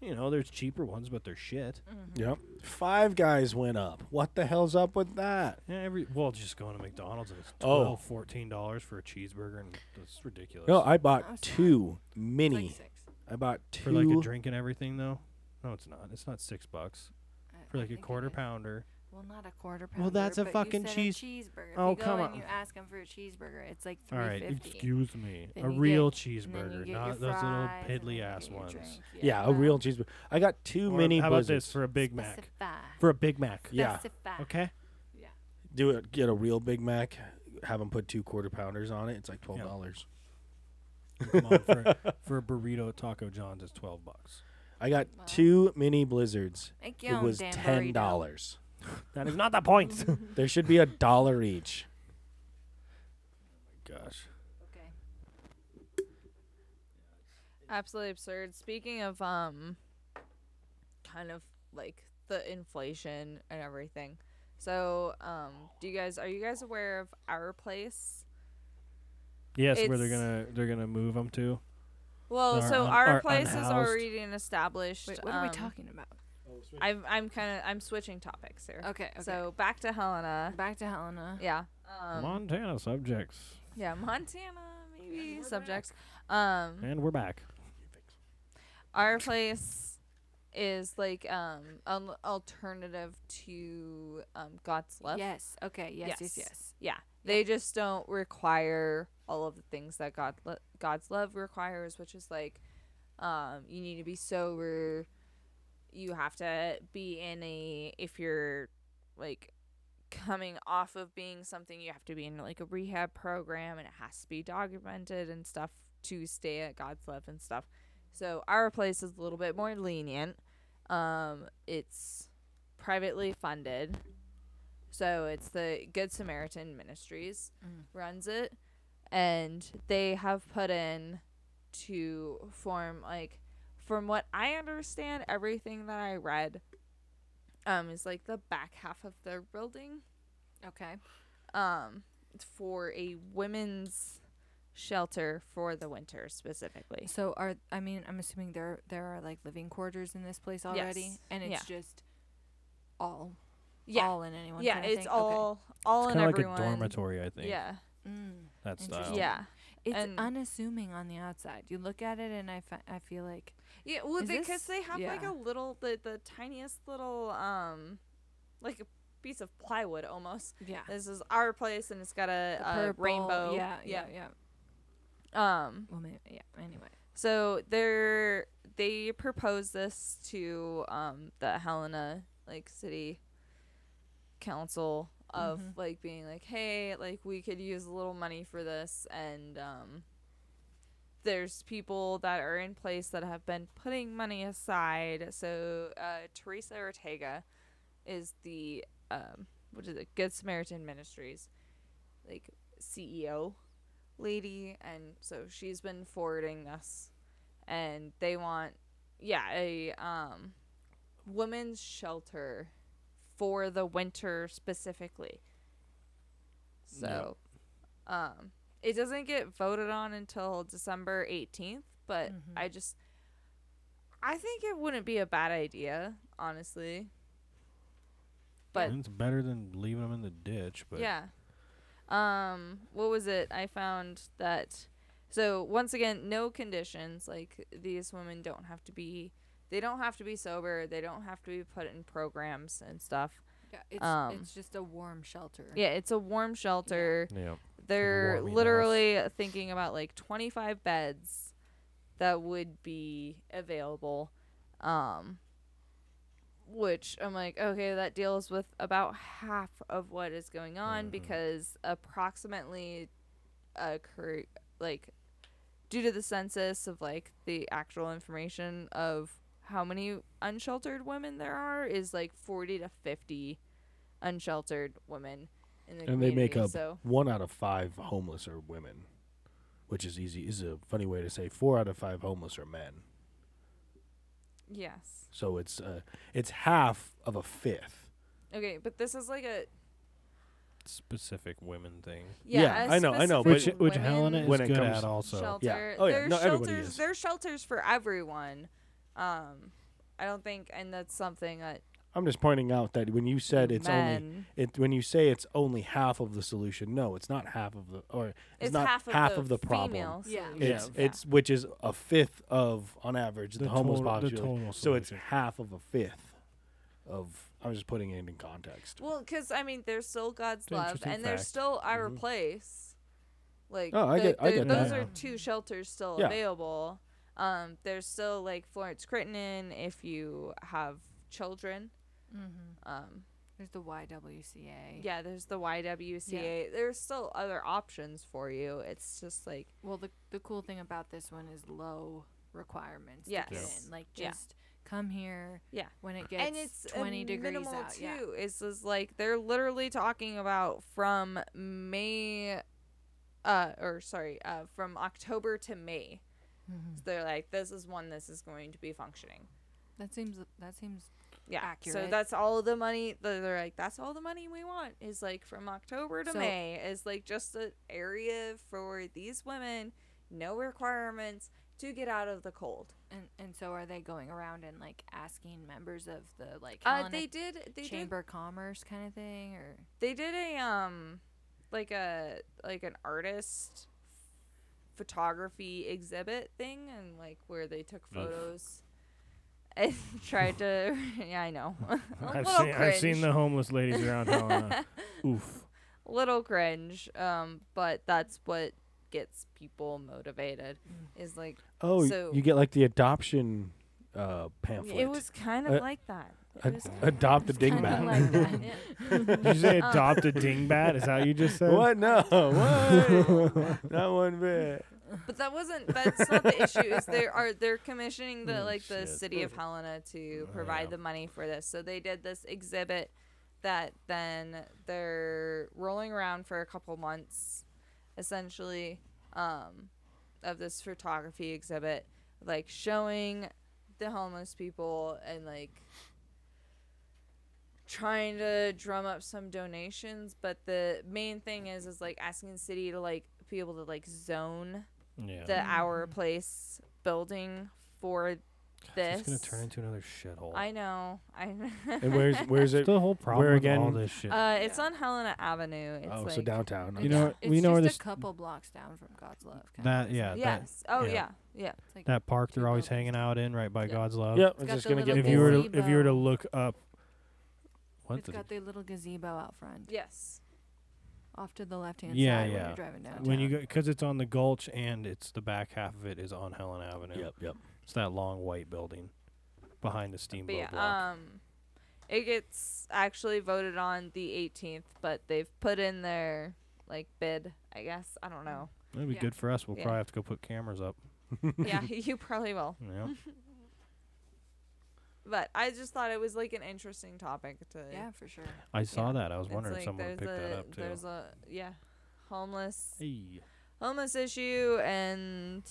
[SPEAKER 1] You know, there's cheaper ones, but they're shit.
[SPEAKER 4] Mm. Mm-hmm.
[SPEAKER 3] yep, five guys went up. What the hell's up with that?
[SPEAKER 1] Yeah, every well, just going to McDonald's and it's
[SPEAKER 3] Oh.
[SPEAKER 1] twelve, fourteen dollars for a cheeseburger, and it's ridiculous.
[SPEAKER 3] No, I bought
[SPEAKER 4] was-
[SPEAKER 3] two mini.
[SPEAKER 4] Like six.
[SPEAKER 3] I bought two.
[SPEAKER 1] for like a drink and everything, though. No, it's not. It's not six bucks
[SPEAKER 4] I-
[SPEAKER 1] for
[SPEAKER 4] I
[SPEAKER 1] like a
[SPEAKER 4] think it
[SPEAKER 1] quarter
[SPEAKER 4] is.
[SPEAKER 1] pounder.
[SPEAKER 4] Well, not a quarter pounder.
[SPEAKER 1] Well, that's a
[SPEAKER 4] but you
[SPEAKER 1] fucking
[SPEAKER 4] said
[SPEAKER 1] cheese-
[SPEAKER 4] cheeseburger. If
[SPEAKER 1] Oh,
[SPEAKER 4] you go
[SPEAKER 1] come
[SPEAKER 4] and
[SPEAKER 1] on.
[SPEAKER 4] You ask him for a cheeseburger. It's like
[SPEAKER 1] All
[SPEAKER 4] three
[SPEAKER 1] right,
[SPEAKER 4] fifty.
[SPEAKER 1] excuse me,
[SPEAKER 4] Then
[SPEAKER 1] a
[SPEAKER 4] you
[SPEAKER 1] real
[SPEAKER 4] get- and then you
[SPEAKER 1] cheeseburger,
[SPEAKER 4] get your
[SPEAKER 1] not those little
[SPEAKER 4] fries, and then
[SPEAKER 1] piddly
[SPEAKER 4] you
[SPEAKER 1] ass
[SPEAKER 4] get your
[SPEAKER 1] ones.
[SPEAKER 4] drink.
[SPEAKER 3] Yeah, a real cheeseburger. I got two
[SPEAKER 1] Or
[SPEAKER 3] mini.
[SPEAKER 1] how about
[SPEAKER 3] blizzards.
[SPEAKER 1] this for a Big Mac?
[SPEAKER 4] Specify.
[SPEAKER 1] For a Big Mac,
[SPEAKER 3] Yeah.
[SPEAKER 4] Specify.
[SPEAKER 1] okay.
[SPEAKER 3] Do it. Get a real Big Mac. Have them put two quarter pounders on it. It's like twelve
[SPEAKER 1] Yeah.
[SPEAKER 3] dollars.
[SPEAKER 1] Come on, for, for a burrito at Taco John's, it's twelve bucks.
[SPEAKER 3] I got two mini blizzards.
[SPEAKER 4] Make your
[SPEAKER 3] It
[SPEAKER 4] own
[SPEAKER 3] was
[SPEAKER 4] damn
[SPEAKER 3] ten
[SPEAKER 4] burrito.
[SPEAKER 3] dollars.
[SPEAKER 1] That is not the point.
[SPEAKER 3] there should be a dollar each.
[SPEAKER 1] Gosh,
[SPEAKER 4] Okay.
[SPEAKER 2] Absolutely absurd. Speaking of um kind of like the inflation and everything. So, um do you guys are you guys aware of our place?
[SPEAKER 1] yes, where they're
[SPEAKER 2] It's-
[SPEAKER 1] gonna they're gonna move them to.
[SPEAKER 2] Well,
[SPEAKER 1] Our
[SPEAKER 2] so
[SPEAKER 1] un-
[SPEAKER 2] our,
[SPEAKER 1] our
[SPEAKER 2] place is
[SPEAKER 1] unhoused-
[SPEAKER 2] already an established
[SPEAKER 4] Wait, what are we
[SPEAKER 2] um,
[SPEAKER 4] talking about?
[SPEAKER 2] I'm I'm kind of I'm switching topics here.
[SPEAKER 4] Okay, okay.
[SPEAKER 2] So, back to Helena.
[SPEAKER 4] Back to Helena.
[SPEAKER 2] Yeah. Um
[SPEAKER 1] Montana subjects,
[SPEAKER 2] yeah, Montana maybe subjects. Um
[SPEAKER 4] mm-hmm.
[SPEAKER 1] and we're back.
[SPEAKER 2] our place is like um an alternative to um God's love.
[SPEAKER 4] Yes. Okay. Yes. Yes. Yes.
[SPEAKER 2] Yeah. They just don't require all of the things that God lo- God's love requires, which is like um you need to be sober, you have to be in a if you're like coming off of being something you have to be in like a rehab program and it has to be documented and stuff to stay at God's love and stuff. So our place is a little bit more lenient. Um, it's privately funded. So it's the Good Samaritan Ministries
[SPEAKER 4] Mm.
[SPEAKER 2] runs it and they have put in to form like from what I understand everything that I read um is like the back half of their building
[SPEAKER 4] Okay.
[SPEAKER 2] um for a women's shelter for the winter specifically.
[SPEAKER 4] So are I mean I'm assuming there there are like living quarters in this place already,
[SPEAKER 2] Yes.
[SPEAKER 4] and it's
[SPEAKER 2] Yeah.
[SPEAKER 4] just all
[SPEAKER 2] Yeah.
[SPEAKER 4] all in anyone.
[SPEAKER 2] yeah,
[SPEAKER 4] kinda
[SPEAKER 2] it's
[SPEAKER 4] thing? Okay.
[SPEAKER 2] all all
[SPEAKER 1] It's
[SPEAKER 2] in
[SPEAKER 1] kind of like
[SPEAKER 2] everyone.
[SPEAKER 1] a dormitory, Oh. I think.
[SPEAKER 2] Yeah.
[SPEAKER 4] Mm.
[SPEAKER 1] That style.
[SPEAKER 4] Interesting.
[SPEAKER 2] Yeah.
[SPEAKER 4] It's
[SPEAKER 2] And-
[SPEAKER 4] unassuming on the outside. You look at it, and I fe- I feel like
[SPEAKER 2] Yeah, well,
[SPEAKER 4] Is
[SPEAKER 2] because
[SPEAKER 4] this-
[SPEAKER 2] they have like
[SPEAKER 4] yeah.
[SPEAKER 2] a little, the the tiniest little, um, like a piece of plywood almost.
[SPEAKER 4] yeah,
[SPEAKER 2] This is our place, and it's got a,
[SPEAKER 4] the
[SPEAKER 2] a
[SPEAKER 4] purple-
[SPEAKER 2] Uh, rainbow.
[SPEAKER 4] Yeah, yeah, yeah.
[SPEAKER 2] yeah. Um,
[SPEAKER 4] Well, maybe, yeah. Anyway,
[SPEAKER 2] so they're they proposed this to um the Helena like city council of like being like, hey, like we could use a little money for this and um there's people that are in place that have been putting money aside. So uh, Teresa Ortega is the um, what is it? Good Samaritan Ministries, like CEO lady, and so she's been forwarding this, and they want yeah a um, women's shelter for the winter specifically. So, um, it doesn't get voted on until December 18th, but I just I think it wouldn't be a bad idea, honestly. But
[SPEAKER 1] And it's better than leaving them in the ditch. But
[SPEAKER 2] yeah. Um, what was it? I found that so once again, no conditions. Like these women don't have to be they don't have to be sober, they don't have to be put in programs and stuff.
[SPEAKER 4] yeah, it's
[SPEAKER 2] Um,
[SPEAKER 4] it's just a warm shelter.
[SPEAKER 2] Yeah, it's a warm shelter.
[SPEAKER 1] Yeah.
[SPEAKER 2] They're
[SPEAKER 1] warming house.
[SPEAKER 2] literally thinking about like 25 beds that would be available. Um which I'm like, okay, that deals with about half of what is going
[SPEAKER 3] Mm-hmm.
[SPEAKER 2] on because approximately uh cur- like due to the census of like the actual information of how many unsheltered women there are is like 40 to 50 unsheltered women in the
[SPEAKER 3] and they
[SPEAKER 2] community.
[SPEAKER 3] make up
[SPEAKER 2] so
[SPEAKER 3] one out of five homeless are women, which is easy. Is a funny way to say four out of five homeless are men.
[SPEAKER 2] yes
[SPEAKER 3] So it's uh, it's half of a fifth.
[SPEAKER 2] okay but this is like a
[SPEAKER 1] Specific women thing.
[SPEAKER 2] yeah,
[SPEAKER 3] Yeah,
[SPEAKER 2] a
[SPEAKER 3] I know, I know,
[SPEAKER 1] Which
[SPEAKER 2] specific
[SPEAKER 1] which
[SPEAKER 2] women
[SPEAKER 1] Helena is
[SPEAKER 3] When it
[SPEAKER 1] good
[SPEAKER 3] comes-
[SPEAKER 1] at also.
[SPEAKER 2] shelter.
[SPEAKER 3] Oh, yeah.
[SPEAKER 2] There's
[SPEAKER 3] No, everybody
[SPEAKER 2] shelters
[SPEAKER 3] is.
[SPEAKER 2] there's shelters for everyone um I don't think and that's something that
[SPEAKER 3] I'm just pointing out that when you said it's
[SPEAKER 2] Men.
[SPEAKER 3] only it when you say it's only half of the solution, no, it's not half of the or it's,
[SPEAKER 2] it's
[SPEAKER 3] not
[SPEAKER 2] half of the,
[SPEAKER 3] problem.
[SPEAKER 2] females.
[SPEAKER 4] Yeah.
[SPEAKER 3] It's
[SPEAKER 2] Yeah.
[SPEAKER 3] it's which is a fifth of on average the,
[SPEAKER 1] The
[SPEAKER 3] homeless
[SPEAKER 1] total- the
[SPEAKER 3] population.
[SPEAKER 1] total
[SPEAKER 3] so it's
[SPEAKER 1] solution.
[SPEAKER 3] half of a fifth of. I'm just putting it in context.
[SPEAKER 2] Well, because I mean, there's still God's
[SPEAKER 1] an
[SPEAKER 2] love,
[SPEAKER 1] interesting
[SPEAKER 2] and there's
[SPEAKER 1] fact.
[SPEAKER 2] still our place. Like,
[SPEAKER 3] Mm-hmm. Oh, I
[SPEAKER 2] the-
[SPEAKER 3] get- I
[SPEAKER 2] the-
[SPEAKER 3] get
[SPEAKER 2] those
[SPEAKER 3] that.
[SPEAKER 2] are two shelters still
[SPEAKER 3] Yeah.
[SPEAKER 2] available. Um, there's still like Florence Crittenden if you have children. Um,
[SPEAKER 4] There's the YWCA.
[SPEAKER 2] yeah, there's the YWCA. There's still other options for you. It's just like
[SPEAKER 4] Well, the the cool thing about this one is low requirements.
[SPEAKER 2] Yes.
[SPEAKER 4] To get in. Like
[SPEAKER 2] Yeah.
[SPEAKER 4] just come here
[SPEAKER 2] yeah,
[SPEAKER 4] when it gets
[SPEAKER 2] and it's a
[SPEAKER 4] 20 degrees
[SPEAKER 2] minimal
[SPEAKER 4] out.
[SPEAKER 2] too.
[SPEAKER 4] Yeah.
[SPEAKER 2] It's just like they're literally talking about from May, uh, or sorry, uh, from October to May. So they're like, this is when this is going to be functioning.
[SPEAKER 4] That seems that seems
[SPEAKER 2] Yeah. So
[SPEAKER 4] Accurate.
[SPEAKER 2] that's all the money. They're they're like, that's all the money we want is like from October to
[SPEAKER 4] So-
[SPEAKER 2] May is like just an area for these women, no requirements to get out of the cold.
[SPEAKER 4] and and so are they going around and like asking members of the like
[SPEAKER 2] Uh,
[SPEAKER 4] Helena
[SPEAKER 2] they did. They did
[SPEAKER 4] chamber of commerce kind of thing or
[SPEAKER 2] they did a um like a like an artist photography exhibit thing and like where they took photos and tried to yeah i know a
[SPEAKER 1] I've
[SPEAKER 2] little
[SPEAKER 1] seen I've
[SPEAKER 2] cringe
[SPEAKER 1] seen the homeless ladies around Helena. Oof.
[SPEAKER 2] little cringe um but that's what gets people motivated is like
[SPEAKER 3] Oh, y-
[SPEAKER 2] So-
[SPEAKER 3] you get like the adoption uh, pamphlet.
[SPEAKER 2] it was kind of
[SPEAKER 3] Uh,
[SPEAKER 2] like that
[SPEAKER 3] Ad- adopt a dingbat.
[SPEAKER 1] Did you say
[SPEAKER 4] Uh,
[SPEAKER 1] adopt a dingbat? Is that what you just said?
[SPEAKER 3] What? No. What? Not one bit.
[SPEAKER 2] But that wasn't. That's not the issue. Is they are they're commissioning the like the
[SPEAKER 7] shit.
[SPEAKER 2] city of Helena to provide the money for this. So they did this exhibit that then they're rolling around for a couple months, essentially, um, of this photography exhibit, like showing the homeless people and like trying to drum up some donations but the main thing is is like asking the city to like be able to like zone
[SPEAKER 7] Yeah.
[SPEAKER 2] the our place building for this.
[SPEAKER 7] It's gonna turn into another shithole.
[SPEAKER 2] I know. I.
[SPEAKER 3] And where's where's
[SPEAKER 1] It's
[SPEAKER 3] it?
[SPEAKER 1] the whole problem
[SPEAKER 3] Where
[SPEAKER 1] with all
[SPEAKER 3] again?
[SPEAKER 1] this shit.
[SPEAKER 2] uh, it's on Helena Avenue. It's
[SPEAKER 3] Oh,
[SPEAKER 2] like,
[SPEAKER 3] so downtown.
[SPEAKER 1] you
[SPEAKER 3] okay.
[SPEAKER 1] know,
[SPEAKER 4] It's
[SPEAKER 1] we know where
[SPEAKER 4] just
[SPEAKER 1] this
[SPEAKER 4] a couple blocks down from God's love. kinda.
[SPEAKER 1] that yeah that,
[SPEAKER 2] Yes. oh
[SPEAKER 7] yeah.
[SPEAKER 2] yeah. Yeah.
[SPEAKER 4] It's like
[SPEAKER 1] that park they're
[SPEAKER 4] two
[SPEAKER 1] always
[SPEAKER 4] buildings.
[SPEAKER 1] hanging out in right by God's love.
[SPEAKER 3] Yep, I'm
[SPEAKER 4] Oh. got the
[SPEAKER 3] just gonna get.
[SPEAKER 4] little
[SPEAKER 1] If you were to
[SPEAKER 4] Gazebo.
[SPEAKER 1] if you were to look up, what
[SPEAKER 4] It's
[SPEAKER 1] the
[SPEAKER 4] got the little gazebo out front,
[SPEAKER 2] Yes.
[SPEAKER 4] off to the left hand
[SPEAKER 1] Yeah,
[SPEAKER 4] side when
[SPEAKER 1] yeah.
[SPEAKER 4] you're driving down.
[SPEAKER 1] when you go because it's on the gulch and it's the back half of it is on Helen Avenue.
[SPEAKER 3] Yep, yep.
[SPEAKER 1] It's that long white building behind the
[SPEAKER 2] But
[SPEAKER 1] steamboat
[SPEAKER 2] yeah.
[SPEAKER 1] block.
[SPEAKER 2] Um, it gets actually voted on the 18th, but they've put in their like bid. I guess I don't know.
[SPEAKER 1] That'd be
[SPEAKER 4] yeah.
[SPEAKER 1] good for us. We'll
[SPEAKER 2] Yeah.
[SPEAKER 1] probably have to go put cameras up.
[SPEAKER 2] yeah, you probably will.
[SPEAKER 1] Yeah.
[SPEAKER 2] But I just thought it was like an interesting topic to.
[SPEAKER 4] Yeah, for sure.
[SPEAKER 1] I saw
[SPEAKER 2] Yeah.
[SPEAKER 1] that. I was
[SPEAKER 2] It's
[SPEAKER 1] wondering
[SPEAKER 2] like
[SPEAKER 1] if someone would pick
[SPEAKER 2] there's
[SPEAKER 1] that
[SPEAKER 2] a-
[SPEAKER 1] up too.
[SPEAKER 2] There's a yeah, homeless
[SPEAKER 1] Hey.
[SPEAKER 2] homeless issue and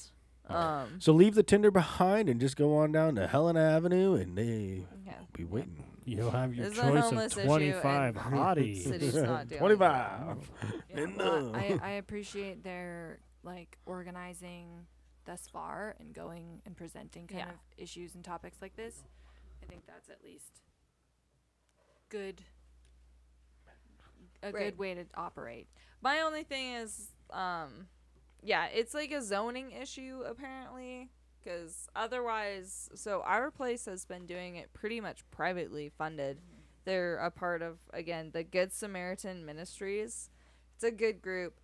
[SPEAKER 2] um
[SPEAKER 3] So leave the Tinder behind and just go on down to Helena Avenue, and they
[SPEAKER 2] yeah.
[SPEAKER 3] will be waiting.
[SPEAKER 1] You'll have your
[SPEAKER 2] There's a
[SPEAKER 1] choice of
[SPEAKER 2] homeless issue and
[SPEAKER 1] 25
[SPEAKER 2] city's
[SPEAKER 1] hotties.
[SPEAKER 2] not doing it.
[SPEAKER 3] Twenty-five.
[SPEAKER 4] Yeah,
[SPEAKER 3] No.
[SPEAKER 4] well, I, I appreciate their like organizing thus far and going and presenting kind
[SPEAKER 2] Yeah.
[SPEAKER 4] of issues and topics like this. I think that's at least good a
[SPEAKER 2] Right.
[SPEAKER 4] good way to operate.
[SPEAKER 2] My only thing is um yeah, it's like a zoning issue apparently cuz otherwise so our place has been doing it pretty much privately funded. They're a part of again the Good Samaritan Ministries. It's a good group.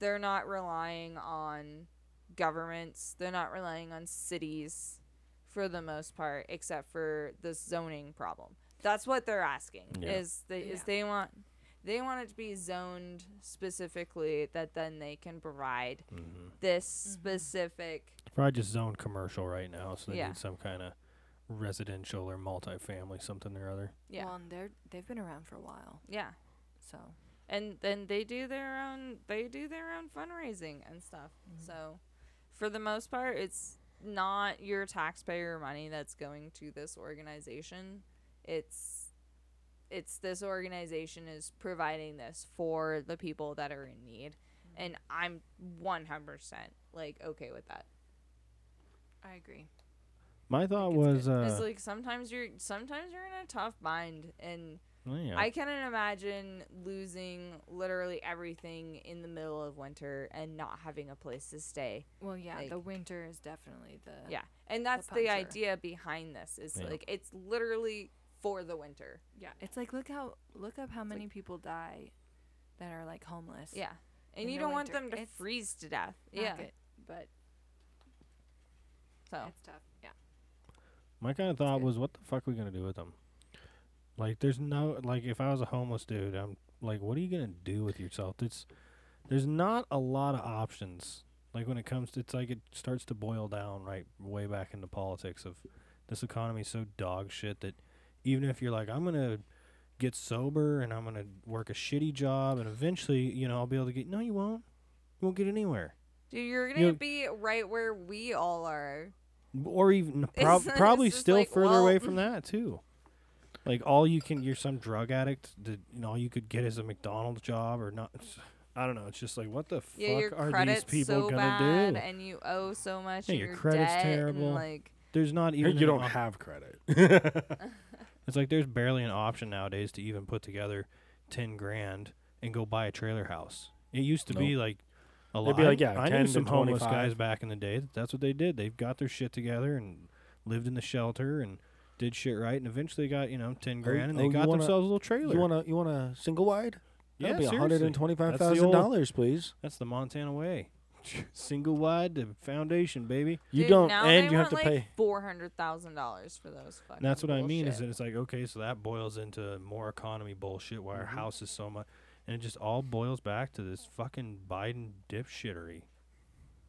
[SPEAKER 2] They're not relying on governments. They're not relying on cities for the most part except for this zoning problem. That's what they're asking.
[SPEAKER 1] Yeah.
[SPEAKER 2] Is they is
[SPEAKER 4] Yeah.
[SPEAKER 2] they want they want it to be zoned specifically that then they can provide this specific
[SPEAKER 1] Probably just zone commercial right now, so they
[SPEAKER 2] Yeah.
[SPEAKER 1] need some kind of residential or multifamily something or other.
[SPEAKER 2] yeah
[SPEAKER 4] Well, and they're they've been around for a while,
[SPEAKER 2] yeah
[SPEAKER 4] so
[SPEAKER 2] and then they do their own they do their own fundraising and stuff so for the most part it's not your taxpayer money that's going to this organization it's it's this organization is providing this for the people that are in need and i'm 100% like okay with that
[SPEAKER 4] I agree.
[SPEAKER 1] My thought was,
[SPEAKER 2] it's
[SPEAKER 1] uh,
[SPEAKER 2] like sometimes you're sometimes you're in a tough bind and
[SPEAKER 1] well, yeah,
[SPEAKER 2] I couldn't imagine losing literally everything in the middle of winter and not having a place to stay.
[SPEAKER 4] Well, yeah,
[SPEAKER 2] Like-
[SPEAKER 4] the winter is definitely the
[SPEAKER 2] Yeah. And that's the,
[SPEAKER 4] puncture.
[SPEAKER 2] idea behind this is
[SPEAKER 1] Yeah.
[SPEAKER 2] like it's literally for the winter.
[SPEAKER 4] yeah. It's like look how look up how many people die that are like homeless.
[SPEAKER 2] Yeah. And
[SPEAKER 4] In
[SPEAKER 2] you
[SPEAKER 4] the
[SPEAKER 2] don't want
[SPEAKER 4] winter,
[SPEAKER 2] them to
[SPEAKER 4] it's
[SPEAKER 2] freeze to death.
[SPEAKER 4] Not
[SPEAKER 2] Yeah.
[SPEAKER 4] good, but
[SPEAKER 2] So
[SPEAKER 4] it's tough. Yeah.
[SPEAKER 1] my kind of thought
[SPEAKER 4] good.
[SPEAKER 1] was, what the fuck are we gonna do with them? Like, there's no like, if I was a homeless dude, I'm like, what are you gonna do with yourself? It's there's not a lot of options. Like when it comes, to, it's like it starts to boil down right way back into politics of this economy's so dog shit that even if you're like, I'm gonna get sober and I'm gonna work a shitty job and eventually, you know, I'll be able to get. No, you won't. You won't get anywhere.
[SPEAKER 2] dude, you're gonna
[SPEAKER 1] You-
[SPEAKER 2] be right where we all are.
[SPEAKER 1] or even prob-
[SPEAKER 2] It's
[SPEAKER 1] probably
[SPEAKER 2] just
[SPEAKER 1] still
[SPEAKER 2] like,
[SPEAKER 1] further
[SPEAKER 2] well-
[SPEAKER 1] away from that too. Like all you can, you're some drug addict. That, and all you could get is a McDonald's job or not. I don't know. It's just like what the
[SPEAKER 2] Yeah, your
[SPEAKER 1] fuck are these
[SPEAKER 2] credit's
[SPEAKER 1] people
[SPEAKER 2] so
[SPEAKER 1] gonna
[SPEAKER 2] bad
[SPEAKER 1] do?
[SPEAKER 2] and you owe so much
[SPEAKER 1] Yeah,
[SPEAKER 2] and
[SPEAKER 1] your
[SPEAKER 2] you're
[SPEAKER 1] credit's
[SPEAKER 2] dead and,
[SPEAKER 1] terrible.
[SPEAKER 2] like
[SPEAKER 1] There's not even
[SPEAKER 3] You
[SPEAKER 1] an
[SPEAKER 3] don't
[SPEAKER 1] op-
[SPEAKER 3] have credit.
[SPEAKER 1] It's like there's barely an option nowadays to even put together ten grand and go buy a trailer house. It used to be like a lot.
[SPEAKER 3] They'd be like, yeah,
[SPEAKER 1] I
[SPEAKER 3] 10
[SPEAKER 1] knew
[SPEAKER 3] to
[SPEAKER 1] some homeless
[SPEAKER 3] 25.
[SPEAKER 1] guys back in the day. That that's what they did. They got their shit together and lived in the shelter and did shit right, and eventually got you know ten grand, and
[SPEAKER 3] oh,
[SPEAKER 1] they
[SPEAKER 3] you
[SPEAKER 1] got
[SPEAKER 3] wanna-
[SPEAKER 1] themselves a little trailer.
[SPEAKER 3] You want to you want a single wide?
[SPEAKER 1] Yeah,
[SPEAKER 3] That'd be
[SPEAKER 1] seriously.
[SPEAKER 3] one hundred and twenty-five thousand dollars, please.
[SPEAKER 1] That's the Montana way. Single wide to foundation, baby.
[SPEAKER 3] You
[SPEAKER 2] dude,
[SPEAKER 3] don't,
[SPEAKER 2] now
[SPEAKER 3] and
[SPEAKER 2] they
[SPEAKER 3] you have
[SPEAKER 2] want
[SPEAKER 3] to
[SPEAKER 2] like
[SPEAKER 3] pay.
[SPEAKER 2] four hundred thousand dollars for those
[SPEAKER 1] And
[SPEAKER 2] fucking
[SPEAKER 1] that's what I mean. Is
[SPEAKER 2] bullshit.
[SPEAKER 1] that it's like okay, so that boils into more economy bullshit. Why
[SPEAKER 2] Mm-hmm.
[SPEAKER 1] our house is so much, and it just all boils back to this fucking Biden dipshittery.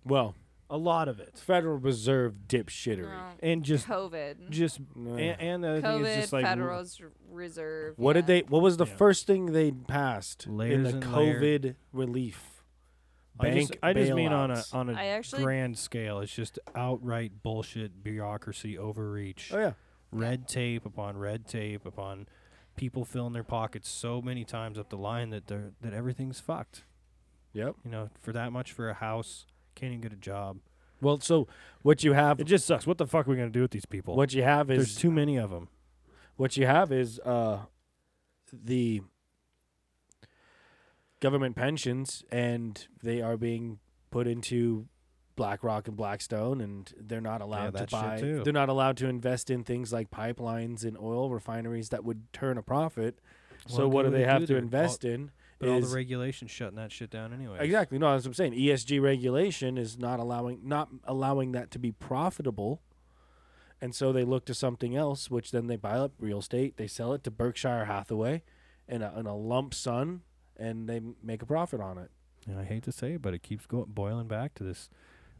[SPEAKER 3] Well,
[SPEAKER 1] A lot of it,
[SPEAKER 3] Federal Reserve dipshittery.
[SPEAKER 1] and just
[SPEAKER 2] COVID.
[SPEAKER 1] just
[SPEAKER 3] No.
[SPEAKER 1] and, and the other thing is
[SPEAKER 2] COVID,
[SPEAKER 1] just like
[SPEAKER 2] Federal S- Reserve.
[SPEAKER 3] What
[SPEAKER 2] yeah.
[SPEAKER 3] did they? What was the
[SPEAKER 1] Yeah.
[SPEAKER 3] first thing they passed in
[SPEAKER 1] Layers
[SPEAKER 3] the
[SPEAKER 1] and
[SPEAKER 3] COVID
[SPEAKER 1] layered.
[SPEAKER 3] relief?
[SPEAKER 1] I just,
[SPEAKER 3] Bank
[SPEAKER 1] I just mean on a
[SPEAKER 3] bailouts.
[SPEAKER 1] on a
[SPEAKER 2] I actually-
[SPEAKER 1] grand scale. It's just outright bullshit, bureaucracy, overreach,
[SPEAKER 3] Oh yeah,
[SPEAKER 1] red tape upon red tape upon people filling their pockets so many times up the line that they're that everything's fucked.
[SPEAKER 3] yep.
[SPEAKER 1] You know, for that much for a house, can't even get a job.
[SPEAKER 3] Well, so what you have,
[SPEAKER 1] It just sucks. What the fuck are we gonna do with these people?
[SPEAKER 3] what you have is
[SPEAKER 1] There's too many of them.
[SPEAKER 3] what you have is uh, the government pensions, and they are being put into BlackRock and Blackstone, and they're not allowed
[SPEAKER 1] that
[SPEAKER 3] to
[SPEAKER 1] shit
[SPEAKER 3] buy.
[SPEAKER 1] too.
[SPEAKER 3] They're not allowed to invest in things like pipelines and oil refineries that would turn a profit. so
[SPEAKER 1] Well,
[SPEAKER 3] what do
[SPEAKER 1] they
[SPEAKER 3] they
[SPEAKER 1] would
[SPEAKER 3] have
[SPEAKER 1] do
[SPEAKER 3] to
[SPEAKER 1] that.
[SPEAKER 3] invest
[SPEAKER 1] All-
[SPEAKER 3] in?
[SPEAKER 1] But all
[SPEAKER 3] is-
[SPEAKER 1] the regulations shutting that shit down anyway.
[SPEAKER 3] Exactly. No, that's what I'm saying. ESG regulation is not allowing not allowing that to be profitable. And so they look to something else, which then they buy up real estate, they sell it to Berkshire Hathaway in a, in a lump sum, and they m- make a profit on it.
[SPEAKER 1] And I hate to say it, but it keeps going boiling back to this.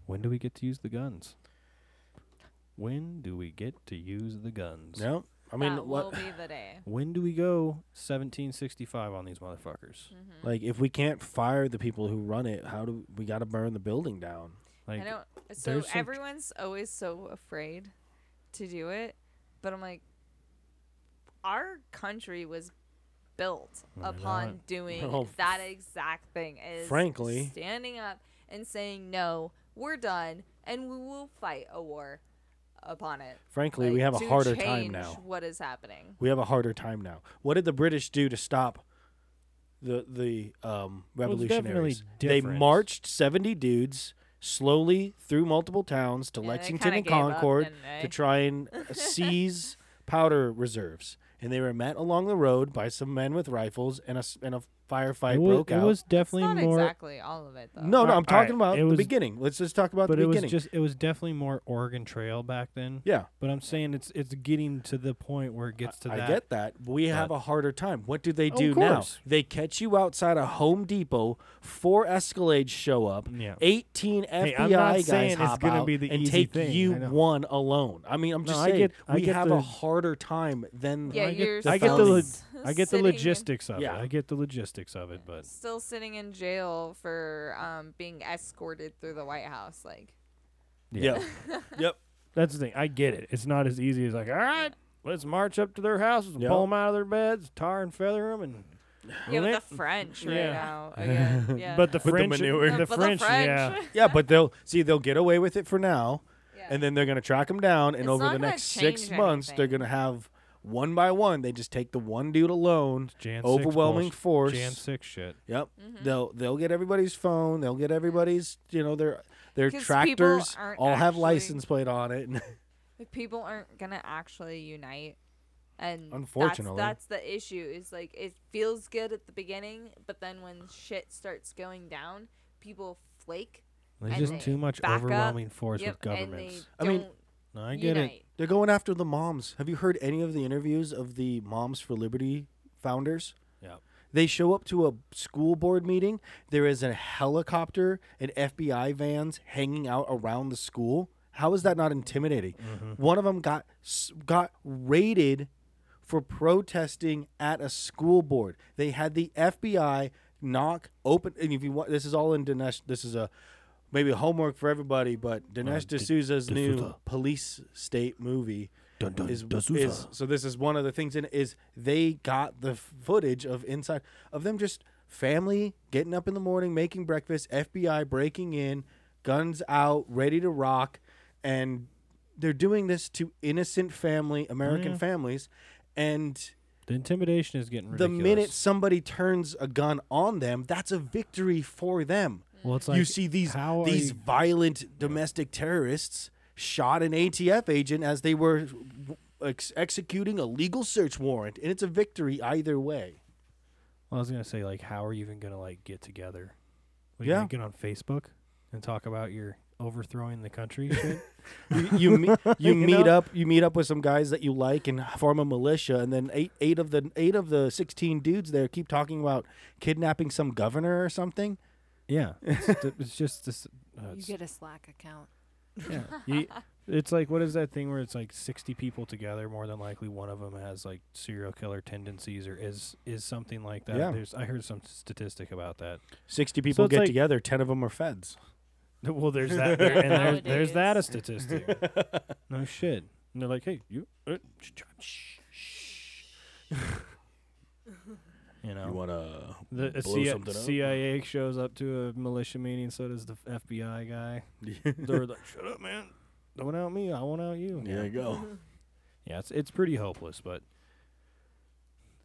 [SPEAKER 1] When do we get to use the guns? When do we get to use the guns?
[SPEAKER 3] No, I mean,
[SPEAKER 2] that
[SPEAKER 3] what,
[SPEAKER 2] will be the day.
[SPEAKER 1] When do we go 1765 on these motherfuckers?
[SPEAKER 2] Mm.
[SPEAKER 3] like if we can't fire the people who run it, how do we got to burn the building down?
[SPEAKER 1] Like,
[SPEAKER 2] I don't. So
[SPEAKER 1] there's some tr-
[SPEAKER 2] everyone's always so afraid to do it, but I'm like, our country was built upon doing
[SPEAKER 3] Oh Well,
[SPEAKER 2] that exact thing. Is
[SPEAKER 3] frankly-
[SPEAKER 2] standing up and saying no, we're done, and we will fight a war upon it.
[SPEAKER 3] Frankly, we
[SPEAKER 2] Like,
[SPEAKER 3] have a
[SPEAKER 2] to
[SPEAKER 3] harder time
[SPEAKER 2] change
[SPEAKER 3] now.
[SPEAKER 2] What is happening?
[SPEAKER 3] We have a harder time now. What did the British do to stop the the um,
[SPEAKER 1] it's definitely
[SPEAKER 3] revolutionaries? they
[SPEAKER 1] different.
[SPEAKER 3] marched seventy dudes slowly through multiple towns to
[SPEAKER 2] Yeah, they
[SPEAKER 3] Lexington
[SPEAKER 2] kinda
[SPEAKER 3] and
[SPEAKER 2] gave up,
[SPEAKER 3] Concord
[SPEAKER 2] didn't they?
[SPEAKER 3] to try and seize powder reserves. And they were met along the road by some men with rifles, and a s- and a firefight
[SPEAKER 1] it, wa-
[SPEAKER 3] broke
[SPEAKER 1] it
[SPEAKER 3] out.
[SPEAKER 1] was
[SPEAKER 2] It's not
[SPEAKER 1] definitely more.
[SPEAKER 2] exactly all of it though.
[SPEAKER 3] no, no, I'm
[SPEAKER 1] Alright,
[SPEAKER 3] talking about
[SPEAKER 1] it
[SPEAKER 3] the
[SPEAKER 1] was-
[SPEAKER 3] beginning. Let's just talk about
[SPEAKER 1] But
[SPEAKER 3] the
[SPEAKER 1] it was
[SPEAKER 3] beginning.
[SPEAKER 1] just it was definitely more Oregon Trail back then.
[SPEAKER 3] yeah,
[SPEAKER 1] But I'm saying it's it's getting to the point where it gets to
[SPEAKER 3] I
[SPEAKER 1] that.
[SPEAKER 3] get that. We have
[SPEAKER 1] but-
[SPEAKER 3] a harder time. What do they
[SPEAKER 1] Of
[SPEAKER 3] do now?
[SPEAKER 1] course.
[SPEAKER 3] They catch you outside a Home Depot. Four Escalades show up.
[SPEAKER 1] Yeah.
[SPEAKER 3] Eighteen FBI
[SPEAKER 1] Hey, I'm not
[SPEAKER 3] guys
[SPEAKER 1] saying it's
[SPEAKER 3] hop
[SPEAKER 1] gonna
[SPEAKER 3] out
[SPEAKER 1] be the
[SPEAKER 3] and
[SPEAKER 1] easy
[SPEAKER 3] take
[SPEAKER 1] thing.
[SPEAKER 3] you
[SPEAKER 1] I know.
[SPEAKER 3] one alone. I mean, I'm
[SPEAKER 1] No,
[SPEAKER 3] just
[SPEAKER 1] I
[SPEAKER 3] saying
[SPEAKER 1] get- I
[SPEAKER 3] we
[SPEAKER 1] get
[SPEAKER 3] have
[SPEAKER 1] the-
[SPEAKER 3] a harder time than
[SPEAKER 2] Yeah,
[SPEAKER 3] I get
[SPEAKER 2] you're
[SPEAKER 3] the
[SPEAKER 1] I get the lo-
[SPEAKER 3] felonies.
[SPEAKER 1] I get the
[SPEAKER 2] Sitting in-
[SPEAKER 1] logistics of
[SPEAKER 3] Yeah.
[SPEAKER 1] it. I get the logistics of it, but
[SPEAKER 2] Still sitting in jail for um, being escorted through the White House, like.
[SPEAKER 3] Yep. yep.
[SPEAKER 1] That's the thing. I get it. It's not as easy as like, all right, let's march up to their houses and
[SPEAKER 3] Yeah.
[SPEAKER 1] pull them out of their beds, tar and feather them, and
[SPEAKER 2] Yeah,
[SPEAKER 1] Well,
[SPEAKER 2] but the French right
[SPEAKER 1] yeah.
[SPEAKER 2] now. Again. Yeah.
[SPEAKER 1] but the
[SPEAKER 3] the
[SPEAKER 1] French,
[SPEAKER 3] manure.
[SPEAKER 2] But the
[SPEAKER 1] French, yeah,
[SPEAKER 2] French.
[SPEAKER 3] Yeah, but they'll see they'll get away with it for now,
[SPEAKER 2] Yeah.
[SPEAKER 3] and then they're gonna track them down, and
[SPEAKER 2] It's
[SPEAKER 3] over
[SPEAKER 2] not
[SPEAKER 3] the
[SPEAKER 2] gonna
[SPEAKER 3] next six
[SPEAKER 2] change
[SPEAKER 3] months they're
[SPEAKER 2] anything.
[SPEAKER 3] gonna have one by one. They just take the one dude alone,
[SPEAKER 1] Jan six
[SPEAKER 3] overwhelming
[SPEAKER 1] bullsh-
[SPEAKER 3] force.
[SPEAKER 1] Jan six shit.
[SPEAKER 3] Yep.
[SPEAKER 2] Mm-hmm.
[SPEAKER 3] They'll they'll get everybody's phone. They'll get everybody's you know their their
[SPEAKER 2] 'Cause people
[SPEAKER 3] tractors
[SPEAKER 2] aren't
[SPEAKER 3] all have
[SPEAKER 2] actually-
[SPEAKER 3] license plate on it. and-
[SPEAKER 2] If people aren't gonna actually unite, and that's-
[SPEAKER 3] Unfortunately.
[SPEAKER 2] that's, the issue. Is like it feels good at the beginning, but then when shit starts going down, people flake.
[SPEAKER 1] There's
[SPEAKER 2] and
[SPEAKER 1] just
[SPEAKER 2] they
[SPEAKER 1] too much
[SPEAKER 2] back up.
[SPEAKER 1] overwhelming force
[SPEAKER 2] Yep,
[SPEAKER 1] with governments.
[SPEAKER 2] And
[SPEAKER 3] I
[SPEAKER 2] they
[SPEAKER 3] mean,
[SPEAKER 2] don't
[SPEAKER 1] No, I get
[SPEAKER 2] unite.
[SPEAKER 1] it.
[SPEAKER 3] They're going after the moms. Have you heard any of the interviews of the Moms for Liberty founders?
[SPEAKER 1] Yep.
[SPEAKER 3] They show up to a school board meeting. There is a helicopter and FBI vans hanging out around the school. How is that not intimidating?
[SPEAKER 2] Mm-hmm.
[SPEAKER 3] One of them got s- got raided for protesting at a school board. They had the FBI knock open. And if you want, this is all in Dinesh. This is a maybe homework for everybody. But Dinesh D'Souza's new police state movie is, is so this is one of the things in it is they got the f- footage of inside of them just family getting up in the morning making breakfast fbi breaking in guns out ready to rock and they're doing this to innocent family american families and
[SPEAKER 1] The intimidation is getting ridiculous.
[SPEAKER 3] the minute somebody turns a gun on them that's a victory for them
[SPEAKER 1] well, it's
[SPEAKER 3] you
[SPEAKER 1] like,
[SPEAKER 3] see these
[SPEAKER 1] how are
[SPEAKER 3] these
[SPEAKER 1] you-
[SPEAKER 3] violent domestic terrorists shot an ATF agent as they were ex- executing a legal search warrant, and it's a victory either way.
[SPEAKER 1] Well, I was gonna say like, how are you even gonna like get together? What,
[SPEAKER 3] Yeah.
[SPEAKER 1] you gonna get on Facebook and talk about your overthrowing the country shit.
[SPEAKER 3] You you, me- you meet
[SPEAKER 1] know?
[SPEAKER 3] up you meet up with some guys that you like and form a militia, and then eight eight of the eight of the sixteen dudes there keep talking about kidnapping some governor or something.
[SPEAKER 1] Yeah, it's, th- it's just this. Uh,
[SPEAKER 4] You
[SPEAKER 1] it's,
[SPEAKER 4] get a Slack account.
[SPEAKER 1] you- it's like what is that thing where it's like 60 people together? More than likely, one of them has like serial killer tendencies or is is something like that.
[SPEAKER 3] Yeah.
[SPEAKER 1] There's I heard some statistic about that.
[SPEAKER 3] 60 people
[SPEAKER 1] it's
[SPEAKER 3] get
[SPEAKER 1] like-
[SPEAKER 3] together, 10 of them are feds.
[SPEAKER 1] Well, there's that, there, and there's,
[SPEAKER 13] Nowadays.
[SPEAKER 1] there's that a statistic. no shit. And they're like, hey, you, uh, sh- sh- shh, shh." you know,
[SPEAKER 3] You want to
[SPEAKER 1] the a
[SPEAKER 3] blow
[SPEAKER 1] C-
[SPEAKER 3] something up?
[SPEAKER 1] CIA shows up to a militia meeting, so does the FBI guy. they're like, shut up, man. Don't out me. I won't out you.
[SPEAKER 3] There you go.
[SPEAKER 1] Mm-hmm. Yeah, it's it's pretty hopeless, but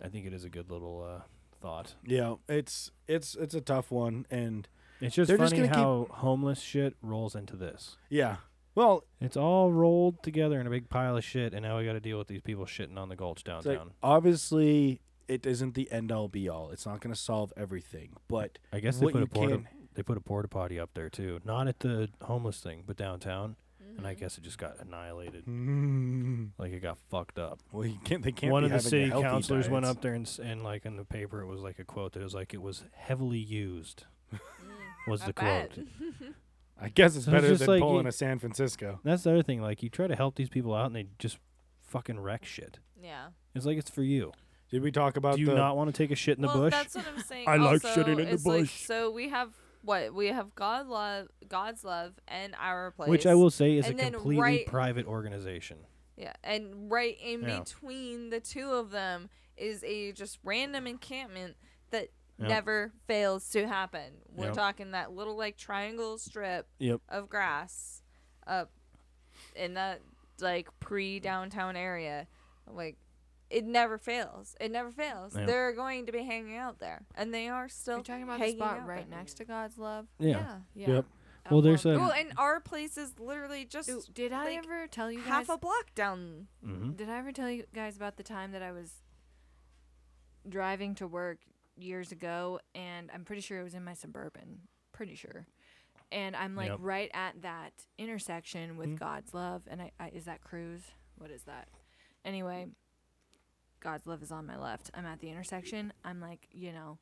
[SPEAKER 1] I think it is a good little uh, thought.
[SPEAKER 3] Yeah, it's it's it's a tough one, and
[SPEAKER 1] It's just
[SPEAKER 3] They're just
[SPEAKER 1] funny
[SPEAKER 3] gonna
[SPEAKER 1] how
[SPEAKER 3] keep-
[SPEAKER 1] homeless shit rolls into this.
[SPEAKER 3] yeah. Well,
[SPEAKER 1] It's all rolled together in a big pile of shit, and now we got to deal with these people shitting on the gulch
[SPEAKER 3] it's like,
[SPEAKER 1] downtown.
[SPEAKER 3] obviously it isn't the end all be all. It's not going to solve everything, but
[SPEAKER 1] I guess they
[SPEAKER 3] what
[SPEAKER 1] put
[SPEAKER 3] you
[SPEAKER 1] a porta
[SPEAKER 3] can-
[SPEAKER 1] they put a porta potty up there too, not at the homeless thing, but downtown. And
[SPEAKER 3] Mm-hmm.
[SPEAKER 1] I guess it just got annihilated. Like it got fucked up.
[SPEAKER 3] well, you can't. They can't.
[SPEAKER 1] One
[SPEAKER 3] be
[SPEAKER 1] of the
[SPEAKER 3] having
[SPEAKER 1] city
[SPEAKER 3] healthy
[SPEAKER 1] councilors went
[SPEAKER 3] diets.
[SPEAKER 1] up there and, s- and like in the paper, it was like a quote that was like it was heavily used. was the
[SPEAKER 2] bet.
[SPEAKER 1] quote.
[SPEAKER 3] I guess it's
[SPEAKER 1] So it's
[SPEAKER 3] better
[SPEAKER 1] just
[SPEAKER 3] than
[SPEAKER 1] like
[SPEAKER 3] pulling
[SPEAKER 1] you-
[SPEAKER 3] a San Francisco.
[SPEAKER 1] That's the other thing. Like you try to help these people out, and they just fucking wreck shit.
[SPEAKER 2] Yeah.
[SPEAKER 1] It's like it's for you.
[SPEAKER 3] Did we talk about
[SPEAKER 1] Do you
[SPEAKER 3] the?
[SPEAKER 1] not want to take a shit in the
[SPEAKER 2] well,
[SPEAKER 1] bush?
[SPEAKER 2] that's what I'm saying.
[SPEAKER 14] I like
[SPEAKER 2] Also,
[SPEAKER 14] shitting in the
[SPEAKER 2] it's like,
[SPEAKER 14] bush.
[SPEAKER 2] so we have what we have God love, God's love, and our place,
[SPEAKER 1] Which I will say is
[SPEAKER 2] And
[SPEAKER 1] a
[SPEAKER 2] then
[SPEAKER 1] completely
[SPEAKER 2] right-
[SPEAKER 1] private organization.
[SPEAKER 2] Yeah, and right in
[SPEAKER 1] Yeah.
[SPEAKER 2] between the two of them is a just random encampment that
[SPEAKER 1] Yeah.
[SPEAKER 2] never fails to happen. We're
[SPEAKER 1] Yeah.
[SPEAKER 2] talking that little like triangle strip
[SPEAKER 1] Yep.
[SPEAKER 2] of grass up in that like pre downtown area. Like it never fails. It never fails.
[SPEAKER 1] Yeah.
[SPEAKER 2] They're going to be hanging out there, and they are still
[SPEAKER 4] Are you talking about the
[SPEAKER 2] hanging
[SPEAKER 4] spot
[SPEAKER 2] out
[SPEAKER 4] right
[SPEAKER 2] there.
[SPEAKER 4] next to God's love?
[SPEAKER 1] Yeah.
[SPEAKER 4] Yeah.
[SPEAKER 3] Yep.
[SPEAKER 4] I
[SPEAKER 1] Well, there's
[SPEAKER 4] love
[SPEAKER 1] a.
[SPEAKER 2] Oh, Well, and our place is literally just
[SPEAKER 4] Dude, did I
[SPEAKER 2] like,
[SPEAKER 4] ever tell you guys?
[SPEAKER 2] half a block down.
[SPEAKER 1] Mhm.
[SPEAKER 4] Did I ever tell you guys about the time that I was driving to work years ago and I'm pretty sure it was in my suburban. Pretty sure. And I'm like
[SPEAKER 1] Yep.
[SPEAKER 4] right at that intersection with God's love and I, I is that cruise? What is that? Anyway, God's love is on my left. I'm at the intersection. I'm like, you know,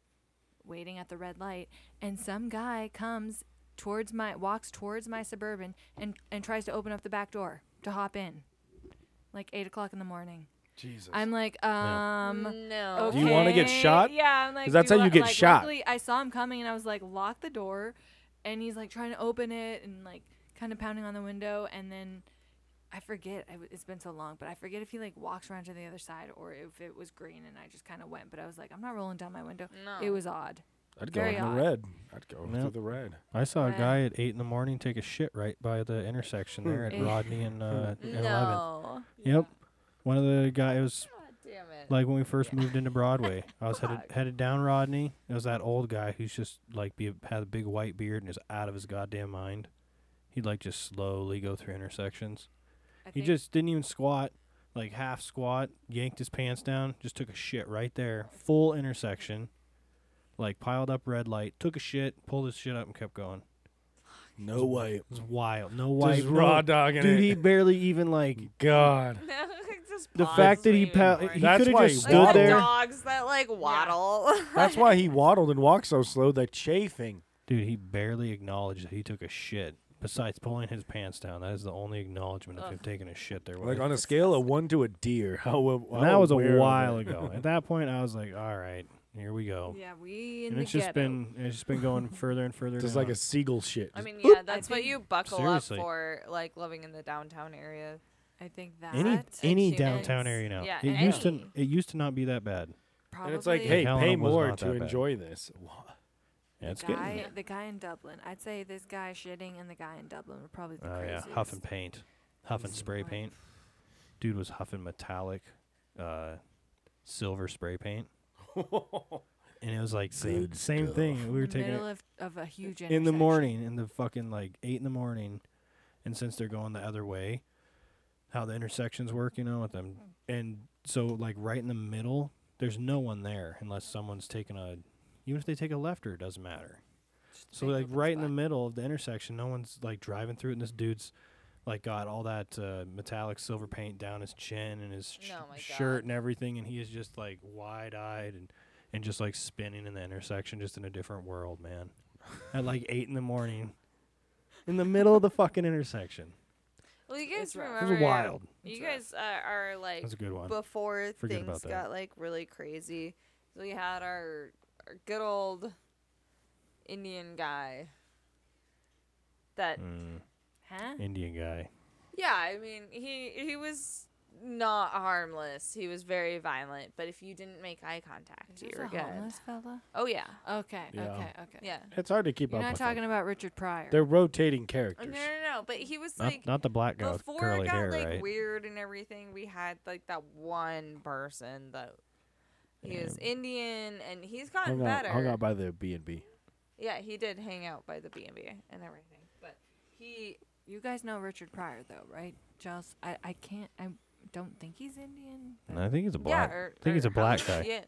[SPEAKER 4] waiting at the red light and some guy comes towards my walks towards my suburban and and tries to open up the back door to hop in like eight o'clock in the morning
[SPEAKER 3] Jesus.
[SPEAKER 4] i'm like um
[SPEAKER 2] no.
[SPEAKER 3] Do you wanna get
[SPEAKER 4] okay.
[SPEAKER 3] shot?
[SPEAKER 4] yeah i'm like
[SPEAKER 3] 'Cause that's
[SPEAKER 4] "Do
[SPEAKER 3] how you
[SPEAKER 4] want-"
[SPEAKER 3] get
[SPEAKER 4] like,
[SPEAKER 3] shot.
[SPEAKER 4] luckily, i saw him coming and i was like lock the door and he's like trying to open it and like kind of pounding on the window and then I forget. I w- It's been so long, but I forget if he like walks around to the other side or if it was green and I just kind of went. But I was like, I'm not rolling down my window. It was odd.
[SPEAKER 3] I'd go
[SPEAKER 4] very
[SPEAKER 3] in the
[SPEAKER 4] odd.
[SPEAKER 3] red. I'd go
[SPEAKER 1] Yep.
[SPEAKER 3] through the red.
[SPEAKER 1] I saw a
[SPEAKER 4] Yeah.
[SPEAKER 1] guy at eight in the morning take a shit right by the intersection there at
[SPEAKER 4] Eh.
[SPEAKER 1] Rodney and uh, and Eleventh.
[SPEAKER 2] Hmm. no.
[SPEAKER 1] Yep, one of the guys. It was
[SPEAKER 2] God damn it.
[SPEAKER 1] like when we first moved into Broadway. I was headed headed down Rodney. It was that old guy who's just like be, had a big white beard and is out of his goddamn mind. He'd like just slowly go through intersections.
[SPEAKER 4] I
[SPEAKER 1] He
[SPEAKER 4] think-
[SPEAKER 1] just didn't even squat, like half squat, yanked his pants down, just took a shit right there, full intersection, like piled up red light, took a shit, pulled his shit up, and kept going.
[SPEAKER 3] No way.
[SPEAKER 1] It's wild. No
[SPEAKER 3] Mm. Just
[SPEAKER 1] white
[SPEAKER 3] raw dogging
[SPEAKER 1] dude.
[SPEAKER 3] it. Mm.
[SPEAKER 1] He barely even like
[SPEAKER 3] God.
[SPEAKER 2] No, it just
[SPEAKER 1] the
[SPEAKER 2] bothers
[SPEAKER 1] fact that he
[SPEAKER 2] me
[SPEAKER 1] pa-
[SPEAKER 2] even
[SPEAKER 1] he
[SPEAKER 2] more.
[SPEAKER 3] That's
[SPEAKER 1] could
[SPEAKER 3] why
[SPEAKER 1] have
[SPEAKER 3] he
[SPEAKER 1] just
[SPEAKER 2] like
[SPEAKER 1] stood
[SPEAKER 2] the
[SPEAKER 1] there.
[SPEAKER 2] dogs that like waddle.
[SPEAKER 3] That's why he waddled and walked so slow. The chafing.
[SPEAKER 1] Dude, he barely acknowledged that he took a shit. Besides pulling his pants down, that is the only acknowledgement of him taking a shit there. was.
[SPEAKER 3] Like on a scale of one to a deer. How,
[SPEAKER 1] and that was a while ago. At that point, I was like, "All right, here we go."
[SPEAKER 4] Yeah,
[SPEAKER 1] Oh.
[SPEAKER 4] we in
[SPEAKER 1] and
[SPEAKER 4] the
[SPEAKER 1] it's just
[SPEAKER 4] ghetto.
[SPEAKER 1] been it's just been going further and further.
[SPEAKER 3] Just
[SPEAKER 1] down.
[SPEAKER 3] like a seagull shit.
[SPEAKER 2] I mean, yeah, that's what you buckle
[SPEAKER 1] Seriously.
[SPEAKER 2] up for, like living in the downtown area.
[SPEAKER 4] I think that
[SPEAKER 1] any any
[SPEAKER 2] humans.
[SPEAKER 1] downtown area now.
[SPEAKER 2] Yeah,
[SPEAKER 1] it used to
[SPEAKER 2] any.
[SPEAKER 1] it used to not be that bad.
[SPEAKER 4] probably
[SPEAKER 3] and it's like,
[SPEAKER 1] Like,
[SPEAKER 3] hey,
[SPEAKER 1] Helena
[SPEAKER 3] pay
[SPEAKER 1] was
[SPEAKER 3] more
[SPEAKER 1] not
[SPEAKER 3] to
[SPEAKER 1] that bad.
[SPEAKER 3] enjoy this.
[SPEAKER 1] Yeah, it's
[SPEAKER 4] the
[SPEAKER 1] good.
[SPEAKER 4] guy, the guy in Dublin. I'd say this guy shitting and the guy in Dublin were probably the
[SPEAKER 1] Oh yeah,
[SPEAKER 4] craziest.
[SPEAKER 1] huffing paint, huffing spray
[SPEAKER 4] like-
[SPEAKER 1] paint. Dude was huffing metallic, uh, silver spray paint, and it was like same same thing. We were
[SPEAKER 4] in the
[SPEAKER 1] taking
[SPEAKER 4] middle
[SPEAKER 1] it
[SPEAKER 4] of, of a huge
[SPEAKER 1] in the
[SPEAKER 4] intersection.
[SPEAKER 1] morning, in the fucking like eight in the morning, and since they're going the other way, how the intersections work, you know, with them, and so like right in the middle, there's no one there unless someone's taking a, even if they take a left or it doesn't matter. So
[SPEAKER 4] take
[SPEAKER 1] like
[SPEAKER 4] over the
[SPEAKER 1] right in the
[SPEAKER 4] spot.
[SPEAKER 1] middle of the intersection, no one's like driving through it, and this dude's like got all that uh, metallic silver paint down his chin and his sh-
[SPEAKER 2] Oh my
[SPEAKER 1] shirt
[SPEAKER 2] God.
[SPEAKER 1] and everything, and he is just like wide eyed and and just like spinning in the intersection, just in a different world, man. At like eight in the morning, in the middle of the fucking intersection.
[SPEAKER 2] Well, you guys
[SPEAKER 4] It's rough.
[SPEAKER 2] remember?
[SPEAKER 1] Those are wild.
[SPEAKER 2] You guys uh, are like
[SPEAKER 1] That's a good one.
[SPEAKER 2] before
[SPEAKER 1] Forget about
[SPEAKER 2] things
[SPEAKER 1] that.
[SPEAKER 2] got like really crazy. So we had our, our good old Indian guy. That
[SPEAKER 1] Hmm.
[SPEAKER 4] Huh?
[SPEAKER 1] Indian guy.
[SPEAKER 2] yeah, I mean he he was not harmless. He was very violent, but if you didn't make eye contact, you
[SPEAKER 4] Is this
[SPEAKER 2] were
[SPEAKER 4] a
[SPEAKER 2] good.
[SPEAKER 4] homeless fella?
[SPEAKER 2] Oh yeah,
[SPEAKER 4] Okay,
[SPEAKER 3] Yeah.
[SPEAKER 4] okay, okay.
[SPEAKER 2] yeah.
[SPEAKER 3] It's hard to keep
[SPEAKER 4] You're
[SPEAKER 3] up.
[SPEAKER 4] not
[SPEAKER 3] with
[SPEAKER 4] talking
[SPEAKER 3] them.
[SPEAKER 4] about Richard Pryor.
[SPEAKER 3] They're rotating
[SPEAKER 2] Oh,
[SPEAKER 3] characters.
[SPEAKER 2] No, no, no. But he was
[SPEAKER 1] Not,
[SPEAKER 2] like
[SPEAKER 1] not the black guy with
[SPEAKER 2] before it
[SPEAKER 1] curly
[SPEAKER 2] got
[SPEAKER 1] hair,
[SPEAKER 2] like
[SPEAKER 1] right?
[SPEAKER 2] weird and everything, we had like that one person that he was Indian, and he's gotten
[SPEAKER 3] Hung out,
[SPEAKER 2] better.
[SPEAKER 3] hung out by the B and B.
[SPEAKER 2] Yeah, he did hang out by the B and B and everything, but he
[SPEAKER 4] you guys know Richard Pryor though, right? Giles, I, I can't I don't think he's Indian. but
[SPEAKER 1] No, I think he's a black.
[SPEAKER 2] yeah, or,
[SPEAKER 1] I think he's
[SPEAKER 2] or
[SPEAKER 1] a black
[SPEAKER 2] however-
[SPEAKER 1] guy.
[SPEAKER 2] Yeah,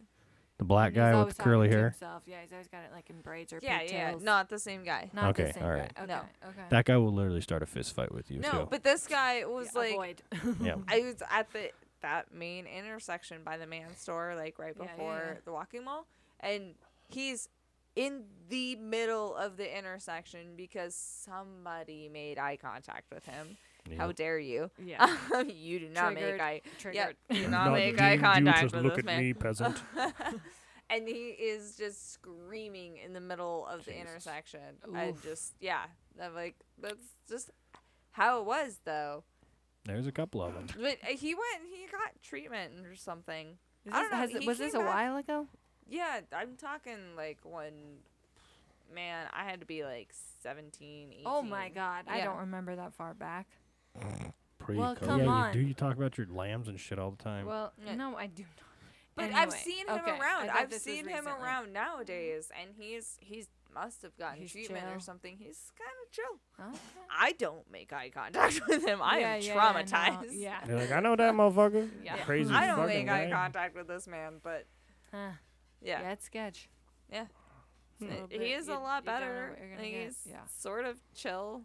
[SPEAKER 1] The black
[SPEAKER 4] he's
[SPEAKER 1] guy
[SPEAKER 4] always
[SPEAKER 1] with the
[SPEAKER 4] talking
[SPEAKER 1] curly
[SPEAKER 4] to
[SPEAKER 1] hair.
[SPEAKER 4] Himself. Yeah, he's always got it like in braids or
[SPEAKER 2] yeah, yeah,
[SPEAKER 4] pigtails.
[SPEAKER 2] not the same guy.
[SPEAKER 4] Not the
[SPEAKER 1] Okay,
[SPEAKER 4] same
[SPEAKER 1] all
[SPEAKER 4] guy.
[SPEAKER 1] right.
[SPEAKER 4] Okay,
[SPEAKER 2] No.
[SPEAKER 4] okay.
[SPEAKER 1] That guy will literally start a fist fight with you.
[SPEAKER 2] No,
[SPEAKER 1] too.
[SPEAKER 2] but this guy was
[SPEAKER 4] Yeah,
[SPEAKER 2] like,
[SPEAKER 4] avoid.
[SPEAKER 1] yeah.
[SPEAKER 2] Um, I was at the that main intersection by the man store, like right
[SPEAKER 4] Yeah, yeah,
[SPEAKER 2] before
[SPEAKER 4] yeah.
[SPEAKER 2] the walking mall, and he's in the middle of the intersection because somebody made eye contact with him. How
[SPEAKER 1] Yep.
[SPEAKER 2] dare you?
[SPEAKER 4] yeah.
[SPEAKER 2] you do not
[SPEAKER 4] Triggered,
[SPEAKER 2] make eye.
[SPEAKER 4] triggered.
[SPEAKER 2] Yep, do not make eye
[SPEAKER 1] you
[SPEAKER 2] contact
[SPEAKER 1] just
[SPEAKER 2] with
[SPEAKER 1] look
[SPEAKER 2] this
[SPEAKER 1] at
[SPEAKER 2] man.
[SPEAKER 1] me, peasant.
[SPEAKER 2] and he is just screaming in the middle of the intersection. I
[SPEAKER 4] Oof.
[SPEAKER 2] just yeah, I'm like that's just how it was though.
[SPEAKER 1] There's a couple of them.
[SPEAKER 2] But uh, he went. He got treatment or something.
[SPEAKER 4] Is
[SPEAKER 2] I
[SPEAKER 4] this-
[SPEAKER 2] don't know.
[SPEAKER 4] has it-
[SPEAKER 2] he
[SPEAKER 4] was this a
[SPEAKER 2] came back-
[SPEAKER 4] while ago?
[SPEAKER 2] Yeah, I'm talking like when, man, I had to be like 17, 18.
[SPEAKER 4] Oh my god, I
[SPEAKER 2] Yeah.
[SPEAKER 4] don't remember that far back.
[SPEAKER 3] Pre
[SPEAKER 4] Well,
[SPEAKER 3] COVID.
[SPEAKER 4] come
[SPEAKER 1] yeah,
[SPEAKER 4] on.
[SPEAKER 1] you do. You talk about your lambs and shit all the time.
[SPEAKER 4] Well,
[SPEAKER 2] Yeah.
[SPEAKER 4] no, I do not.
[SPEAKER 2] But I've
[SPEAKER 4] Anyway,
[SPEAKER 2] seen him
[SPEAKER 4] okay, I
[SPEAKER 2] around.
[SPEAKER 4] thought
[SPEAKER 2] I've
[SPEAKER 4] this was
[SPEAKER 2] seen him
[SPEAKER 4] recently. Mm-hmm.
[SPEAKER 2] around nowadays, and he's he's must have gotten
[SPEAKER 4] He's
[SPEAKER 2] treatment or
[SPEAKER 4] chill.
[SPEAKER 2] something. He's kind of chill.
[SPEAKER 4] Okay.
[SPEAKER 2] I don't make eye contact with him. I
[SPEAKER 4] Yeah,
[SPEAKER 2] am
[SPEAKER 4] yeah, yeah, no,
[SPEAKER 2] traumatized.
[SPEAKER 4] Yeah.
[SPEAKER 1] You're like, I know that motherfucker.
[SPEAKER 4] Yeah.
[SPEAKER 1] Crazy.
[SPEAKER 2] I don't
[SPEAKER 1] fucking
[SPEAKER 2] make eye
[SPEAKER 1] lamb."
[SPEAKER 2] contact with this man, but
[SPEAKER 4] Huh.
[SPEAKER 2] yeah,
[SPEAKER 4] Yeah, it's sketch.
[SPEAKER 2] Uh,
[SPEAKER 4] little
[SPEAKER 2] he
[SPEAKER 4] bit-
[SPEAKER 2] is
[SPEAKER 4] you-
[SPEAKER 2] a lot
[SPEAKER 4] you don't know
[SPEAKER 2] better.
[SPEAKER 4] what you're gonna
[SPEAKER 2] Like,
[SPEAKER 4] get,
[SPEAKER 2] he's
[SPEAKER 4] yeah.
[SPEAKER 2] sort of chill.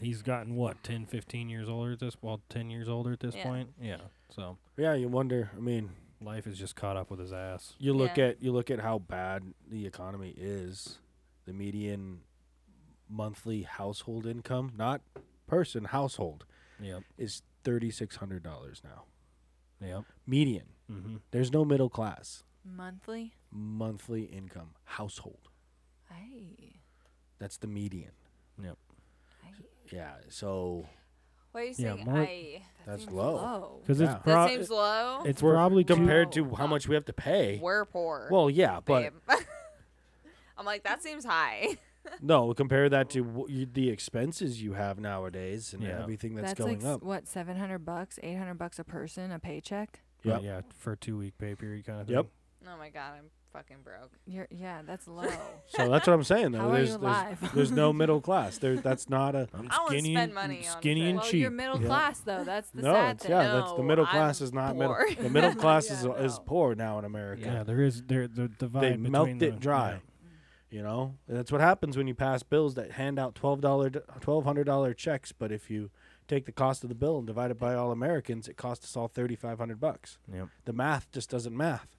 [SPEAKER 1] He's gotten what 10, 15 years older at this. Well, ten years older at this
[SPEAKER 2] Yeah.
[SPEAKER 1] point. Yeah. So
[SPEAKER 3] Yeah, you wonder. I mean,
[SPEAKER 1] life is just caught up with his ass.
[SPEAKER 3] you look
[SPEAKER 2] Yeah.
[SPEAKER 3] at you look at how bad the economy is. The median monthly household income, not person, household,
[SPEAKER 1] Yep.
[SPEAKER 3] is thirty six hundred dollars now.
[SPEAKER 1] Yep.
[SPEAKER 3] Median.
[SPEAKER 1] Mm-hmm.
[SPEAKER 3] There's no middle class.
[SPEAKER 4] Monthly.
[SPEAKER 3] Monthly income household.
[SPEAKER 4] Hey.
[SPEAKER 3] That's the median.
[SPEAKER 1] Yep.
[SPEAKER 3] Yeah. So
[SPEAKER 2] Why are you
[SPEAKER 1] Yeah,
[SPEAKER 2] saying
[SPEAKER 1] more-
[SPEAKER 2] I?
[SPEAKER 3] that's
[SPEAKER 4] seems
[SPEAKER 3] low.
[SPEAKER 1] Because
[SPEAKER 3] Yeah.
[SPEAKER 1] it's
[SPEAKER 3] That
[SPEAKER 2] That
[SPEAKER 1] pro-
[SPEAKER 2] seems low.
[SPEAKER 1] it's
[SPEAKER 3] We're-
[SPEAKER 1] probably too-
[SPEAKER 3] compared to how much we have to pay.
[SPEAKER 2] We're poor.
[SPEAKER 3] Well, yeah, but
[SPEAKER 2] babe. I'm like that seems high.
[SPEAKER 3] no. Compare that to wh- you, the expenses you have nowadays and
[SPEAKER 1] Yeah.
[SPEAKER 3] everything that's,
[SPEAKER 4] That's,
[SPEAKER 3] going
[SPEAKER 4] like s-
[SPEAKER 3] up.
[SPEAKER 4] what, seven hundred bucks, eight hundred bucks a person, a paycheck.
[SPEAKER 1] Yeah,
[SPEAKER 3] Yep.
[SPEAKER 1] uh, yeah, for a two week pay period kind of thing.
[SPEAKER 3] Yep.
[SPEAKER 2] Oh my god, I'm fucking broke.
[SPEAKER 4] You're, yeah, that's low.
[SPEAKER 3] So that's what I'm saying. Though
[SPEAKER 4] How are
[SPEAKER 3] there's
[SPEAKER 4] you
[SPEAKER 3] there's,
[SPEAKER 4] alive?
[SPEAKER 3] there's no middle class. There that's not a
[SPEAKER 1] I'm
[SPEAKER 2] I wanna
[SPEAKER 1] skinny,
[SPEAKER 2] spend
[SPEAKER 1] and-
[SPEAKER 2] money on
[SPEAKER 1] skinny
[SPEAKER 2] shit.
[SPEAKER 1] and
[SPEAKER 4] well,
[SPEAKER 1] cheap.
[SPEAKER 4] you're middle class though. That's the
[SPEAKER 3] no.
[SPEAKER 4] sad
[SPEAKER 3] It's,
[SPEAKER 4] thing.
[SPEAKER 3] yeah, that's the
[SPEAKER 2] No,
[SPEAKER 3] middle class
[SPEAKER 2] I'm
[SPEAKER 3] is not middle.
[SPEAKER 2] poor.
[SPEAKER 3] The middle class
[SPEAKER 4] Yeah,
[SPEAKER 3] is is
[SPEAKER 4] no.
[SPEAKER 3] poor now in America.
[SPEAKER 1] Yeah, there is there the divide.
[SPEAKER 3] They
[SPEAKER 1] between
[SPEAKER 3] melt
[SPEAKER 1] the-
[SPEAKER 3] it dry. You know, And that's what happens when you pass bills that hand out twelve dollar, twelve hundred dollar checks. But if you take the cost of the bill and divide it by all Americans, it costs us all thirty five hundred bucks.
[SPEAKER 1] yeah. Yep.
[SPEAKER 3] The math just doesn't math.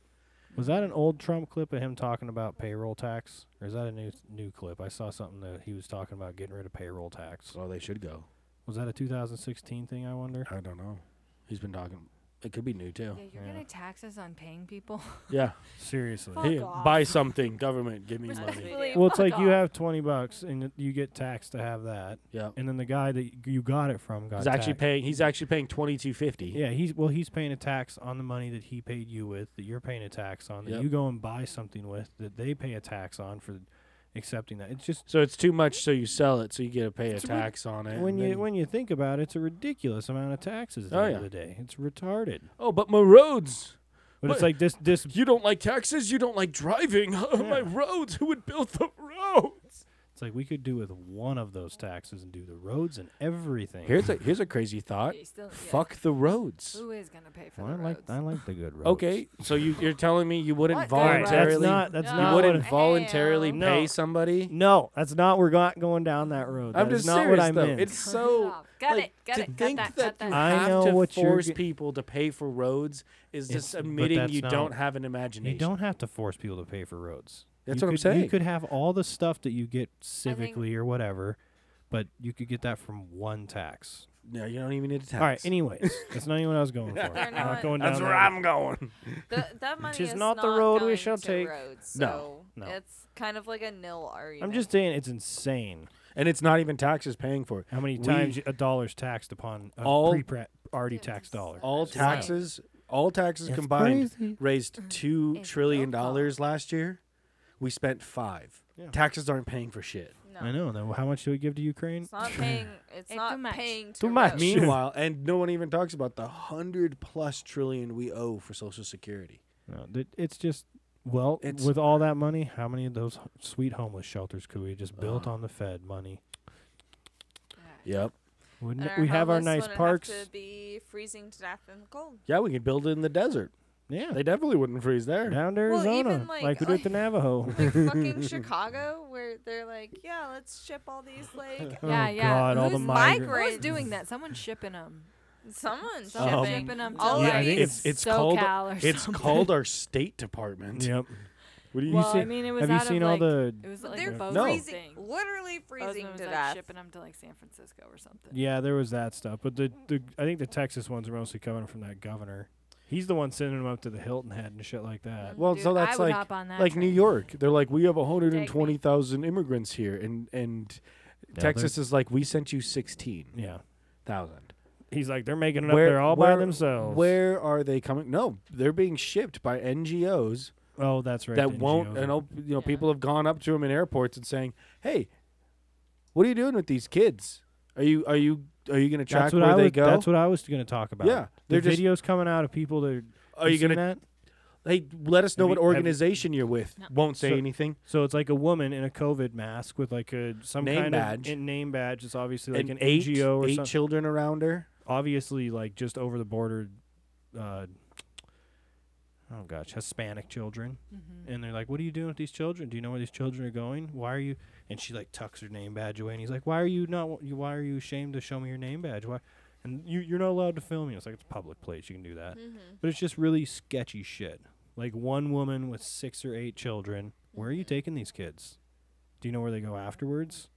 [SPEAKER 1] Was that an old Trump clip of him talking about payroll tax, or is that a new new clip? I saw something that he was talking about getting rid of payroll tax.
[SPEAKER 3] So they should go.
[SPEAKER 1] Was that a 2016 thing? I wonder.
[SPEAKER 3] I don't know. He's been talking. It could be new too.
[SPEAKER 4] Yeah, you're
[SPEAKER 1] Yeah.
[SPEAKER 4] gonna tax us on paying people.
[SPEAKER 3] Yeah.
[SPEAKER 1] Seriously.
[SPEAKER 4] Fuck
[SPEAKER 3] Here,
[SPEAKER 4] off.
[SPEAKER 3] buy something, government. Give me money.
[SPEAKER 2] Respectfully,
[SPEAKER 1] Well, it's
[SPEAKER 4] fuck
[SPEAKER 1] like you
[SPEAKER 4] off.
[SPEAKER 1] have 20 bucks and you get taxed to have that,
[SPEAKER 3] Yeah.
[SPEAKER 1] and then the guy that y- you got it from got
[SPEAKER 3] He's actually
[SPEAKER 1] taxed.
[SPEAKER 3] paying. He's actually paying twenty two fifty.
[SPEAKER 1] Yeah, he's well, he's paying a tax on the money that he paid you with, that you're paying a tax on, that
[SPEAKER 3] Yep.
[SPEAKER 1] you go and buy something with, that they pay a tax on for accepting that. It's just
[SPEAKER 3] So it's too much. So you sell it. So you get to pay a tax on it.
[SPEAKER 1] when
[SPEAKER 3] and
[SPEAKER 1] you
[SPEAKER 3] then-
[SPEAKER 1] when you think about it, it's a ridiculous amount of taxes at the
[SPEAKER 3] Oh,
[SPEAKER 1] end of
[SPEAKER 3] yeah.
[SPEAKER 1] the day. It's retarded.
[SPEAKER 3] oh, but my roads.
[SPEAKER 1] But
[SPEAKER 3] What-
[SPEAKER 1] it's like this this
[SPEAKER 3] You don't like taxes. You don't like driving. my roads. Who would build the roads?
[SPEAKER 1] it's like we could do with one of those taxes and do the roads and everything.
[SPEAKER 3] Here's a here's a crazy thought.
[SPEAKER 4] Yeah, you still- yeah.
[SPEAKER 3] Fuck the roads.
[SPEAKER 4] Who is gonna pay for
[SPEAKER 1] Well,
[SPEAKER 4] the
[SPEAKER 1] I like
[SPEAKER 4] roads?
[SPEAKER 1] I like the good roads.
[SPEAKER 3] Okay, so you you're telling me you wouldn't
[SPEAKER 4] What the
[SPEAKER 1] All right, that's
[SPEAKER 3] voluntarily
[SPEAKER 1] not that's
[SPEAKER 4] No.
[SPEAKER 1] not
[SPEAKER 3] you
[SPEAKER 1] what it-
[SPEAKER 3] wouldn't voluntarily
[SPEAKER 2] Hell.
[SPEAKER 1] No.
[SPEAKER 3] pay somebody?
[SPEAKER 1] No, that's not. We're not going down that road.
[SPEAKER 3] I'm
[SPEAKER 1] That is
[SPEAKER 3] just
[SPEAKER 1] not what
[SPEAKER 3] serious
[SPEAKER 1] I
[SPEAKER 3] though.
[SPEAKER 1] meant.
[SPEAKER 3] It's so
[SPEAKER 4] off. Got
[SPEAKER 3] like,
[SPEAKER 4] it, got
[SPEAKER 3] to
[SPEAKER 4] it, got
[SPEAKER 3] think
[SPEAKER 4] that, got
[SPEAKER 3] that,
[SPEAKER 4] that.
[SPEAKER 3] you
[SPEAKER 1] I
[SPEAKER 3] have
[SPEAKER 1] know
[SPEAKER 3] to
[SPEAKER 1] what you're
[SPEAKER 3] force
[SPEAKER 1] ge-
[SPEAKER 3] people to pay for roads is
[SPEAKER 1] It's-
[SPEAKER 3] just
[SPEAKER 1] but
[SPEAKER 3] admitting
[SPEAKER 1] that's
[SPEAKER 3] you
[SPEAKER 1] not-
[SPEAKER 3] don't have an
[SPEAKER 1] you
[SPEAKER 3] imagination.
[SPEAKER 1] don't have to force people to pay for roads.
[SPEAKER 3] That's
[SPEAKER 1] You
[SPEAKER 3] what I'm
[SPEAKER 1] could- You
[SPEAKER 3] saying.
[SPEAKER 1] could have all the stuff that you get civically or whatever, but you could get that from one tax.
[SPEAKER 3] No, you don't even need to tax.
[SPEAKER 1] All right. Anyways, that's not even what I was going for. I'm not
[SPEAKER 2] not-
[SPEAKER 1] going down
[SPEAKER 3] That's
[SPEAKER 1] that
[SPEAKER 3] where
[SPEAKER 1] road.
[SPEAKER 3] I'm going.
[SPEAKER 2] The, that money
[SPEAKER 1] is
[SPEAKER 2] is,
[SPEAKER 1] not the road we
[SPEAKER 2] going
[SPEAKER 1] shall
[SPEAKER 2] to
[SPEAKER 1] take.
[SPEAKER 2] Roads, so
[SPEAKER 1] No, no.
[SPEAKER 2] It's kind of like a nil argument.
[SPEAKER 1] I'm just saying it's insane
[SPEAKER 3] And it's not even taxes paying for it.
[SPEAKER 1] how many
[SPEAKER 3] We-
[SPEAKER 1] times a dollar's taxed upon a
[SPEAKER 3] All-
[SPEAKER 1] pre already taxed dollar.
[SPEAKER 3] all taxes all taxes
[SPEAKER 1] It's
[SPEAKER 3] combined
[SPEAKER 1] crazy.
[SPEAKER 3] raised two
[SPEAKER 4] Mm-hmm. It's
[SPEAKER 3] trillion
[SPEAKER 4] so cool.
[SPEAKER 3] dollars last year. We spent five.
[SPEAKER 1] Yeah.
[SPEAKER 3] Taxes aren't paying for shit.
[SPEAKER 2] No.
[SPEAKER 1] I know. Then how much do we give to Ukraine?
[SPEAKER 2] It's not paying. It's
[SPEAKER 4] It's too
[SPEAKER 2] not
[SPEAKER 4] much.
[SPEAKER 2] paying to
[SPEAKER 1] Too much.
[SPEAKER 2] roads.
[SPEAKER 1] Me-
[SPEAKER 3] Meanwhile, and no one even talks about the hundred plus trillion we owe for Social Security.
[SPEAKER 1] No, th- it's just well,
[SPEAKER 3] It's-
[SPEAKER 1] with all that money, how many of those h- sweet homeless shelters could we just build on the Fed money?
[SPEAKER 3] Yep.
[SPEAKER 1] Wouldn't
[SPEAKER 2] And
[SPEAKER 1] it- we have our
[SPEAKER 2] homeless
[SPEAKER 1] nice
[SPEAKER 2] wouldn't
[SPEAKER 1] parks?
[SPEAKER 2] Have to be freezing to death in the cold.
[SPEAKER 3] Yeah, we could build it in the desert.
[SPEAKER 1] Yeah,
[SPEAKER 3] They definitely wouldn't freeze there.
[SPEAKER 1] down to
[SPEAKER 2] Well, even,
[SPEAKER 1] Arizona, like,
[SPEAKER 2] like-
[SPEAKER 1] we do with the Navajo.
[SPEAKER 2] Like fucking Chicago, where they're like, yeah, let's ship all these like
[SPEAKER 4] Yeah,
[SPEAKER 1] oh,
[SPEAKER 4] yeah.
[SPEAKER 1] God, all the
[SPEAKER 2] Who's
[SPEAKER 1] migrants.
[SPEAKER 4] Who's
[SPEAKER 2] migrants?
[SPEAKER 4] doing that? Someone's shipping them.
[SPEAKER 2] someone
[SPEAKER 4] Someone's
[SPEAKER 3] Um,
[SPEAKER 4] shipping them.
[SPEAKER 2] all
[SPEAKER 4] to
[SPEAKER 2] Yeah, I
[SPEAKER 4] like
[SPEAKER 2] think
[SPEAKER 3] it's it's
[SPEAKER 4] SoCal
[SPEAKER 3] called
[SPEAKER 4] or
[SPEAKER 3] it's
[SPEAKER 4] something.
[SPEAKER 3] called our State Department.
[SPEAKER 1] Yep.
[SPEAKER 3] What do you
[SPEAKER 4] Well,
[SPEAKER 1] see-
[SPEAKER 4] I mean, it was
[SPEAKER 1] have you
[SPEAKER 4] out of,
[SPEAKER 1] seen all
[SPEAKER 4] like-
[SPEAKER 1] the-
[SPEAKER 4] It was
[SPEAKER 2] But
[SPEAKER 4] like
[SPEAKER 2] they're
[SPEAKER 4] Bozeman
[SPEAKER 3] No.
[SPEAKER 2] freezing,
[SPEAKER 4] thing.
[SPEAKER 2] literally freezing
[SPEAKER 4] Bozeman was
[SPEAKER 2] to
[SPEAKER 4] like
[SPEAKER 2] death.
[SPEAKER 4] shipping them to like San Francisco or something.
[SPEAKER 1] Yeah, there was that stuff, but the, the I think the Texas ones are mostly coming from that governor. He's the one sending them up to the Hilton Head and shit like that.
[SPEAKER 2] Mm.
[SPEAKER 3] Well,
[SPEAKER 4] Dude,
[SPEAKER 3] so
[SPEAKER 4] I
[SPEAKER 3] that's
[SPEAKER 4] would
[SPEAKER 3] like
[SPEAKER 4] hop on that
[SPEAKER 3] like New
[SPEAKER 4] train.
[SPEAKER 3] York. They're like, we have hundred
[SPEAKER 4] Take
[SPEAKER 3] and
[SPEAKER 4] me.
[SPEAKER 3] twenty thousand immigrants here, and and
[SPEAKER 1] they're-
[SPEAKER 3] Texas is like, we sent you sixteen
[SPEAKER 1] Yeah,
[SPEAKER 3] thousand.
[SPEAKER 1] he's like they're making it up there all by themselves.
[SPEAKER 3] Where are they coming? No, they're being shipped by NGOs
[SPEAKER 1] Oh, that's right.
[SPEAKER 3] that
[SPEAKER 1] the
[SPEAKER 3] won't.
[SPEAKER 1] NGOs
[SPEAKER 3] And
[SPEAKER 1] are-
[SPEAKER 3] op- you know, people have gone up to them in airports and saying, "Hey, what are you doing with these kids? Are you are you are you going to track
[SPEAKER 1] that's what
[SPEAKER 3] where
[SPEAKER 1] I
[SPEAKER 3] they
[SPEAKER 1] was,
[SPEAKER 3] go?
[SPEAKER 1] That's what I was going to talk about.
[SPEAKER 3] Yeah,
[SPEAKER 1] the
[SPEAKER 3] they're just-
[SPEAKER 1] videos coming out of people that are.
[SPEAKER 3] Are
[SPEAKER 1] you
[SPEAKER 3] you gonna-
[SPEAKER 1] seen that?
[SPEAKER 3] hey, let us know
[SPEAKER 1] Have
[SPEAKER 3] what
[SPEAKER 1] you- have you-
[SPEAKER 3] organization you're with. Won't say
[SPEAKER 1] So-
[SPEAKER 3] anything.
[SPEAKER 1] So it's like a woman in a COVID mask with like a some
[SPEAKER 3] Name
[SPEAKER 1] kind
[SPEAKER 3] badge.
[SPEAKER 1] of in- name badge. It's obviously like
[SPEAKER 3] And
[SPEAKER 1] an
[SPEAKER 3] eight,
[SPEAKER 1] NGO or
[SPEAKER 3] eight
[SPEAKER 1] something.
[SPEAKER 3] children around her.
[SPEAKER 1] obviously, like just over the border. Uh, oh gosh, Hispanic children, and they're like, "What are you doing with these children? Do you know where these children are going? Why are you?" And she like tucks her name badge away, and he's like, "Why are you not? you- Why are you ashamed to show me your name badge? Why?" And you you're not allowed to film. You know, it's like it's a public place. You can do that, but it's just really sketchy shit. Like one woman with six or eight children. Where are you taking these kids? Do you know where they go afterwards?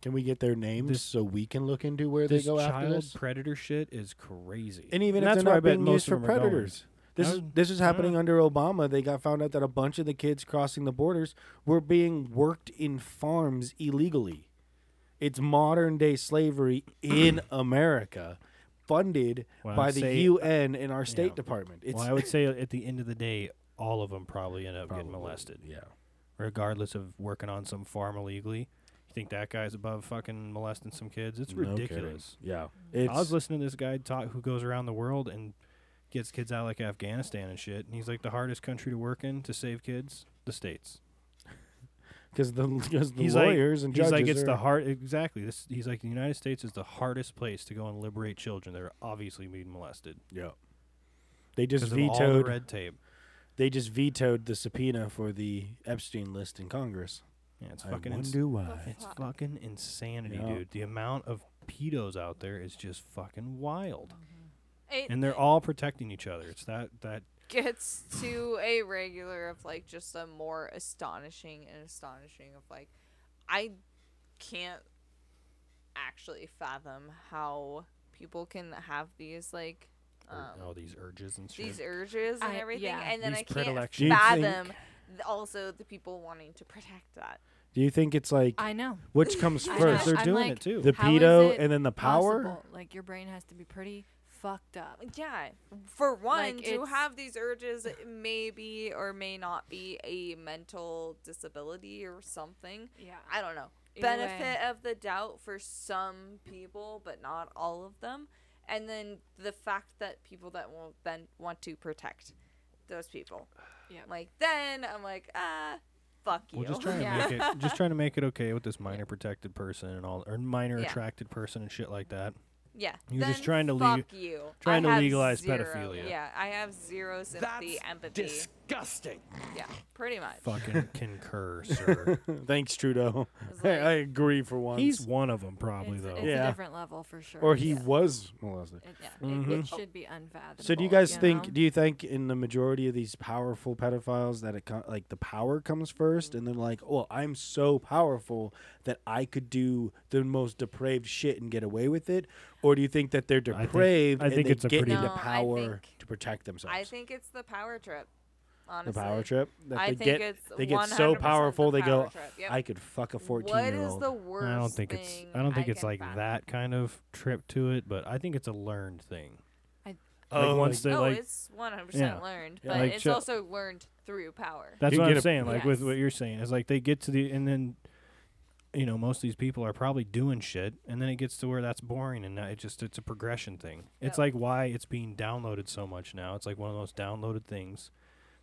[SPEAKER 3] Can we get their names
[SPEAKER 1] This-
[SPEAKER 3] so we can look into where
[SPEAKER 1] this
[SPEAKER 3] they go
[SPEAKER 1] child
[SPEAKER 3] after this?
[SPEAKER 1] predator shit is crazy.
[SPEAKER 3] And even if
[SPEAKER 1] that's
[SPEAKER 3] they're
[SPEAKER 1] why
[SPEAKER 3] not
[SPEAKER 1] I bet
[SPEAKER 3] being
[SPEAKER 1] most
[SPEAKER 3] used
[SPEAKER 1] of
[SPEAKER 3] for
[SPEAKER 1] them are going.
[SPEAKER 3] predators. This is
[SPEAKER 1] No,
[SPEAKER 3] this is
[SPEAKER 1] no,
[SPEAKER 3] happening
[SPEAKER 1] no.
[SPEAKER 3] under Obama. They got found out that a bunch of the kids crossing the borders were being worked in farms illegally. It's modern day slavery in America, funded
[SPEAKER 1] Well,
[SPEAKER 3] by
[SPEAKER 1] I'd
[SPEAKER 3] the
[SPEAKER 1] say- uh,
[SPEAKER 3] UN and our State
[SPEAKER 1] Yeah.
[SPEAKER 3] Department. It's
[SPEAKER 1] well, I would say at the end of the day, all of them probably end up getting
[SPEAKER 3] Probably,
[SPEAKER 1] molested,
[SPEAKER 3] yeah.
[SPEAKER 1] regardless of working on some farm illegally. You think that guy's above fucking molesting some kids? It's
[SPEAKER 3] No kidding.
[SPEAKER 1] ridiculous.
[SPEAKER 3] yeah, it's
[SPEAKER 1] I was listening to this guy talk who goes around the world and gets kids out like Afghanistan and shit, and he's like the hardest country to work in to save kids, the states.
[SPEAKER 3] because the because the
[SPEAKER 1] he's
[SPEAKER 3] lawyers
[SPEAKER 1] like,
[SPEAKER 3] and
[SPEAKER 1] he's
[SPEAKER 3] judges
[SPEAKER 1] like it's
[SPEAKER 3] are,
[SPEAKER 1] the hard exactly. This he's like the United States is the hardest place to go and liberate children that are obviously being molested
[SPEAKER 3] yeah. They just
[SPEAKER 1] because of all the
[SPEAKER 3] vetoed.
[SPEAKER 1] red tape.
[SPEAKER 3] they just vetoed the subpoena for the Epstein list in Congress.
[SPEAKER 1] Yeah, it's
[SPEAKER 3] I
[SPEAKER 1] fucking ins-
[SPEAKER 3] wonder why.
[SPEAKER 1] It's fucking insanity,
[SPEAKER 3] Yeah.
[SPEAKER 1] dude. The amount of pedos out there is just fucking wild.
[SPEAKER 2] It
[SPEAKER 1] And they're all protecting each other. It's that that
[SPEAKER 2] gets to a regular of like just a more astonishing and astonishing of like, I can't actually fathom how people can have these like
[SPEAKER 1] ur-
[SPEAKER 2] um,
[SPEAKER 1] uh, all these urges and shit.
[SPEAKER 2] these urges and
[SPEAKER 4] I-
[SPEAKER 2] everything,
[SPEAKER 4] yeah.
[SPEAKER 2] and then
[SPEAKER 1] These
[SPEAKER 2] I can't
[SPEAKER 1] predilections. Do you
[SPEAKER 2] fathom th- also the people wanting to protect that.
[SPEAKER 3] Do you think it's like
[SPEAKER 4] I know.
[SPEAKER 3] which comes
[SPEAKER 4] I
[SPEAKER 1] First,
[SPEAKER 4] know.
[SPEAKER 3] first,
[SPEAKER 1] they're
[SPEAKER 4] I'm
[SPEAKER 1] doing
[SPEAKER 4] like,
[SPEAKER 1] it too.
[SPEAKER 3] the
[SPEAKER 4] How is
[SPEAKER 3] pedo
[SPEAKER 4] it
[SPEAKER 3] and then the power?
[SPEAKER 4] possible? Like your brain has to be pretty fucked up.
[SPEAKER 2] Yeah, for one, to
[SPEAKER 4] it's-
[SPEAKER 2] have these urges it may be or may not be a mental disability or something.
[SPEAKER 4] Yeah.
[SPEAKER 2] I don't know.
[SPEAKER 4] Either
[SPEAKER 2] Benefit of the doubt for some people, but not all of them. And then the fact that people that will then want to protect those people.
[SPEAKER 4] Yep.
[SPEAKER 2] Like then I'm like, ah, fuck you.
[SPEAKER 1] We're just trying
[SPEAKER 4] Yeah.
[SPEAKER 1] to make it just trying to make it okay with this minor protected person and all or minor
[SPEAKER 2] Yeah.
[SPEAKER 1] attracted person and shit like that.
[SPEAKER 2] Yeah.
[SPEAKER 1] You're
[SPEAKER 2] then
[SPEAKER 1] just trying to
[SPEAKER 2] fuck
[SPEAKER 1] legal-
[SPEAKER 2] you.
[SPEAKER 1] trying
[SPEAKER 2] I
[SPEAKER 1] to
[SPEAKER 2] have
[SPEAKER 1] legalize
[SPEAKER 2] zero-
[SPEAKER 1] pedophilia.
[SPEAKER 2] Yeah, I have zero sympathy, empathy.
[SPEAKER 15] Disgusting.
[SPEAKER 2] yeah, pretty much.
[SPEAKER 1] Fucking concur, sir.
[SPEAKER 3] Thanks, Trudeau. I, I agree for once.
[SPEAKER 1] He's one of them, probably
[SPEAKER 4] it's,
[SPEAKER 1] though.
[SPEAKER 4] it's
[SPEAKER 3] Yeah.
[SPEAKER 4] a different level for sure.
[SPEAKER 3] or he
[SPEAKER 4] It's-
[SPEAKER 3] was molested.
[SPEAKER 4] it's-
[SPEAKER 2] Yeah.
[SPEAKER 4] it-
[SPEAKER 1] Mm-hmm.
[SPEAKER 4] it, should be unfathomable.
[SPEAKER 3] So do you guys think?
[SPEAKER 4] know?
[SPEAKER 3] Do you think in the majority of these powerful pedophiles that it co- like the power comes 1st and they're like, "Well, I'm so powerful that I could do the most depraved shit and get away with it," or do you think that they're
[SPEAKER 1] think-
[SPEAKER 3] depraved
[SPEAKER 1] I think
[SPEAKER 3] and
[SPEAKER 1] it's a
[SPEAKER 3] they get
[SPEAKER 1] pretty-
[SPEAKER 3] into
[SPEAKER 2] No, I
[SPEAKER 3] power
[SPEAKER 2] think-
[SPEAKER 3] to protect themselves?
[SPEAKER 2] I think it's the power trip.
[SPEAKER 3] the
[SPEAKER 2] Honestly.
[SPEAKER 3] power trip that
[SPEAKER 2] I
[SPEAKER 3] they
[SPEAKER 2] think
[SPEAKER 3] get
[SPEAKER 2] it's
[SPEAKER 3] they get so
[SPEAKER 2] 100%
[SPEAKER 3] powerful
[SPEAKER 2] the
[SPEAKER 3] they go,
[SPEAKER 2] power trip. Yep.
[SPEAKER 3] "I could fuck a 14
[SPEAKER 2] What
[SPEAKER 3] year
[SPEAKER 2] is
[SPEAKER 3] old."
[SPEAKER 2] the worst?
[SPEAKER 1] I don't think it's.
[SPEAKER 2] thing
[SPEAKER 1] I don't think it's
[SPEAKER 2] can
[SPEAKER 1] like
[SPEAKER 2] fathom?
[SPEAKER 1] that kind of trip to it, but I think it's a learned thing.
[SPEAKER 4] I-
[SPEAKER 1] like once they
[SPEAKER 2] oh,
[SPEAKER 1] like
[SPEAKER 2] it's 100%
[SPEAKER 1] Yeah.
[SPEAKER 2] learned,
[SPEAKER 1] Yeah.
[SPEAKER 2] but
[SPEAKER 1] Like,
[SPEAKER 2] it's
[SPEAKER 1] so-
[SPEAKER 2] also learned through power.
[SPEAKER 1] That's
[SPEAKER 3] You
[SPEAKER 1] what
[SPEAKER 3] get
[SPEAKER 1] I'm
[SPEAKER 3] a-
[SPEAKER 1] saying. Like with
[SPEAKER 4] Yes.
[SPEAKER 1] what you're saying is like they get to the and then, you know, most of these people are probably doing shit, and then it gets to where that's boring, and that it just it's a progression thing. It's
[SPEAKER 2] Yep.
[SPEAKER 1] like why it's being downloaded so much now. It's like one of the most downloaded things.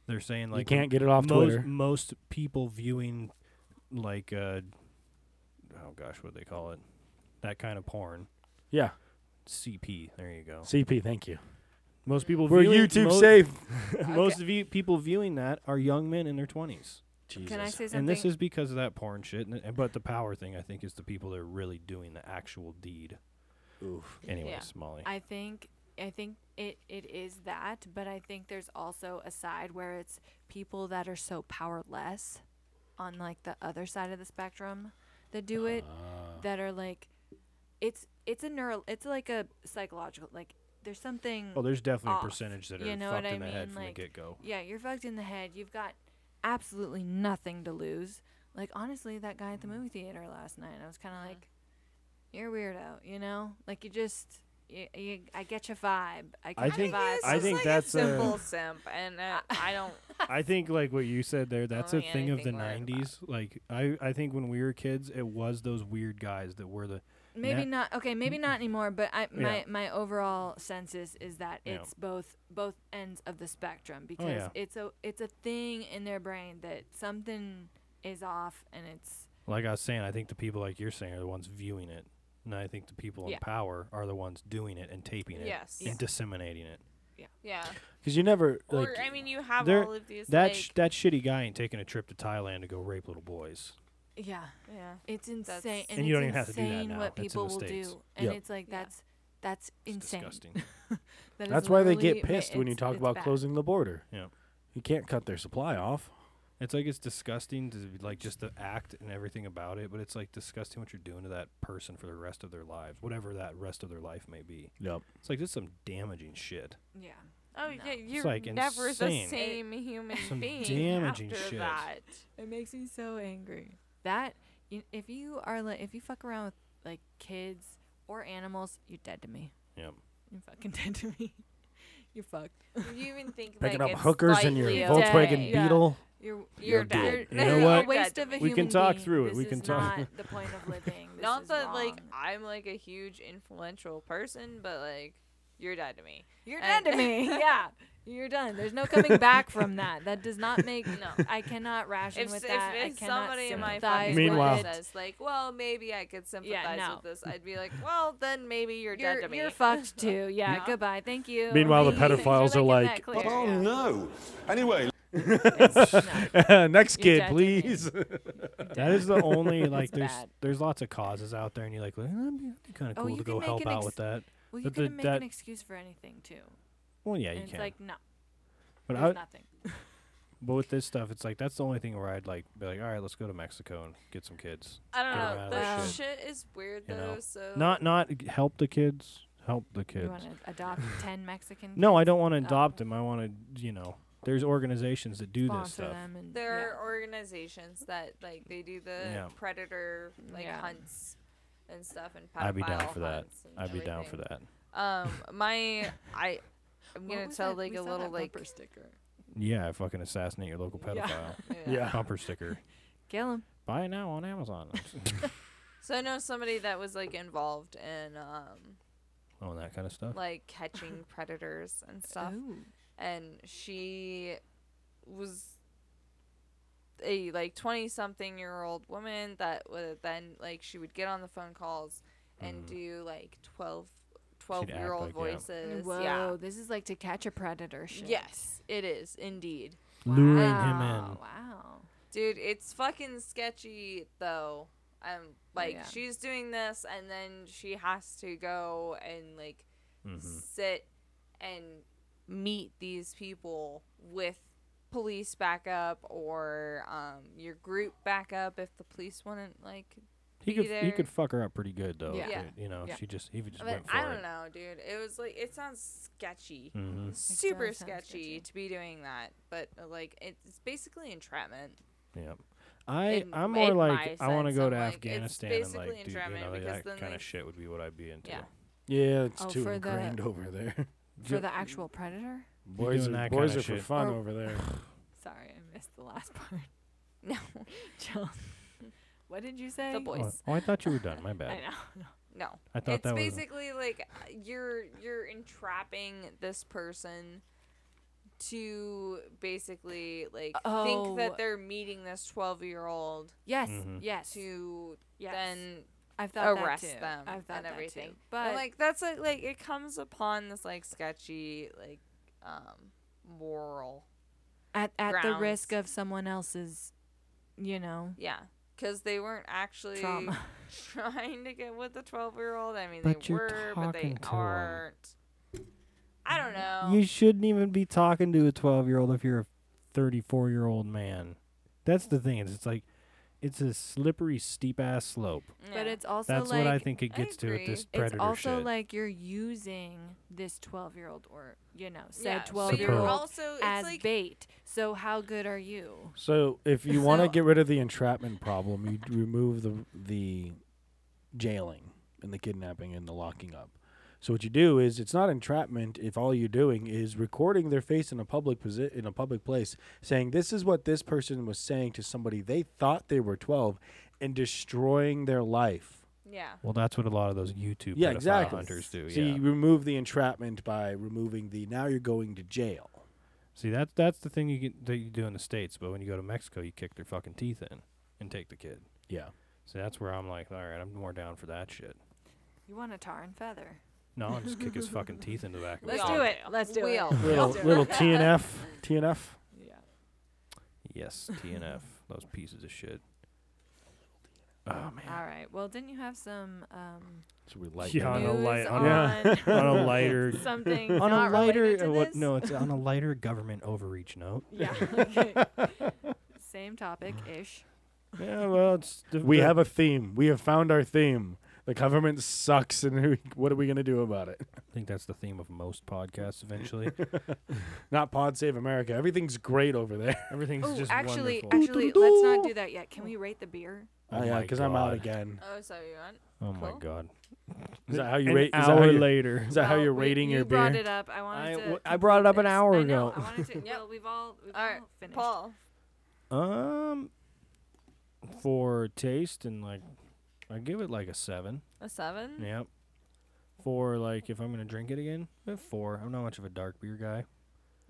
[SPEAKER 1] They're saying like
[SPEAKER 3] you can't get it off
[SPEAKER 1] most,
[SPEAKER 3] Twitter.
[SPEAKER 1] Most people viewing, like, uh, oh gosh, what do they call it? That kind of porn.
[SPEAKER 3] Yeah,
[SPEAKER 1] CP. There you go.
[SPEAKER 3] CP, thank you.
[SPEAKER 1] Most people.
[SPEAKER 3] We're
[SPEAKER 1] viewing,
[SPEAKER 3] YouTube
[SPEAKER 1] most,
[SPEAKER 3] safe.
[SPEAKER 1] Most view, people viewing that are young men in their twenties.
[SPEAKER 4] Can I say something?
[SPEAKER 1] And this is because of that porn shit. And, and- but the power thing, I think, is the people that are really doing the actual deed. Oof. Anyways, Molly.
[SPEAKER 4] I think I think it, it is that, but I think there's also a side where it's people that are so powerless on like the other side of the spectrum that do it
[SPEAKER 1] Ah.
[SPEAKER 4] that are like it's it's a neural it's like a psychological like there's something
[SPEAKER 1] well, Oh, there's definitely
[SPEAKER 4] off.
[SPEAKER 1] a percentage that are
[SPEAKER 4] You know
[SPEAKER 1] fucked
[SPEAKER 4] what I
[SPEAKER 1] in the head
[SPEAKER 4] mean?
[SPEAKER 1] from
[SPEAKER 4] Like,
[SPEAKER 1] the get go.
[SPEAKER 4] Yeah, you're fucked in the head. You've got absolutely nothing to lose. Like honestly, that guy at the movie theater last night, I was kind of like, "You're a weirdo," you know? Like you just, you, you, I get your vibe. I get
[SPEAKER 1] I
[SPEAKER 4] your
[SPEAKER 1] think-
[SPEAKER 4] vibe.
[SPEAKER 2] It's
[SPEAKER 1] I
[SPEAKER 2] just
[SPEAKER 1] think
[SPEAKER 2] like
[SPEAKER 1] that's uh,
[SPEAKER 2] a
[SPEAKER 1] a-
[SPEAKER 2] simple simp, and uh, I don't.
[SPEAKER 1] I think like what you said there, that's a
[SPEAKER 2] don't Oh, think
[SPEAKER 1] thing of the
[SPEAKER 2] anything worried about.
[SPEAKER 1] '90s. Like I, I think when we were kids, it was those weird guys that were the
[SPEAKER 4] maybe
[SPEAKER 1] Nat-
[SPEAKER 4] not. Okay, maybe not anymore. But I, my
[SPEAKER 1] Yeah.
[SPEAKER 4] my overall census is that
[SPEAKER 1] Yeah. Oh,
[SPEAKER 4] it's both both ends of the spectrum because
[SPEAKER 1] yeah.
[SPEAKER 4] it's a it's a thing in their brain that something is off and it's
[SPEAKER 1] Like I was saying, I think the people like you're saying are the ones viewing it, and I think the people
[SPEAKER 4] Yeah.
[SPEAKER 1] in power are the ones doing it and taping it
[SPEAKER 2] Yes.
[SPEAKER 1] and
[SPEAKER 2] Yeah.
[SPEAKER 1] disseminating it.
[SPEAKER 2] Yeah.
[SPEAKER 3] Because you never like
[SPEAKER 2] or I mean, you have
[SPEAKER 1] There-
[SPEAKER 2] all of these.
[SPEAKER 1] that
[SPEAKER 2] like,
[SPEAKER 1] sh- that shitty guy ain't taking a trip to Thailand to go rape little boys.
[SPEAKER 4] yeah.
[SPEAKER 2] yeah.
[SPEAKER 4] It's insane,
[SPEAKER 2] That's-
[SPEAKER 4] and,
[SPEAKER 1] And you
[SPEAKER 4] it's
[SPEAKER 1] don't even have to do that
[SPEAKER 4] insane
[SPEAKER 1] now.
[SPEAKER 4] what
[SPEAKER 1] It's in the
[SPEAKER 4] people will
[SPEAKER 1] States.
[SPEAKER 4] do, and
[SPEAKER 3] Yep.
[SPEAKER 4] it's like
[SPEAKER 2] Yeah.
[SPEAKER 4] that's that's
[SPEAKER 1] It's
[SPEAKER 4] insane.
[SPEAKER 1] disgusting.
[SPEAKER 4] That is
[SPEAKER 3] that's why they
[SPEAKER 4] literally-
[SPEAKER 3] get pissed when you
[SPEAKER 4] it's-
[SPEAKER 3] talk
[SPEAKER 4] it's
[SPEAKER 3] about
[SPEAKER 4] bad.
[SPEAKER 3] closing the border.
[SPEAKER 1] Yeah.
[SPEAKER 3] You can't cut their supply off.
[SPEAKER 1] It's like it's disgusting to like just the act and everything about it, but it's like disgusting what you're doing to that person for the rest of their lives, whatever that rest of their life may be.
[SPEAKER 3] Yep.
[SPEAKER 1] It's like this is some damaging shit.
[SPEAKER 4] Yeah,
[SPEAKER 2] Oh
[SPEAKER 4] No.
[SPEAKER 2] yeah, you're
[SPEAKER 1] like
[SPEAKER 2] never
[SPEAKER 1] insane.
[SPEAKER 2] the same human
[SPEAKER 1] Some
[SPEAKER 2] being
[SPEAKER 1] damaging
[SPEAKER 2] after
[SPEAKER 1] shit.
[SPEAKER 2] that.
[SPEAKER 4] it makes me so angry. That you, if you are like if you fuck around with like kids or animals, you're dead to me.
[SPEAKER 1] Yep.
[SPEAKER 4] You're fucking dead to me. You're fucked.
[SPEAKER 2] Do you even think
[SPEAKER 3] Picking
[SPEAKER 2] like
[SPEAKER 3] up
[SPEAKER 2] it's
[SPEAKER 3] hookers in your
[SPEAKER 2] slightly
[SPEAKER 4] a
[SPEAKER 3] Volkswagen
[SPEAKER 2] okay?
[SPEAKER 4] Yeah.
[SPEAKER 3] Beetle.
[SPEAKER 4] You're
[SPEAKER 2] You're
[SPEAKER 3] dead.
[SPEAKER 2] dead.
[SPEAKER 1] You know
[SPEAKER 4] this is
[SPEAKER 1] what?
[SPEAKER 4] A waste of a
[SPEAKER 1] We
[SPEAKER 4] human
[SPEAKER 1] can talk
[SPEAKER 4] being.
[SPEAKER 1] through it.
[SPEAKER 4] This
[SPEAKER 1] We can
[SPEAKER 4] is
[SPEAKER 1] talk-
[SPEAKER 4] Not the point of living. This
[SPEAKER 2] Not
[SPEAKER 4] is
[SPEAKER 2] that like
[SPEAKER 4] wrong.
[SPEAKER 2] I'm like a huge influential person, but like you're dead to me.
[SPEAKER 4] You're
[SPEAKER 2] And-
[SPEAKER 4] done to me. Yeah. You're done. There's no coming back from that. That does not make no. I cannot ration
[SPEAKER 2] If,
[SPEAKER 4] with
[SPEAKER 2] if,
[SPEAKER 4] that.
[SPEAKER 2] if
[SPEAKER 4] I cannot
[SPEAKER 2] somebody in my
[SPEAKER 4] sympathize
[SPEAKER 2] fucking
[SPEAKER 4] with
[SPEAKER 3] Meanwhile-
[SPEAKER 2] life
[SPEAKER 4] it.
[SPEAKER 2] says like, well, maybe I could sympathize
[SPEAKER 4] no.
[SPEAKER 2] with this, I'd be like, well, then maybe you're,
[SPEAKER 4] you're,
[SPEAKER 2] dead to me.
[SPEAKER 4] you're fucked too. Yeah,
[SPEAKER 2] Yeah.
[SPEAKER 4] Goodbye. Thank you.
[SPEAKER 3] Meanwhile, the
[SPEAKER 4] Thank you. Thanks for
[SPEAKER 3] pedophiles are
[SPEAKER 4] making
[SPEAKER 3] like,
[SPEAKER 4] that clear.
[SPEAKER 15] Oh
[SPEAKER 4] Yeah.
[SPEAKER 15] no. Anyway,
[SPEAKER 4] It's- no.
[SPEAKER 3] Next
[SPEAKER 4] You're
[SPEAKER 3] kid,
[SPEAKER 4] dead to me.
[SPEAKER 3] please.
[SPEAKER 1] That is the only like
[SPEAKER 4] It's
[SPEAKER 1] there's
[SPEAKER 4] bad.
[SPEAKER 1] there's lots of causes out there, and you're like, well, that'd be, kind of
[SPEAKER 4] Oh,
[SPEAKER 1] cool
[SPEAKER 4] you
[SPEAKER 1] to
[SPEAKER 4] can
[SPEAKER 1] go
[SPEAKER 4] make
[SPEAKER 1] help
[SPEAKER 4] an
[SPEAKER 1] out
[SPEAKER 4] ex-
[SPEAKER 1] with that.
[SPEAKER 4] Well, you
[SPEAKER 1] But the-
[SPEAKER 4] can make
[SPEAKER 1] that-
[SPEAKER 4] an excuse for anything too.
[SPEAKER 1] Well, yeah, you
[SPEAKER 4] and it's
[SPEAKER 1] can.
[SPEAKER 4] like no,
[SPEAKER 1] but
[SPEAKER 4] there's
[SPEAKER 1] I,
[SPEAKER 4] nothing.
[SPEAKER 1] but with this stuff, it's like that's the only thing where I'd like be like, all right, let's go to Mexico and get some kids.
[SPEAKER 2] I don't
[SPEAKER 1] Get
[SPEAKER 2] know.
[SPEAKER 1] 'em out of
[SPEAKER 2] that
[SPEAKER 1] this
[SPEAKER 2] shit. is weird
[SPEAKER 1] you know?
[SPEAKER 2] though. So
[SPEAKER 1] Not not g- help the kids, help the
[SPEAKER 4] You
[SPEAKER 1] kids.
[SPEAKER 4] want to adopt ten Mexican?
[SPEAKER 1] No, I don't want to
[SPEAKER 4] Oh.
[SPEAKER 1] adopt them. I want to, you know, there's organizations that do
[SPEAKER 4] kids?
[SPEAKER 1] this
[SPEAKER 4] Sponsor
[SPEAKER 1] stuff.
[SPEAKER 4] them and
[SPEAKER 2] there
[SPEAKER 4] yeah.
[SPEAKER 2] are organizations that like they do the
[SPEAKER 1] Yeah.
[SPEAKER 2] predator like
[SPEAKER 4] Yeah.
[SPEAKER 2] hunts and stuff and pedophile
[SPEAKER 1] I'd be down for that.
[SPEAKER 2] hunts and
[SPEAKER 1] I'd be down for
[SPEAKER 2] everything.
[SPEAKER 1] that.
[SPEAKER 2] Um, my I I'm
[SPEAKER 4] What
[SPEAKER 2] gonna
[SPEAKER 4] was
[SPEAKER 2] tell
[SPEAKER 4] that?
[SPEAKER 2] like
[SPEAKER 4] We
[SPEAKER 2] a
[SPEAKER 4] saw
[SPEAKER 2] little
[SPEAKER 4] that
[SPEAKER 2] like
[SPEAKER 4] bumper sticker.
[SPEAKER 1] Yeah, fucking assassinate your local pedophile.
[SPEAKER 3] Yeah.
[SPEAKER 1] Bumper sticker.
[SPEAKER 4] Kill him.
[SPEAKER 1] Buy it now on Amazon.
[SPEAKER 2] So I know somebody that was like involved in um
[SPEAKER 1] oh, that kind of stuff.
[SPEAKER 2] like catching predators and stuff and she was a like 20 something year old woman that would then like she would get on the phone calls and do like 12 twelve year old
[SPEAKER 1] like that.
[SPEAKER 2] voices.
[SPEAKER 4] Whoa,
[SPEAKER 2] Yeah.
[SPEAKER 4] this is like to catch a predator shit.
[SPEAKER 2] Yes, it is indeed.
[SPEAKER 1] Luring him in.
[SPEAKER 4] Wow. Oh, Wow.
[SPEAKER 2] Dude, it's fucking sketchy though. Um, like
[SPEAKER 4] Yeah.
[SPEAKER 2] she's doing this, and then she has to go and like
[SPEAKER 1] Mm-hmm.
[SPEAKER 2] sit and meet these people with police backup or um your group backup if the police wouldn't like
[SPEAKER 1] He
[SPEAKER 2] be
[SPEAKER 1] could
[SPEAKER 2] there.
[SPEAKER 1] he could fuck her up pretty good though.
[SPEAKER 4] Yeah.
[SPEAKER 1] if
[SPEAKER 2] Yeah.
[SPEAKER 1] it- you know,
[SPEAKER 4] Yeah.
[SPEAKER 1] she just he just
[SPEAKER 2] But
[SPEAKER 1] went for
[SPEAKER 2] I don't
[SPEAKER 1] it.
[SPEAKER 2] know, dude. It was like it sounds sketchy,
[SPEAKER 1] Mhm.
[SPEAKER 2] super
[SPEAKER 4] does sound
[SPEAKER 2] sketchy,
[SPEAKER 4] sketchy.
[SPEAKER 2] to be doing that. But uh, like, it's basically entrapment.
[SPEAKER 1] Yeah. I
[SPEAKER 2] in-
[SPEAKER 1] I'm
[SPEAKER 2] in
[SPEAKER 1] more
[SPEAKER 2] my
[SPEAKER 1] like I want to
[SPEAKER 2] sense,
[SPEAKER 1] go
[SPEAKER 2] I'm
[SPEAKER 1] to
[SPEAKER 2] like, it's
[SPEAKER 1] Afghanistan and
[SPEAKER 2] basically
[SPEAKER 1] like do you
[SPEAKER 2] entrapment
[SPEAKER 1] know like,
[SPEAKER 2] because
[SPEAKER 1] that
[SPEAKER 2] then
[SPEAKER 1] kind
[SPEAKER 2] they-
[SPEAKER 1] of shit would be what I'd be into.
[SPEAKER 2] Yeah.
[SPEAKER 3] Yeah, it's
[SPEAKER 4] Oh,
[SPEAKER 3] two
[SPEAKER 4] for
[SPEAKER 3] hundred
[SPEAKER 4] the-
[SPEAKER 3] grand over there.
[SPEAKER 4] For the actual predator?
[SPEAKER 3] Boys
[SPEAKER 1] doing
[SPEAKER 3] are,
[SPEAKER 1] that
[SPEAKER 3] boys
[SPEAKER 1] kinda
[SPEAKER 3] are for
[SPEAKER 1] shit.
[SPEAKER 3] fun
[SPEAKER 4] Or-
[SPEAKER 3] over there.
[SPEAKER 4] Sorry, I missed the last part.
[SPEAKER 2] No,
[SPEAKER 4] Jill, what did you say?
[SPEAKER 2] the boys.
[SPEAKER 1] Oh, I thought you were done. My bad.
[SPEAKER 4] I know.
[SPEAKER 2] No,
[SPEAKER 1] I thought
[SPEAKER 2] it's
[SPEAKER 1] that was-
[SPEAKER 2] basically like you're you're entrapping this person to basically like think
[SPEAKER 4] Oh.
[SPEAKER 2] that they're meeting this 12 year old
[SPEAKER 4] Yes,
[SPEAKER 1] Mhm.
[SPEAKER 4] yes.
[SPEAKER 2] to
[SPEAKER 4] yes.
[SPEAKER 2] then
[SPEAKER 4] I've thought
[SPEAKER 2] arrest
[SPEAKER 4] that too.
[SPEAKER 2] them
[SPEAKER 4] I've thought
[SPEAKER 2] and
[SPEAKER 4] that
[SPEAKER 2] everything.
[SPEAKER 4] Too.
[SPEAKER 2] But
[SPEAKER 4] But
[SPEAKER 2] like that's like like it comes upon this like sketchy like um moral.
[SPEAKER 4] at, at the
[SPEAKER 2] grounds.
[SPEAKER 4] risk of someone else's, you know,
[SPEAKER 2] Yeah. Cuz they weren't actually
[SPEAKER 4] trauma.
[SPEAKER 2] trying to get with the 12-year-old. I mean
[SPEAKER 1] But
[SPEAKER 2] they
[SPEAKER 1] you're
[SPEAKER 2] were, but they
[SPEAKER 1] talking to 'em.
[SPEAKER 2] aren't. I don't know.
[SPEAKER 1] You shouldn't even be talking to a 12 year old if you're a 34 year old man. That's the thing. Is it's like, it's a slippery, steep ass slope.
[SPEAKER 4] But
[SPEAKER 2] Yeah.
[SPEAKER 4] it's also
[SPEAKER 1] That's
[SPEAKER 4] like
[SPEAKER 1] what I think it
[SPEAKER 2] I
[SPEAKER 1] gets to with this
[SPEAKER 4] it's
[SPEAKER 1] predator
[SPEAKER 4] also
[SPEAKER 1] shit.
[SPEAKER 4] like you're using this 12 year old or you know
[SPEAKER 2] Yeah,
[SPEAKER 4] said
[SPEAKER 2] so
[SPEAKER 4] 12 year
[SPEAKER 2] you're
[SPEAKER 1] Superb.
[SPEAKER 4] old
[SPEAKER 2] also it's
[SPEAKER 4] as
[SPEAKER 2] like
[SPEAKER 4] bait so how good are you
[SPEAKER 3] So if you want to
[SPEAKER 2] So-
[SPEAKER 3] get rid of the entrapment problem, you remove the the jailing and the kidnapping and the locking up. So what you do is it's not entrapment if all you're doing is recording their face in a public posi- in a public place saying this is what this person was saying to somebody they thought they were 12 and destroying their life.
[SPEAKER 2] yeah.
[SPEAKER 1] well, that's what a lot of those YouTube
[SPEAKER 3] Yeah,
[SPEAKER 1] pedophile
[SPEAKER 3] exactly.
[SPEAKER 1] hunters do.
[SPEAKER 3] So
[SPEAKER 1] yeah.
[SPEAKER 3] you remove the entrapment by removing the now you're going to jail.
[SPEAKER 1] See, that's that's the thing you get, that you do in the states, but when you go to Mexico, you kick their fucking teeth in and take the kid.
[SPEAKER 3] Yeah.
[SPEAKER 1] See, that's where I'm like, all right, I'm more down for that shit.
[SPEAKER 4] you want a tar and feather
[SPEAKER 1] No, I'll just kick his fucking teeth into the back. of
[SPEAKER 2] Let's
[SPEAKER 1] his
[SPEAKER 2] do
[SPEAKER 1] head.
[SPEAKER 2] it. Let's do it.
[SPEAKER 3] Little little TNF TNF
[SPEAKER 1] Yes, TNF, those pieces of shit. Oh man.
[SPEAKER 4] all right well didn't you have some um
[SPEAKER 3] so we like
[SPEAKER 1] Yeah, On a
[SPEAKER 4] news
[SPEAKER 1] light- on
[SPEAKER 4] on,
[SPEAKER 1] a- on a lighter
[SPEAKER 4] something
[SPEAKER 1] on
[SPEAKER 4] not
[SPEAKER 1] a lighter
[SPEAKER 4] related to
[SPEAKER 1] uh, what
[SPEAKER 4] this?
[SPEAKER 1] no it's on a lighter government overreach note
[SPEAKER 4] yeah okay. same topic ish
[SPEAKER 1] yeah well it's
[SPEAKER 3] We have a theme. We have found our theme. The government sucks, and who- what are we going to do about it?
[SPEAKER 1] i think that's the theme of most podcasts eventually
[SPEAKER 3] Not Pod Save America. Everything's great over there.
[SPEAKER 1] everything's
[SPEAKER 4] oh
[SPEAKER 1] just
[SPEAKER 4] actually
[SPEAKER 1] wonderful.
[SPEAKER 4] actually let's not do that yet can we rate the beer
[SPEAKER 1] Oh
[SPEAKER 3] Oh, yeah,
[SPEAKER 1] my
[SPEAKER 3] because I'm out
[SPEAKER 1] God.
[SPEAKER 3] again.
[SPEAKER 2] Oh, so you want?
[SPEAKER 1] oh my
[SPEAKER 2] Cool.
[SPEAKER 1] god
[SPEAKER 3] Is that how you
[SPEAKER 1] an
[SPEAKER 3] rate? Is that how
[SPEAKER 1] hour
[SPEAKER 3] you-
[SPEAKER 1] later
[SPEAKER 3] Is that how
[SPEAKER 4] Well,
[SPEAKER 3] you're
[SPEAKER 4] we-
[SPEAKER 3] rating
[SPEAKER 4] Oh, you
[SPEAKER 3] your
[SPEAKER 4] brought
[SPEAKER 3] beer?
[SPEAKER 4] it up i wanted
[SPEAKER 1] I
[SPEAKER 4] to
[SPEAKER 1] w- I brought it up an
[SPEAKER 4] finish-
[SPEAKER 1] hour
[SPEAKER 4] I know,
[SPEAKER 1] ago.
[SPEAKER 4] i wanted to
[SPEAKER 2] Yep.
[SPEAKER 4] well we've all we've
[SPEAKER 2] All right,
[SPEAKER 4] all finished
[SPEAKER 2] Paul.
[SPEAKER 1] um for taste and like i give it like a seven
[SPEAKER 2] A
[SPEAKER 4] Hmm.
[SPEAKER 2] seven?
[SPEAKER 1] yep for like if i'm gonna drink it again a four i'm not much of a dark beer guy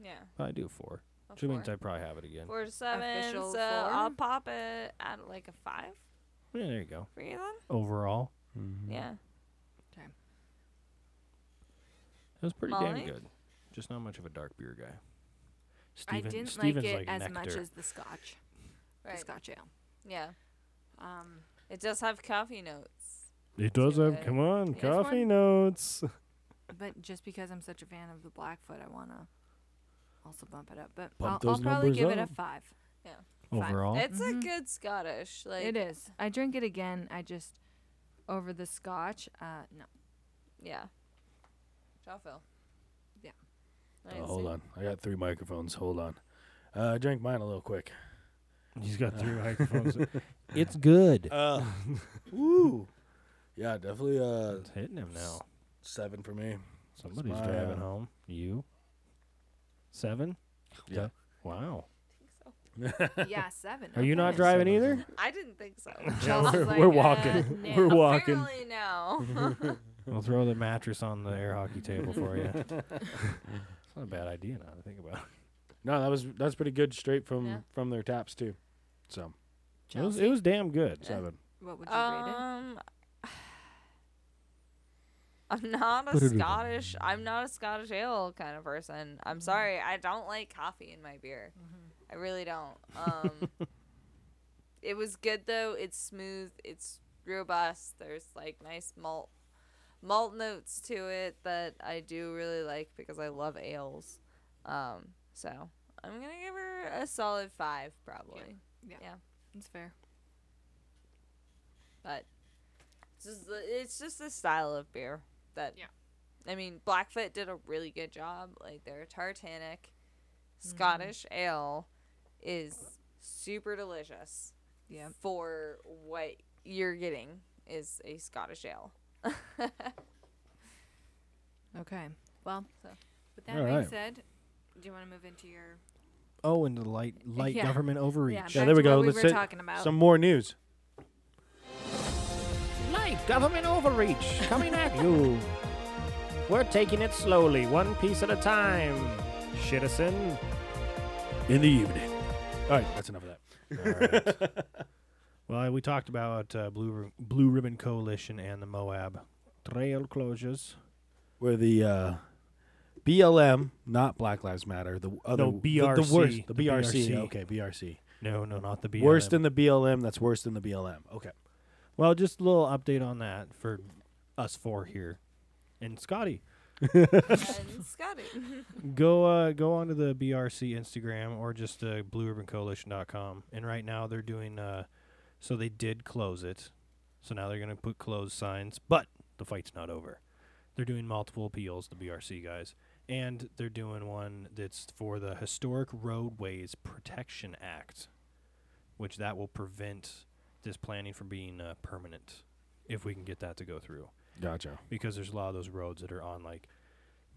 [SPEAKER 2] Yeah.
[SPEAKER 1] but i do a four
[SPEAKER 4] Oh,
[SPEAKER 2] a
[SPEAKER 1] which means
[SPEAKER 2] four.
[SPEAKER 1] i probably have it again
[SPEAKER 2] Four to seven.
[SPEAKER 4] Official
[SPEAKER 2] so i I'll
[SPEAKER 4] four?
[SPEAKER 2] pop it at like a five
[SPEAKER 1] yeah there you go
[SPEAKER 2] for you then.
[SPEAKER 1] overall Mm-hmm.
[SPEAKER 2] Yeah.
[SPEAKER 1] It was pretty
[SPEAKER 2] Molly?
[SPEAKER 1] damn good. Just not much of a dark beer guy.
[SPEAKER 4] I
[SPEAKER 1] Steven,
[SPEAKER 4] didn't
[SPEAKER 1] Steven's
[SPEAKER 4] like it as
[SPEAKER 1] nectar.
[SPEAKER 4] much as the Scotch, the
[SPEAKER 2] Right.
[SPEAKER 4] Scotch ale.
[SPEAKER 2] Yeah.
[SPEAKER 4] Um,
[SPEAKER 2] It does have coffee notes.
[SPEAKER 1] it does
[SPEAKER 2] too
[SPEAKER 1] have.
[SPEAKER 2] good.
[SPEAKER 1] Come on,
[SPEAKER 2] guys want-
[SPEAKER 1] coffee notes.
[SPEAKER 4] but just because I'm such a fan of the Blackfoot, I wanna also bump it up. But
[SPEAKER 3] Bump
[SPEAKER 4] I'll, I'll
[SPEAKER 3] those
[SPEAKER 4] probably
[SPEAKER 3] numbers
[SPEAKER 4] give it a
[SPEAKER 3] up.
[SPEAKER 4] five. Fine.
[SPEAKER 1] Overall,
[SPEAKER 2] It's a good Scottish. Like
[SPEAKER 4] Mm-hmm. it is. I drink it again. I just over the Scotch. Uh, no.
[SPEAKER 2] Yeah. Chowfill.
[SPEAKER 4] Yeah.
[SPEAKER 2] Nice.
[SPEAKER 3] Oh, hold on. I got three microphones. Hold on. Uh, I drank mine a little quick.
[SPEAKER 1] he's got three microphones. It's good.
[SPEAKER 3] Uh, woo. Yeah, definitely uh,
[SPEAKER 1] it's hitting him now.
[SPEAKER 3] seven for me.
[SPEAKER 1] Somebody's
[SPEAKER 3] my,
[SPEAKER 1] driving
[SPEAKER 3] uh,
[SPEAKER 1] home. You. Seven.
[SPEAKER 3] Yeah.
[SPEAKER 1] Wow.
[SPEAKER 4] Yeah, seven.
[SPEAKER 1] Are you not
[SPEAKER 4] okay.
[SPEAKER 1] driving either?
[SPEAKER 2] I didn't think so.
[SPEAKER 4] I was
[SPEAKER 3] we're,
[SPEAKER 4] like,
[SPEAKER 3] we're
[SPEAKER 4] uh,
[SPEAKER 3] walking.
[SPEAKER 4] no.
[SPEAKER 3] We're walking. Mm-hmm.
[SPEAKER 2] Apparently no.
[SPEAKER 1] We'll throw the mattress on the air hockey table for you. It's not a bad idea now to think about.
[SPEAKER 3] No, that was that's pretty good, straight from
[SPEAKER 2] Yeah.
[SPEAKER 3] from their taps too. So
[SPEAKER 1] It, it was
[SPEAKER 4] Uh,
[SPEAKER 1] it was damn good.
[SPEAKER 3] seven.
[SPEAKER 4] What would you rate it?
[SPEAKER 2] um I'm not a Scottish. I'm not a Scottish ale kind of person. I'm sorry. I don't like coffee in my beer. I really don't. Um, it was good though. It's smooth. It's robust. There's like nice malt malt notes to it that I do really like because I love ales. Um, so I'm gonna give her a solid five probably.
[SPEAKER 4] Yeah.
[SPEAKER 2] yeah.
[SPEAKER 4] It's fair.
[SPEAKER 2] but it's just the, it's just the style of beer that
[SPEAKER 4] Yeah.
[SPEAKER 2] I mean Blackfoot did a really good job like their tartanic Mm-hmm. Scottish ale is super delicious
[SPEAKER 4] Yeah.
[SPEAKER 2] for what you're getting is a Scottish ale
[SPEAKER 4] Okay. Well,
[SPEAKER 2] So-
[SPEAKER 4] with that
[SPEAKER 1] All
[SPEAKER 4] being
[SPEAKER 1] right.
[SPEAKER 4] said, do you want to move into your
[SPEAKER 1] Oh, and the light light
[SPEAKER 4] Yeah.
[SPEAKER 1] government overreach.
[SPEAKER 4] Yeah,
[SPEAKER 3] Yeah,
[SPEAKER 4] back
[SPEAKER 3] there
[SPEAKER 4] to
[SPEAKER 3] we go.
[SPEAKER 4] What we
[SPEAKER 3] Let's
[SPEAKER 4] were
[SPEAKER 3] hit
[SPEAKER 4] talking about.
[SPEAKER 3] some more news.
[SPEAKER 12] Light government overreach coming at you. We're taking it slowly, one piece at a time. Citizen.
[SPEAKER 3] In the evening. All right, that's enough of that.
[SPEAKER 1] All right. well, we talked about uh, Blue Rib- Blue Ribbon Coalition and the Moab trail closures.
[SPEAKER 3] Where the uh, BLM, not Black Lives Matter, the other
[SPEAKER 1] No,
[SPEAKER 3] the- the,
[SPEAKER 1] BRC,
[SPEAKER 3] worst, the,
[SPEAKER 1] the
[SPEAKER 3] BRC.
[SPEAKER 1] BRC.
[SPEAKER 3] Okay, BRC.
[SPEAKER 1] No, no, not the BLM.
[SPEAKER 3] Worse than the BLM. That's worse than the BLM. Okay.
[SPEAKER 1] well, just a little update on that for us four here, and Scotty.
[SPEAKER 2] and Scotty
[SPEAKER 1] Go uh, go onto the BRC Instagram or just uh, blueribboncoalition.com. And right now they're doing uh, so they did close it. So now they're going to put closed signs, but the fight's not over. They're doing multiple appeals, the BRC guys. And they're doing one that's for the Historic Roadways Protection Act, which that will prevent this planning from being uh, permanent if we can get that to go through
[SPEAKER 3] Gotcha.
[SPEAKER 1] because there's a lot of those roads that are on like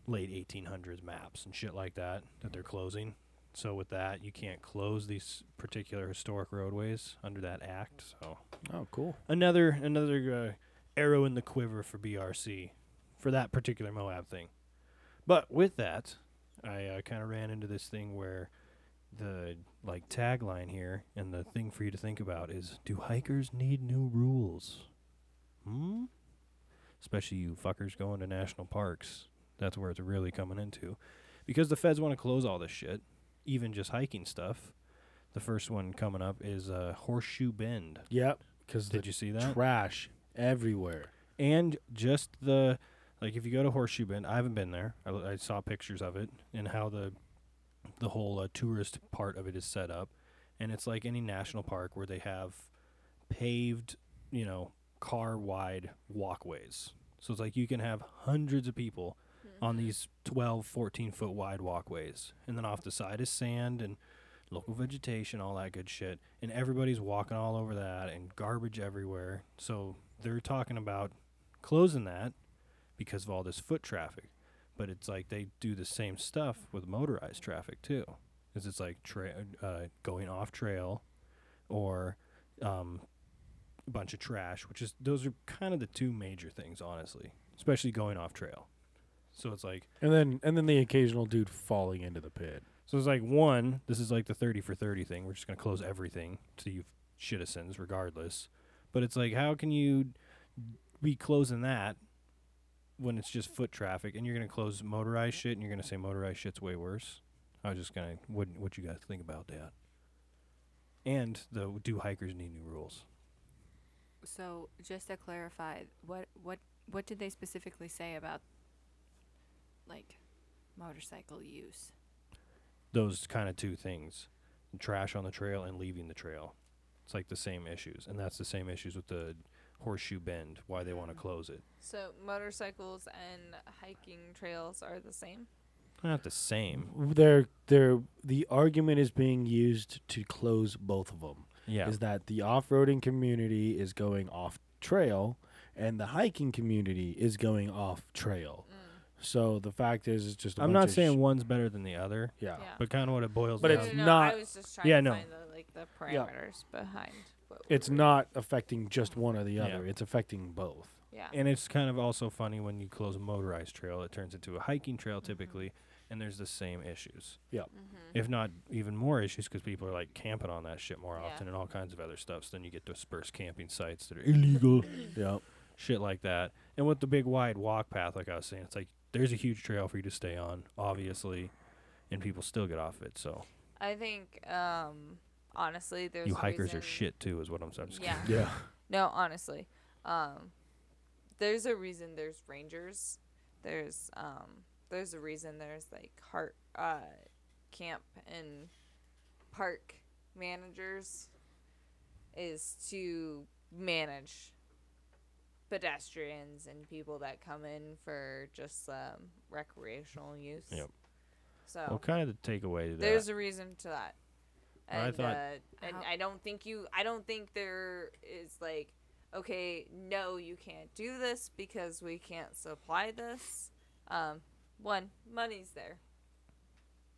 [SPEAKER 1] late 1800s maps and shit like that that they're closing. So with that, you can't close these particular historic roadways under that act. So
[SPEAKER 3] Oh, cool.
[SPEAKER 1] another another uh, arrow in the quiver for BRC for that particular Moab thing. But with that, I uh, kind of ran into this thing where the like tagline here and the thing for you to think about is: Do hikers need new rules? Hmm. Especially you fuckers going to national parks. That's where it's really coming into, because the feds want to close all this shit, even just hiking stuff. The first one coming up is uh, Horseshoe Bend.
[SPEAKER 3] Yep. Because the
[SPEAKER 1] Did you see that?
[SPEAKER 3] trash everywhere.
[SPEAKER 1] and just the like if you go to horseshoe bend i haven't been there i, I saw pictures of it and how the the whole uh, tourist part of it is set up and it's like any national park where they have paved you know car wide walkways so it's like you can have hundreds of people on these 12 14 foot wide walkways and then off the side is sand and local vegetation, all that good shit. And everybody's walking all over that and garbage everywhere. So they're talking about closing that because of all this foot traffic. But it's like they do the same stuff with motorized traffic too. Is it's like tra- uh, going off trail or um, a bunch of trash, which is those are kind of the two major things, honestly, especially going off trail. So it's like
[SPEAKER 3] And then and then the occasional dude falling into the pit.
[SPEAKER 1] so it's like one, this is like the thirty for thirty thing. We're just gonna close everything to you citizens, regardless. But it's like, how can you be closing that when it's just foot traffic, and you're gonna close motorized shit, and you're gonna say motorized shit's way worse? I was just gonna, what what you guys think about that? And the do hikers need new rules?
[SPEAKER 4] So, just to clarify, what what what did they specifically say about like motorcycle use?
[SPEAKER 1] Those kind of two things, trash on the trail and leaving the trail. It's like the same issues, and that's the same issues with the horseshoe bend. Why they want to close it.
[SPEAKER 2] so motorcycles and hiking trails are the same
[SPEAKER 1] Not the same.
[SPEAKER 3] They're they're the argument is being used to close both of them.
[SPEAKER 1] Yeah.
[SPEAKER 3] Is that the off-roading community is going off trail, and the hiking community is going off trail.
[SPEAKER 2] Mm.
[SPEAKER 3] So the fact is, it's just. i
[SPEAKER 1] I'm not saying one's better than the other,
[SPEAKER 3] yeah.
[SPEAKER 2] Yeah.
[SPEAKER 1] but kind of what it boils
[SPEAKER 3] But
[SPEAKER 1] down
[SPEAKER 3] it's
[SPEAKER 1] to.
[SPEAKER 2] no,
[SPEAKER 3] not-
[SPEAKER 2] I was just trying
[SPEAKER 1] Yeah,
[SPEAKER 2] to
[SPEAKER 1] no.
[SPEAKER 2] find the like the parameters behind what we
[SPEAKER 3] It's
[SPEAKER 2] were-
[SPEAKER 3] not affecting just one or the
[SPEAKER 1] Yeah.
[SPEAKER 3] other. It's affecting both.
[SPEAKER 2] yeah
[SPEAKER 1] And it's kind of also funny when you close a motorized trail, it turns into a hiking
[SPEAKER 3] Mm-hmm.
[SPEAKER 1] trail typically, and there's the same issues.
[SPEAKER 3] Yeah. Mm-hmm.
[SPEAKER 1] If not even more issues because people are like camping on that shit more
[SPEAKER 2] Yeah. Mm-hmm.
[SPEAKER 1] often and all kinds of other stuff. So then you get dispersed camping sites that are illegal.
[SPEAKER 3] Yeah.
[SPEAKER 7] shit like that. And with the big wide walk path, like I was saying, it's like there's a huge trail for you to stay on, obviously, and people still get off it. So
[SPEAKER 2] I think, um, honestly, there's
[SPEAKER 7] you
[SPEAKER 2] a
[SPEAKER 7] hikers
[SPEAKER 2] reason-
[SPEAKER 7] are shit too, is what I'm saying. I'm just
[SPEAKER 2] Yeah.
[SPEAKER 7] kidding.
[SPEAKER 2] No, honestly, um, there's a reason there's rangers. There's um, there's a reason there's like heart uh, camp and park managers is to manage pedestrians and people that come in for just um, recreational use.
[SPEAKER 7] Yep.
[SPEAKER 2] So
[SPEAKER 7] Well, kind of the takeaway to that.
[SPEAKER 2] there's a reason to that.
[SPEAKER 7] I
[SPEAKER 2] And,
[SPEAKER 7] thought-
[SPEAKER 2] uh, and I don't think you. I don't think there is like, okay, no, you can't do this because we can't supply this. Um, one, money's there.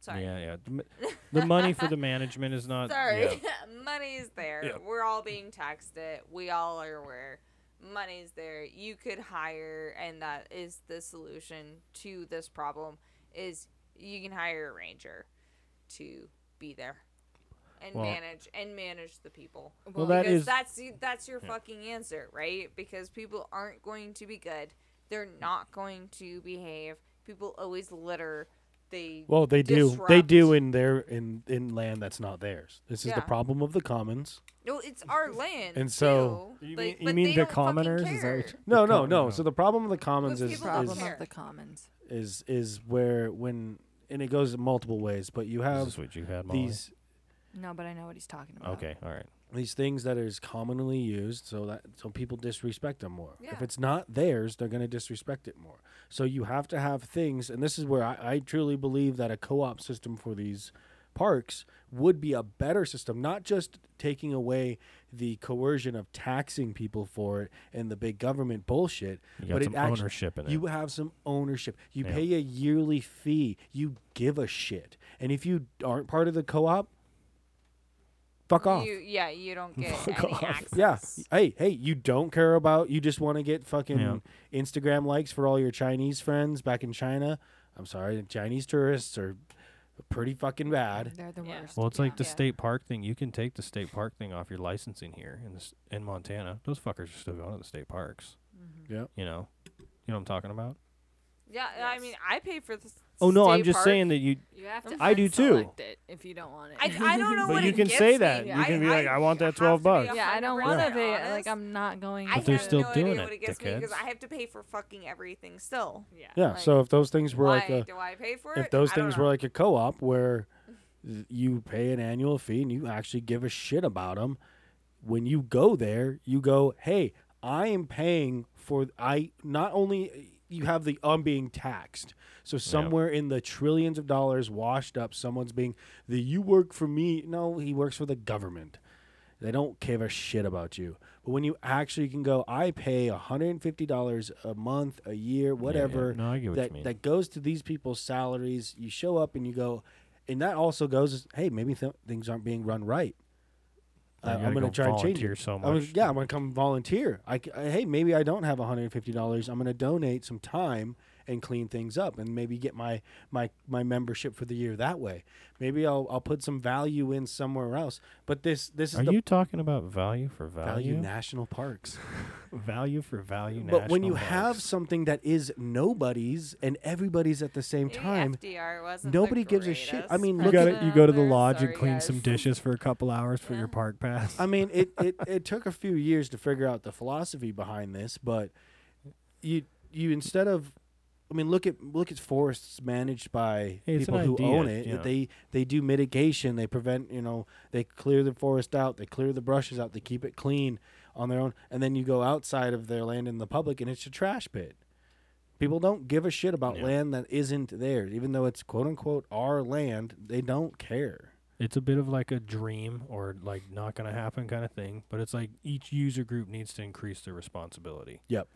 [SPEAKER 2] Sorry.
[SPEAKER 7] Yeah, yeah. The m- The money for the management is not.
[SPEAKER 2] Sorry,
[SPEAKER 7] yeah.
[SPEAKER 2] money's there.
[SPEAKER 7] Yeah.
[SPEAKER 2] We're all being taxed. It. We all are aware. Money's there. You could hire, and that is the solution to this problem. Is you can hire a ranger to be there and
[SPEAKER 7] Well-
[SPEAKER 2] manage and manage the people.
[SPEAKER 7] Well, that
[SPEAKER 2] because
[SPEAKER 7] is-
[SPEAKER 2] that's y- that's your
[SPEAKER 7] Yeah.
[SPEAKER 2] fucking answer, right? Because people aren't going to be good. They're not going to behave. People always litter. They
[SPEAKER 3] Well, they do. They do
[SPEAKER 2] disrupt.
[SPEAKER 3] in their in in land that's not theirs. This is
[SPEAKER 2] Yeah.
[SPEAKER 3] the problem of the commons.
[SPEAKER 2] No, it's our land.
[SPEAKER 3] And so-
[SPEAKER 2] too.
[SPEAKER 3] You
[SPEAKER 2] Like,
[SPEAKER 1] mean- you
[SPEAKER 2] but
[SPEAKER 1] mean
[SPEAKER 2] they
[SPEAKER 1] the
[SPEAKER 2] don't fucking
[SPEAKER 1] commoners? Is that
[SPEAKER 2] care.
[SPEAKER 1] what you-
[SPEAKER 3] No,
[SPEAKER 1] The
[SPEAKER 3] no,
[SPEAKER 1] com-
[SPEAKER 3] no.
[SPEAKER 1] no.
[SPEAKER 3] So the problem of the commons is
[SPEAKER 2] people don't
[SPEAKER 3] is,
[SPEAKER 4] Problem
[SPEAKER 2] care.
[SPEAKER 4] of the commons.
[SPEAKER 3] is is where when and it goes multiple ways, but you have
[SPEAKER 7] this what you had, Molly?
[SPEAKER 3] these
[SPEAKER 4] No, but I know what he's talking about.
[SPEAKER 7] Okay, all right.
[SPEAKER 3] these things that is commonly used so that so people disrespect them more. If
[SPEAKER 2] Yeah.
[SPEAKER 3] it's not theirs, they're going to disrespect it more. So you have to have things, and this is where I, I truly believe that a co-op system for these parks would be a better system, not just taking away the coercion of taxing people for it and the big government bullshit,
[SPEAKER 7] You got
[SPEAKER 3] but
[SPEAKER 7] some
[SPEAKER 3] it actually,
[SPEAKER 7] ownership in it.
[SPEAKER 3] You have some ownership. You
[SPEAKER 7] Yeah.
[SPEAKER 3] pay a yearly fee. You give a shit, and if you aren't part of the co-op, fuck off.
[SPEAKER 2] You, yeah, you don't get any access.
[SPEAKER 3] Yeah. Hey, hey, you don't care about you just want to get fucking
[SPEAKER 7] Yeah.
[SPEAKER 3] Instagram likes for all your Chinese friends back in China. I'm sorry, Chinese tourists are pretty fucking bad.
[SPEAKER 4] They're the
[SPEAKER 2] Yeah.
[SPEAKER 4] worst.
[SPEAKER 7] Well, it's like the
[SPEAKER 2] Yeah.
[SPEAKER 7] state park thing. You can take the state park thing off your licensing here in this, in Montana. Those fuckers are still going to the state parks.
[SPEAKER 2] Mm-hmm.
[SPEAKER 3] Yeah.
[SPEAKER 7] You know, you know what I'm talking about.
[SPEAKER 2] Yeah, I mean, I pay for this.
[SPEAKER 7] Oh no, I'm
[SPEAKER 2] state
[SPEAKER 7] just
[SPEAKER 2] park.
[SPEAKER 7] saying that you.
[SPEAKER 4] You have to.
[SPEAKER 7] I do
[SPEAKER 4] unselect It if you don't want it.
[SPEAKER 2] I, I don't know
[SPEAKER 7] But
[SPEAKER 2] what
[SPEAKER 7] you
[SPEAKER 2] it
[SPEAKER 7] can
[SPEAKER 2] gives
[SPEAKER 7] say
[SPEAKER 2] me.
[SPEAKER 7] that. You
[SPEAKER 2] I-
[SPEAKER 7] can be like, "I want that
[SPEAKER 2] have to
[SPEAKER 7] 12
[SPEAKER 2] be
[SPEAKER 7] bucks."
[SPEAKER 4] yeah, I don't
[SPEAKER 2] 100%
[SPEAKER 4] want it. Like
[SPEAKER 2] honest.
[SPEAKER 4] I'm not going.
[SPEAKER 2] I
[SPEAKER 7] But they're
[SPEAKER 2] have
[SPEAKER 7] still
[SPEAKER 2] no
[SPEAKER 7] doing
[SPEAKER 2] idea
[SPEAKER 7] it,
[SPEAKER 2] what it gives me because
[SPEAKER 7] dickheads.
[SPEAKER 2] I have to pay for fucking everything still. Yeah.
[SPEAKER 3] Yeah.
[SPEAKER 2] Like,
[SPEAKER 3] so if those things were
[SPEAKER 2] Why
[SPEAKER 3] like a
[SPEAKER 2] do I pay for it?
[SPEAKER 3] if those
[SPEAKER 2] I don't
[SPEAKER 3] things
[SPEAKER 2] know.
[SPEAKER 3] were like a co-op where th- you pay an annual fee and you actually give a shit about them, when you go there, you go, "Hey, I am paying for I not only uh, you have the I'm being taxed. So somewhere in the trillions of dollars washed up, someone's being the you work for me. No, he works for the government. They don't give a shit about you. But when you actually can go, I pay $150 a month, a year, whatever.
[SPEAKER 7] No, I get what you
[SPEAKER 3] that,
[SPEAKER 7] mean.
[SPEAKER 3] That goes to these people's salaries. You show up and you go, and that also goes, hey, maybe th- things aren't being run right.
[SPEAKER 7] You
[SPEAKER 3] Uh,
[SPEAKER 7] gotta
[SPEAKER 3] I'm going
[SPEAKER 7] go
[SPEAKER 3] to try and change
[SPEAKER 7] volunteer
[SPEAKER 3] it.
[SPEAKER 7] so
[SPEAKER 3] I'm gonna-
[SPEAKER 7] much.
[SPEAKER 3] yeah, I'm going to come volunteer. I, c- I- hey, maybe I don't have $150. I'm going to donate some time and clean things up and maybe get my, my, my membership for the year that way. Maybe I'll, I'll put some value in somewhere else. But this, this is
[SPEAKER 7] Are
[SPEAKER 3] the
[SPEAKER 7] you talking about value for
[SPEAKER 3] value
[SPEAKER 7] value?
[SPEAKER 3] national parks.
[SPEAKER 7] value for value.
[SPEAKER 3] But when
[SPEAKER 7] national
[SPEAKER 3] you have
[SPEAKER 7] parks.
[SPEAKER 3] something that is nobody's and everybody's at the same
[SPEAKER 2] Maybe
[SPEAKER 3] time,
[SPEAKER 2] FDR wasn't the
[SPEAKER 3] nobody gives a shit. I
[SPEAKER 2] greatest
[SPEAKER 3] mean,
[SPEAKER 1] You
[SPEAKER 3] look
[SPEAKER 1] got
[SPEAKER 3] at,
[SPEAKER 1] to you go to the
[SPEAKER 2] There,
[SPEAKER 1] lodge and
[SPEAKER 2] sorry,
[SPEAKER 1] clean some
[SPEAKER 2] guys.
[SPEAKER 1] dishes for a couple hours for your park pass.
[SPEAKER 3] I mean, it, it, it took a few years to figure out the philosophy behind this, but you you instead of I mean, look at look at forests managed by
[SPEAKER 1] Hey, it's
[SPEAKER 3] people
[SPEAKER 1] an
[SPEAKER 3] who
[SPEAKER 1] idea,
[SPEAKER 3] own it.
[SPEAKER 1] yeah.
[SPEAKER 3] They they do mitigation. They prevent you know they clear the forest out. They clear the brushes out. They keep it clean on their own. And then you go outside of their land in the public, and it's a trash pit. People don't give a shit about
[SPEAKER 7] Yeah.
[SPEAKER 3] land that isn't theirs, even though it's quote unquote our land. They don't care.
[SPEAKER 1] It's a bit of like a dream or like not going to happen kind of thing, but it's like each user group needs to increase their responsibility.
[SPEAKER 3] Yep.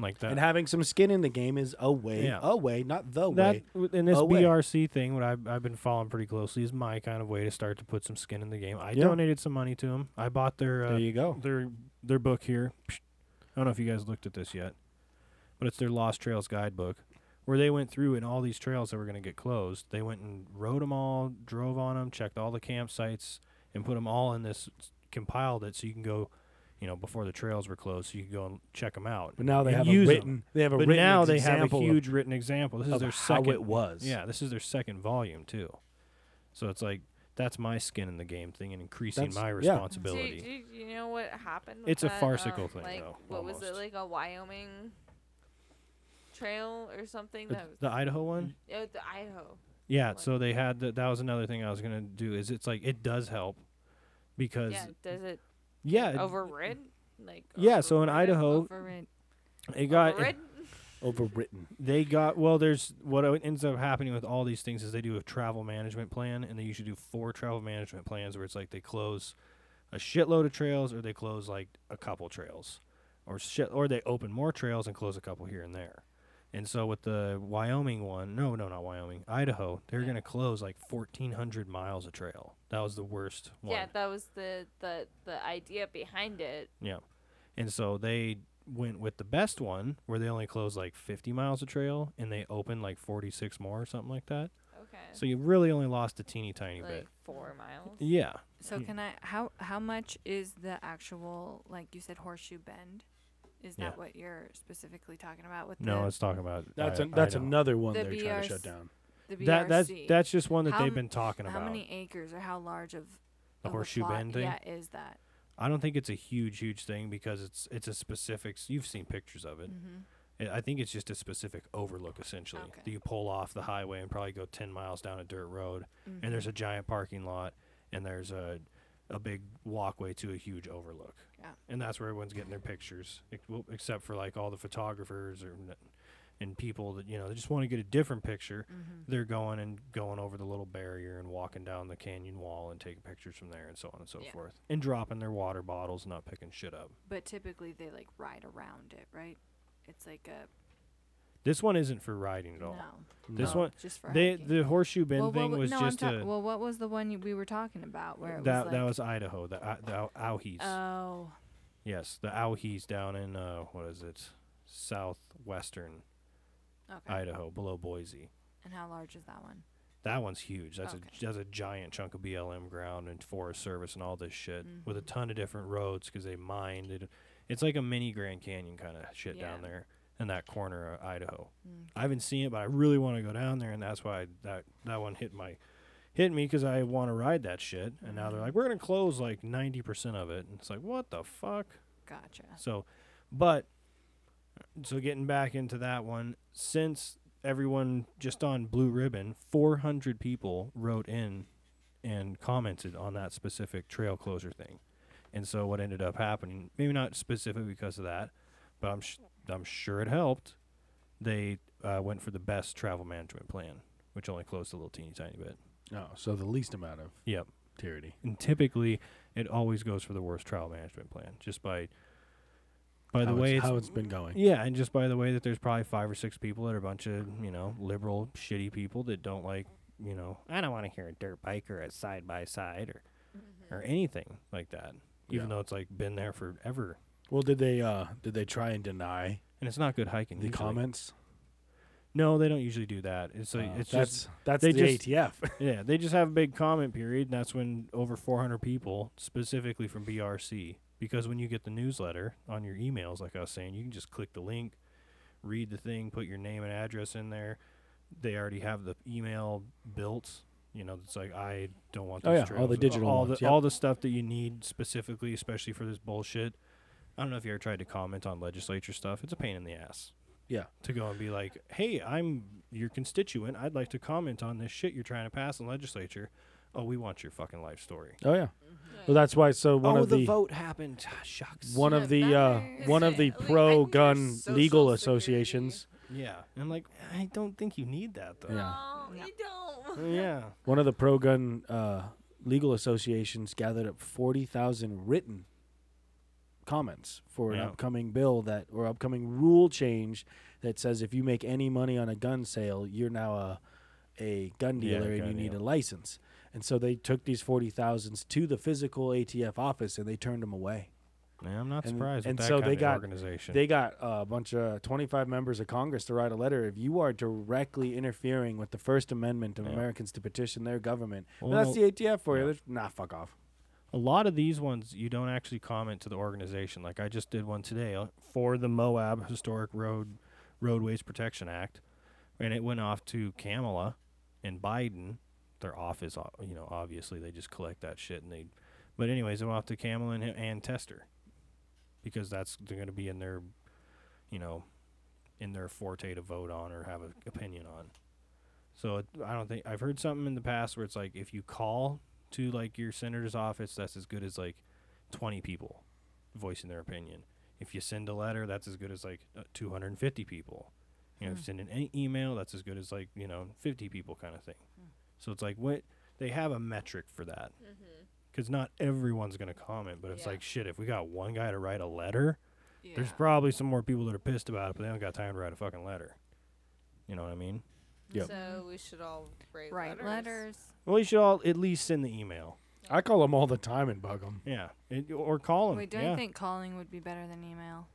[SPEAKER 1] Like that.
[SPEAKER 3] and having some skin in the game is a way,
[SPEAKER 1] Yeah.
[SPEAKER 3] a way, not the
[SPEAKER 1] that
[SPEAKER 3] way.
[SPEAKER 1] w- and this
[SPEAKER 3] away.
[SPEAKER 1] BRC thing, what I've, I've been following pretty closely, is my kind of way to start to put some skin in the game. I
[SPEAKER 3] Yeah.
[SPEAKER 1] donated some money to them. I bought their uh,
[SPEAKER 3] There you go.
[SPEAKER 1] their their book here. Psh, I don't know if you guys looked at this yet, but it's their Lost Trails guidebook, where they went through and all these trails that were going to get closed. They went and rode them all, drove on them, checked all the campsites, and put them all in this compiled it so you can go you know, before the trails were closed, so you could go and check them out.
[SPEAKER 3] But now they
[SPEAKER 1] and
[SPEAKER 3] have a
[SPEAKER 1] use 'em.
[SPEAKER 3] written- they have a
[SPEAKER 1] but
[SPEAKER 3] written
[SPEAKER 1] now they have a
[SPEAKER 3] example of-
[SPEAKER 1] huge written example. This is
[SPEAKER 3] of
[SPEAKER 1] their
[SPEAKER 3] how
[SPEAKER 1] second.
[SPEAKER 3] it was.
[SPEAKER 1] Yeah, this is their second volume too. So it's like that's my skin in the game thing and increasing
[SPEAKER 3] That's-
[SPEAKER 1] my
[SPEAKER 3] yeah.
[SPEAKER 2] Do,
[SPEAKER 1] responsibility.
[SPEAKER 2] do you know what happened? with
[SPEAKER 1] It's a
[SPEAKER 2] that,
[SPEAKER 1] farcical
[SPEAKER 2] um,
[SPEAKER 1] thing,
[SPEAKER 2] Like,
[SPEAKER 1] though,
[SPEAKER 2] what was it
[SPEAKER 1] almost.
[SPEAKER 2] like a Wyoming trail or something?
[SPEAKER 1] Uh,
[SPEAKER 2] That was,
[SPEAKER 1] the Idaho one?
[SPEAKER 2] Yeah, the Idaho.
[SPEAKER 1] Yeah, so they had the, that was another thing I was gonna do is it's like it does help because
[SPEAKER 2] Yeah, does it
[SPEAKER 1] yeah, it-
[SPEAKER 2] overrid? Like
[SPEAKER 1] Yeah, so in
[SPEAKER 2] overridden?
[SPEAKER 1] Idaho,
[SPEAKER 2] Overrid-
[SPEAKER 1] it got it,
[SPEAKER 2] overridden?
[SPEAKER 3] Overwritten.
[SPEAKER 1] they got well. There's what o- ends up happening with all these things is they do a travel management plan and they usually do four travel management plans where it's like they close a shitload of trails or they close like a couple trails or shit or they open more trails and close a couple here and there. And so with the Wyoming one, no, no, not Wyoming, Idaho, they're gonna close like 1,400 miles of trail. That was the worst one.
[SPEAKER 2] Yeah, that was the the the idea behind it.
[SPEAKER 1] Yeah. And so they went with the best one where they only closed like 50 miles of trail and they opened like 46 more or something like that.
[SPEAKER 2] Okay.
[SPEAKER 1] So you really only lost a teeny tiny
[SPEAKER 2] like
[SPEAKER 1] bit.
[SPEAKER 2] four miles.
[SPEAKER 1] Yeah.
[SPEAKER 4] So can I? How how much is the actual like you said horseshoe bend? Is that
[SPEAKER 1] Yeah.
[SPEAKER 4] what you're specifically talking about with
[SPEAKER 1] No,
[SPEAKER 4] the,
[SPEAKER 1] it's talking about
[SPEAKER 3] That's
[SPEAKER 1] I-
[SPEAKER 3] an that's
[SPEAKER 1] I don't-
[SPEAKER 3] another one
[SPEAKER 4] the
[SPEAKER 3] they're trying to shut
[SPEAKER 4] BRC
[SPEAKER 3] down.
[SPEAKER 4] the BRC?
[SPEAKER 1] That that's that's just one that
[SPEAKER 4] How
[SPEAKER 1] they've
[SPEAKER 4] m-
[SPEAKER 1] been talking
[SPEAKER 4] How
[SPEAKER 1] about.
[SPEAKER 4] many acres or how large of
[SPEAKER 1] The
[SPEAKER 4] of a
[SPEAKER 1] horseshoe
[SPEAKER 4] plot-
[SPEAKER 1] bend thing?
[SPEAKER 4] Yeah, is that
[SPEAKER 1] I don't think it's a huge huge thing because it's it's a specific s- you've seen pictures of it.
[SPEAKER 4] Mm-hmm.
[SPEAKER 1] I- I think it's just a specific overlook essentially.
[SPEAKER 4] Okay.
[SPEAKER 1] that You pull off the highway and probably go 10 miles down a dirt road and
[SPEAKER 4] Mm-hmm.
[SPEAKER 1] there's a giant parking lot and there's a a big walkway to a huge overlook.
[SPEAKER 4] Yeah.
[SPEAKER 1] And that's where everyone's getting their pictures ex- well, except for like all the photographers or n- and people that you know they just want to get a different picture.
[SPEAKER 4] Mm-hmm.
[SPEAKER 1] They're going and going over the little barrier and walking down the canyon wall and taking pictures from there and so on and so
[SPEAKER 4] Yeah.
[SPEAKER 1] forth. And dropping their water bottles, not picking shit up.
[SPEAKER 4] But typically they like ride around it, right? It's like a
[SPEAKER 1] This one isn't for riding at
[SPEAKER 4] no.
[SPEAKER 1] all. This
[SPEAKER 4] No.
[SPEAKER 1] one,
[SPEAKER 4] Just for
[SPEAKER 1] they,
[SPEAKER 4] hiking.
[SPEAKER 1] the horseshoe bend
[SPEAKER 4] well,
[SPEAKER 1] thing
[SPEAKER 4] what, wa-
[SPEAKER 1] was
[SPEAKER 4] no,
[SPEAKER 1] just
[SPEAKER 4] I'm ta-
[SPEAKER 1] a
[SPEAKER 4] well, what was the one you, we were talking about where it
[SPEAKER 1] that
[SPEAKER 4] was
[SPEAKER 1] that
[SPEAKER 4] like,
[SPEAKER 1] was Idaho, the I- the Ow- Owhees.
[SPEAKER 4] oh
[SPEAKER 1] yes, the Owhees down in uh, what is it, southwestern
[SPEAKER 4] okay
[SPEAKER 1] Idaho, below Boise.
[SPEAKER 4] and how large is that one?
[SPEAKER 1] That one's huge. That's
[SPEAKER 4] Okay.
[SPEAKER 1] a that's a giant chunk of BLM ground and Forest Service and all this shit with
[SPEAKER 4] Mm-hmm.
[SPEAKER 1] a ton of different roads because they mined it. It's like a mini Grand Canyon kind of shit down
[SPEAKER 4] Yeah. Mm.
[SPEAKER 1] there in that corner of Idaho. I haven't seen it, but I really want to go down there, and that's why that that one hit my hit me because I want to ride that shit. And now
[SPEAKER 4] Mm.
[SPEAKER 1] they're like, we're gonna close like ninety percent of it, and it's like, what the fuck?
[SPEAKER 4] Gotcha.
[SPEAKER 1] So, but so getting back into that one, since everyone just on Blue Ribbon, 400 people wrote in and commented on that specific trail closure thing. And so what ended up happening, maybe not specifically because of that, but I'm sh- I'm sure it helped. They uh, went for the best travel management plan, which only closed a little teeny tiny bit.
[SPEAKER 3] Oh, so the least amount of
[SPEAKER 1] Yep.
[SPEAKER 3] tyranny.
[SPEAKER 1] And typically, it always goes for the worst travel management plan, just by by the
[SPEAKER 3] How
[SPEAKER 1] way
[SPEAKER 3] it's,
[SPEAKER 1] it's
[SPEAKER 3] how it's been going.
[SPEAKER 1] yeah, and just by the way that there's probably five or six people that are a bunch of, you know, liberal, shitty people that don't like, you know, I don't want to hear a dirt bike or a side by side or or anything like that. Even
[SPEAKER 3] Yeah.
[SPEAKER 1] though it's like been there forever.
[SPEAKER 3] Well, did they uh did they try and deny
[SPEAKER 1] And it's not good hiking.
[SPEAKER 3] the
[SPEAKER 1] usually.
[SPEAKER 3] comments?
[SPEAKER 1] No, they don't usually do that. It's like
[SPEAKER 3] Uh,
[SPEAKER 1] it's
[SPEAKER 3] that's
[SPEAKER 1] just
[SPEAKER 3] that's
[SPEAKER 1] they
[SPEAKER 3] the
[SPEAKER 1] just-
[SPEAKER 3] ATF.
[SPEAKER 1] yeah, they just have a big comment period, and that's when over 400 people, specifically from BRC, because when you get the newsletter on your emails, like I was saying, you can just click the link, read the thing, put your name and address in there. They already have the email built. You know, it's like I don't want.
[SPEAKER 3] Oh,
[SPEAKER 1] these
[SPEAKER 3] yeah, all
[SPEAKER 1] trails."
[SPEAKER 3] the digital
[SPEAKER 1] all
[SPEAKER 3] ones,
[SPEAKER 1] the
[SPEAKER 3] yep.
[SPEAKER 1] all the stuff that you need specifically, especially for this bullshit. I don't know if you ever tried to comment on legislature stuff. It's a pain in the ass
[SPEAKER 3] yeah.
[SPEAKER 1] to go and be like, "Hey, I'm your constituent. I'd like to comment on this shit you're trying to pass in legislature." Oh, we want your fucking life story.
[SPEAKER 3] Oh yeah. Well, that's why. So one
[SPEAKER 1] oh,
[SPEAKER 3] of the,
[SPEAKER 1] vote happened. Ah, Shucks.
[SPEAKER 3] one of the uh, one of the
[SPEAKER 2] Like, I think
[SPEAKER 3] pro
[SPEAKER 2] there's
[SPEAKER 3] gun
[SPEAKER 2] social
[SPEAKER 3] legal
[SPEAKER 2] security.
[SPEAKER 3] associations.
[SPEAKER 1] yeah, and I'm like, I don't think you need that though.
[SPEAKER 3] Yeah.
[SPEAKER 2] Oh, you don't.
[SPEAKER 1] Yeah.
[SPEAKER 3] One of the pro gun uh, legal associations gathered up forty thousand written comments for an
[SPEAKER 1] Yeah.
[SPEAKER 3] upcoming bill that or upcoming rule change that says if you make any money on a gun sale, you're now a a gun
[SPEAKER 1] Yeah,
[SPEAKER 3] dealer and
[SPEAKER 1] gun
[SPEAKER 3] you need
[SPEAKER 1] dealer.
[SPEAKER 3] a license. And so they took these forty thousands to the physical ATF office and they turned them away.
[SPEAKER 1] Man, I'm not
[SPEAKER 3] And-
[SPEAKER 1] surprised.
[SPEAKER 3] and
[SPEAKER 1] with that
[SPEAKER 3] so
[SPEAKER 1] kind
[SPEAKER 3] they
[SPEAKER 1] of
[SPEAKER 3] got-
[SPEAKER 1] organization.
[SPEAKER 3] They got uh, a bunch of 25 members of Congress to write a letter. If you are directly interfering with the First Amendment of
[SPEAKER 1] Yeah.
[SPEAKER 3] Americans to petition their government,
[SPEAKER 1] Well,
[SPEAKER 3] that's
[SPEAKER 1] no-
[SPEAKER 3] the ATF for
[SPEAKER 1] yeah.
[SPEAKER 3] you. They're- Nah, fuck off.
[SPEAKER 1] A lot of these ones you don't actually comment to the organization. Like I just did one today uh, for the Moab Historic Road Roadways Protection Act, and it went off to Kamala and Biden. Their office, o- you know, obviously they just collect that shit and they. But anyways, it went off to Kamala and, and Tester, because that's they're going to be in their, you know, in their forte to vote on or have an opinion on. So it, I don't think I've heard something in the past where it's like if you call to like your senator's office, that's as good as like twenty people voicing their opinion. If you send a letter, that's as good as like uh, two hundred and fifty people. You know, if you send an e- email, that's as good as like you know fifty people kind of thing. So it's like what they have a metric for that because not everyone's going to comment, but it's like shit. If we got one guy to write a letter, there's probably some more people that are pissed about it, but they don't got time to write a fucking letter. You know what I mean?
[SPEAKER 3] Yep.
[SPEAKER 2] So we should all write,
[SPEAKER 4] Write letters.
[SPEAKER 1] Well, you should all at least send the email.
[SPEAKER 3] I call them all the time and bug them.
[SPEAKER 1] Yeah, it, or call them.
[SPEAKER 4] Wait, don't
[SPEAKER 1] Oh, yeah.
[SPEAKER 4] you think calling would be better than email?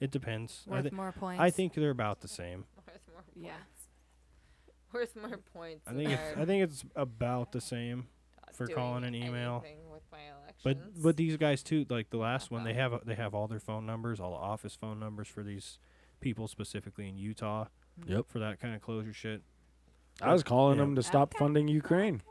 [SPEAKER 1] it depends? I
[SPEAKER 4] Worth
[SPEAKER 1] thi-
[SPEAKER 4] more
[SPEAKER 1] I
[SPEAKER 4] points?
[SPEAKER 1] think they're about the same.
[SPEAKER 2] Worth more points.
[SPEAKER 4] Yeah.
[SPEAKER 2] Worth more points.
[SPEAKER 1] I think it's I think it's about the same for calling an email.
[SPEAKER 2] With my elections.
[SPEAKER 1] But but these guys too, like the last one, they have a- they have all their phone numbers, all the office phone numbers for these people specifically in Utah.
[SPEAKER 3] Yep.
[SPEAKER 1] For that kind of closure shit.
[SPEAKER 3] I was calling
[SPEAKER 1] Yeah.
[SPEAKER 3] them to stop funding Ukraine.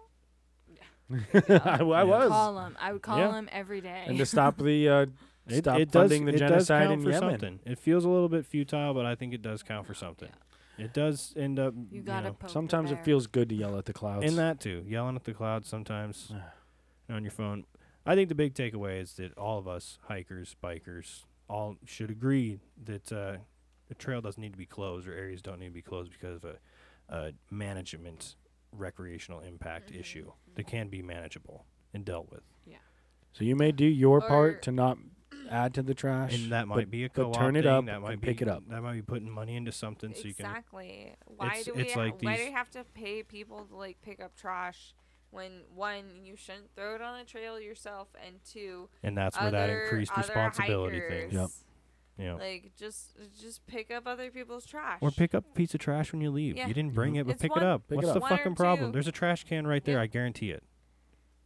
[SPEAKER 3] I, I
[SPEAKER 4] Call 'em.
[SPEAKER 3] was,
[SPEAKER 4] Call him. I would call
[SPEAKER 1] Yeah.
[SPEAKER 4] him every day.
[SPEAKER 3] and to stop the uh,
[SPEAKER 1] It,
[SPEAKER 3] stop
[SPEAKER 1] it does,
[SPEAKER 3] funding the
[SPEAKER 1] it does
[SPEAKER 3] genocide
[SPEAKER 1] count
[SPEAKER 3] in
[SPEAKER 1] for
[SPEAKER 3] Yemen.
[SPEAKER 1] something. It feels a little bit futile, but I think it does count for something. It does end up
[SPEAKER 4] you gotta
[SPEAKER 1] know,
[SPEAKER 4] poke the
[SPEAKER 3] Sometimes
[SPEAKER 4] bear.
[SPEAKER 3] it feels good to yell at the clouds.
[SPEAKER 1] in that too, yelling at the clouds sometimes and on your phone. I think the big takeaway is that all of us hikers, bikers, all should agree that uh, the trail doesn't need to be closed or areas don't need to be closed because of a, a management recreational impact
[SPEAKER 2] Mm-hmm.
[SPEAKER 1] issue that can be manageable and dealt with.
[SPEAKER 3] so you may do your
[SPEAKER 2] Or-
[SPEAKER 3] part to not add to the trash,
[SPEAKER 1] And that
[SPEAKER 3] but-
[SPEAKER 1] might be a
[SPEAKER 3] but
[SPEAKER 1] co-op
[SPEAKER 3] turn it
[SPEAKER 1] thing,
[SPEAKER 3] up
[SPEAKER 1] That might
[SPEAKER 3] and
[SPEAKER 1] be,
[SPEAKER 3] pick it up.
[SPEAKER 1] That might be putting money into something so you can
[SPEAKER 2] exactly. why
[SPEAKER 1] it's-
[SPEAKER 2] do we?
[SPEAKER 1] it's
[SPEAKER 2] ha-
[SPEAKER 1] like
[SPEAKER 2] why do
[SPEAKER 1] these-
[SPEAKER 2] we have to pay people to like pick up trash when one you shouldn't throw it on the trail yourself, and two,
[SPEAKER 1] And that's where that
[SPEAKER 2] other-
[SPEAKER 1] increased
[SPEAKER 2] other
[SPEAKER 1] responsibility
[SPEAKER 2] hikers,
[SPEAKER 1] thing. Yep. Yeah.
[SPEAKER 2] Like just just pick up other people's trash.
[SPEAKER 1] or pick up a piece of trash when you leave.
[SPEAKER 2] Yeah.
[SPEAKER 1] You didn't bring it, but
[SPEAKER 2] It's
[SPEAKER 1] pick
[SPEAKER 2] one-
[SPEAKER 1] it up.
[SPEAKER 3] Pick it
[SPEAKER 1] What's
[SPEAKER 3] up.
[SPEAKER 1] the
[SPEAKER 2] One or
[SPEAKER 1] fucking problem?
[SPEAKER 2] two.
[SPEAKER 1] There's a trash can right there.
[SPEAKER 2] Yeah.
[SPEAKER 1] I guarantee it.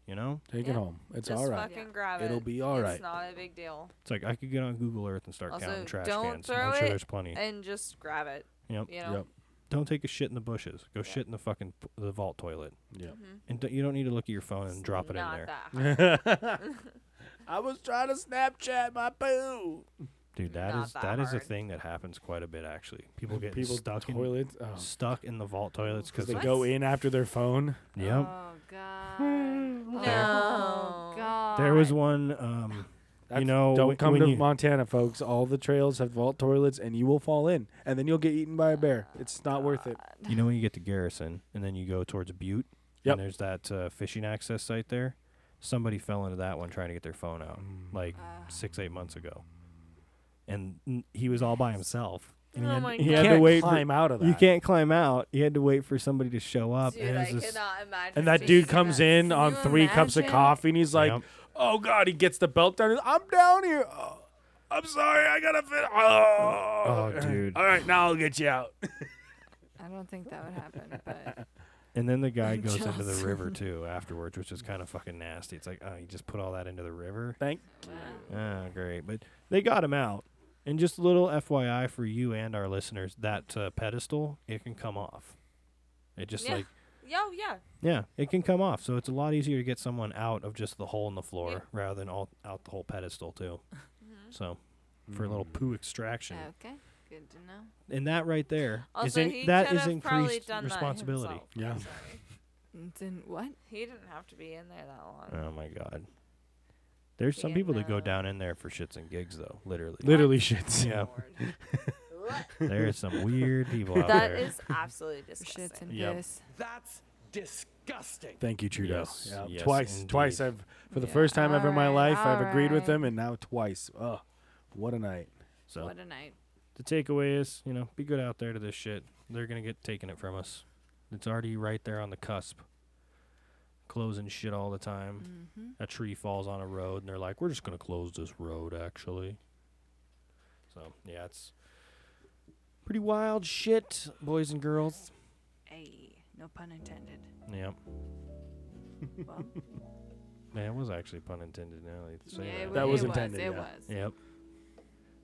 [SPEAKER 1] You know,
[SPEAKER 3] Take
[SPEAKER 2] Yeah.
[SPEAKER 3] it home. It's
[SPEAKER 2] just
[SPEAKER 3] all right.
[SPEAKER 2] fucking grab it.
[SPEAKER 3] It'll be all right.
[SPEAKER 2] It's not a big deal.
[SPEAKER 1] it's like I could get on Google Earth and start
[SPEAKER 2] Also,
[SPEAKER 1] counting trash
[SPEAKER 2] don't
[SPEAKER 1] cans.
[SPEAKER 2] throw
[SPEAKER 1] I'm sure
[SPEAKER 2] it
[SPEAKER 1] there's plenty.
[SPEAKER 2] And just grab it.
[SPEAKER 1] Yep.
[SPEAKER 2] You know.
[SPEAKER 3] Yep.
[SPEAKER 1] Don't take a shit in the bushes. Go shit in the fucking p- the vault toilet.
[SPEAKER 3] Yep.
[SPEAKER 1] And d- you don't need to look at your phone and drop it in
[SPEAKER 2] Mm-hmm. Not
[SPEAKER 1] there,
[SPEAKER 2] that hard.
[SPEAKER 3] I was trying to Snapchat my poo.
[SPEAKER 1] dude. That
[SPEAKER 2] Not
[SPEAKER 1] is
[SPEAKER 2] that
[SPEAKER 1] that is a
[SPEAKER 2] hard.
[SPEAKER 1] thing that happens quite a bit actually. People get
[SPEAKER 3] People
[SPEAKER 1] stuck in
[SPEAKER 3] toilets oh,
[SPEAKER 1] stuck in the vault toilets because
[SPEAKER 3] they go in after their phone.
[SPEAKER 1] Yep.
[SPEAKER 4] Oh god. no.
[SPEAKER 2] No.
[SPEAKER 4] god.
[SPEAKER 1] There was one. Um,
[SPEAKER 3] That's-
[SPEAKER 1] you know,
[SPEAKER 3] don't
[SPEAKER 1] when-
[SPEAKER 3] come
[SPEAKER 1] when
[SPEAKER 3] to
[SPEAKER 1] you-
[SPEAKER 3] Montana, folks. All the trails have vault toilets, and you will fall in, and then you'll get eaten by a bear. It's not worth it.
[SPEAKER 1] You know when you get to Garrison and then you go towards Butte
[SPEAKER 3] Yep.
[SPEAKER 1] and there's that uh, fishing access site there. Somebody fell into that one trying to get their phone out like
[SPEAKER 2] Ah.
[SPEAKER 1] six eight months ago, and n- he was all by himself. And
[SPEAKER 2] Oh
[SPEAKER 1] he had,
[SPEAKER 2] my
[SPEAKER 1] he
[SPEAKER 2] God.
[SPEAKER 1] had to
[SPEAKER 3] can't
[SPEAKER 1] wait.
[SPEAKER 3] climb
[SPEAKER 1] for,
[SPEAKER 3] out of that.
[SPEAKER 1] You can't climb out. You had to wait for somebody to show up.
[SPEAKER 2] Dude,
[SPEAKER 1] and it
[SPEAKER 2] I
[SPEAKER 1] was this-
[SPEAKER 2] cannot imagine.
[SPEAKER 3] And that
[SPEAKER 2] being
[SPEAKER 3] dude comes in on
[SPEAKER 4] you
[SPEAKER 3] three cups of
[SPEAKER 4] imagine?
[SPEAKER 3] coffee, and he's like,
[SPEAKER 1] Yep.
[SPEAKER 3] "Oh God!" He gets the belt down. He's, I'm down here. Oh, I'm sorry. I gotta fit. Oh,
[SPEAKER 1] Oh, dude.
[SPEAKER 3] All right, now I'll get you out.
[SPEAKER 4] I don't think that would happen, but
[SPEAKER 1] And then the guy goes into the river too afterwards, which is kind of fucking nasty. It's like, oh, you just put all that into the river.
[SPEAKER 3] Thank.
[SPEAKER 1] Oh, great. But they got him out. And just a little FYI for you and our listeners, that uh, pedestal, it can come off. It just
[SPEAKER 2] Yeah.
[SPEAKER 1] like,
[SPEAKER 2] Yo, yeah.
[SPEAKER 1] yeah, it can come off. So it's a lot easier to get someone out of just the hole in the floor rather than all out the whole pedestal, too.
[SPEAKER 2] Mm-hmm.
[SPEAKER 1] So for a little poo extraction.
[SPEAKER 4] okay. Good to know.
[SPEAKER 1] And that right there is
[SPEAKER 2] Also,
[SPEAKER 1] in-
[SPEAKER 2] he
[SPEAKER 1] that
[SPEAKER 2] could
[SPEAKER 1] is
[SPEAKER 2] have probably
[SPEAKER 1] increased
[SPEAKER 2] done that
[SPEAKER 1] responsibility.
[SPEAKER 2] himself.
[SPEAKER 3] Yeah.
[SPEAKER 4] Didn't what?
[SPEAKER 2] He didn't have to be in there that long.
[SPEAKER 1] Oh, my God. There's some
[SPEAKER 2] Yeah,
[SPEAKER 1] people that go
[SPEAKER 2] no.
[SPEAKER 1] down in there for shits and gigs, though, literally.
[SPEAKER 3] Literally shits.
[SPEAKER 1] Yeah,
[SPEAKER 2] Lord.
[SPEAKER 1] there's some weird people out
[SPEAKER 2] that
[SPEAKER 1] there.
[SPEAKER 2] is absolutely disgusting.
[SPEAKER 4] Shits and
[SPEAKER 1] Yep.
[SPEAKER 4] piss.
[SPEAKER 15] That's disgusting.
[SPEAKER 3] Thank you, Trudeau.
[SPEAKER 1] Yes,
[SPEAKER 3] Yeah,
[SPEAKER 1] yes,
[SPEAKER 3] twice, twice.
[SPEAKER 1] indeed.
[SPEAKER 3] I've for the first time ever in my
[SPEAKER 4] alright,
[SPEAKER 3] life, I've agreed with
[SPEAKER 4] alright.
[SPEAKER 3] him, and now twice. Ugh, what a night.
[SPEAKER 1] so
[SPEAKER 4] What a night.
[SPEAKER 1] the takeaway is, you know, be good out there to this shit. They're gonna get taken it from us. It's already right there on the cusp. Closing shit all the time.
[SPEAKER 4] Mm-hmm.
[SPEAKER 1] A tree falls on a road, and they're like, "We're just gonna close this road, actually." So yeah, it's pretty wild shit, boys and girls.
[SPEAKER 4] Hey, no pun intended.
[SPEAKER 1] Yep. Yeah, it was actually pun intended. Now that you say
[SPEAKER 4] Yeah, it
[SPEAKER 1] that.
[SPEAKER 4] wa- That was it was,
[SPEAKER 3] intended,
[SPEAKER 4] it
[SPEAKER 3] yeah.
[SPEAKER 4] was.
[SPEAKER 1] Yep.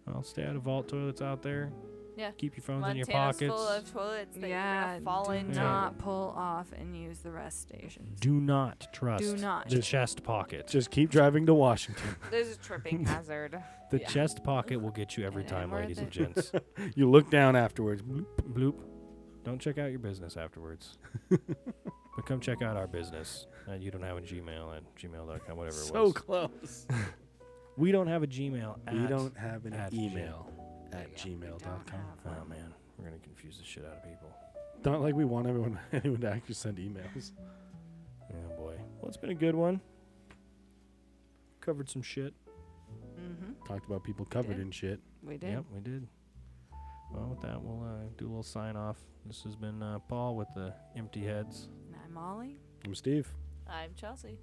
[SPEAKER 1] Well, stay out of vault toilets out there.
[SPEAKER 4] Yeah.
[SPEAKER 1] Keep your phones in your
[SPEAKER 2] Montana's
[SPEAKER 1] pockets.
[SPEAKER 2] full of toilets that
[SPEAKER 4] yeah,
[SPEAKER 2] you're gonna fall
[SPEAKER 4] do
[SPEAKER 2] into.
[SPEAKER 4] not pull off and use the rest stations.
[SPEAKER 1] Do not trust
[SPEAKER 4] Do not.
[SPEAKER 1] the chest pocket.
[SPEAKER 3] Just keep driving to Washington.
[SPEAKER 2] There's a tripping hazard.
[SPEAKER 1] The
[SPEAKER 4] Yeah.
[SPEAKER 1] chest pocket will get you every
[SPEAKER 4] Yeah,
[SPEAKER 1] time,
[SPEAKER 4] we're
[SPEAKER 1] ladies
[SPEAKER 4] the-
[SPEAKER 1] and gents.
[SPEAKER 3] you look down afterwards.
[SPEAKER 1] Bloop. Don't check out your business afterwards. but come check out our business. Uh, you don't have a Gmail at gmail.com, whatever it
[SPEAKER 3] So
[SPEAKER 1] was.
[SPEAKER 3] close.
[SPEAKER 1] we don't have a Gmail at.
[SPEAKER 3] We don't have an
[SPEAKER 1] at
[SPEAKER 3] email at
[SPEAKER 4] Yeah, we don't
[SPEAKER 3] gmail.com.
[SPEAKER 4] have
[SPEAKER 1] Oh,
[SPEAKER 4] one.
[SPEAKER 1] man. We're going to confuse the shit out of people.
[SPEAKER 3] Not like we want everyone anyone to actually send emails.
[SPEAKER 1] Oh, boy. Well, it's been a good one. Covered some shit.
[SPEAKER 3] Talked about people covered
[SPEAKER 4] did.
[SPEAKER 3] in shit.
[SPEAKER 4] We did.
[SPEAKER 1] Yep, we did. Well, with that, we'll uh, do a little sign off. This has been uh, Paul with the Empty Heads.
[SPEAKER 4] And I'm Molly.
[SPEAKER 3] I'm Steve.
[SPEAKER 2] I'm Chelsea.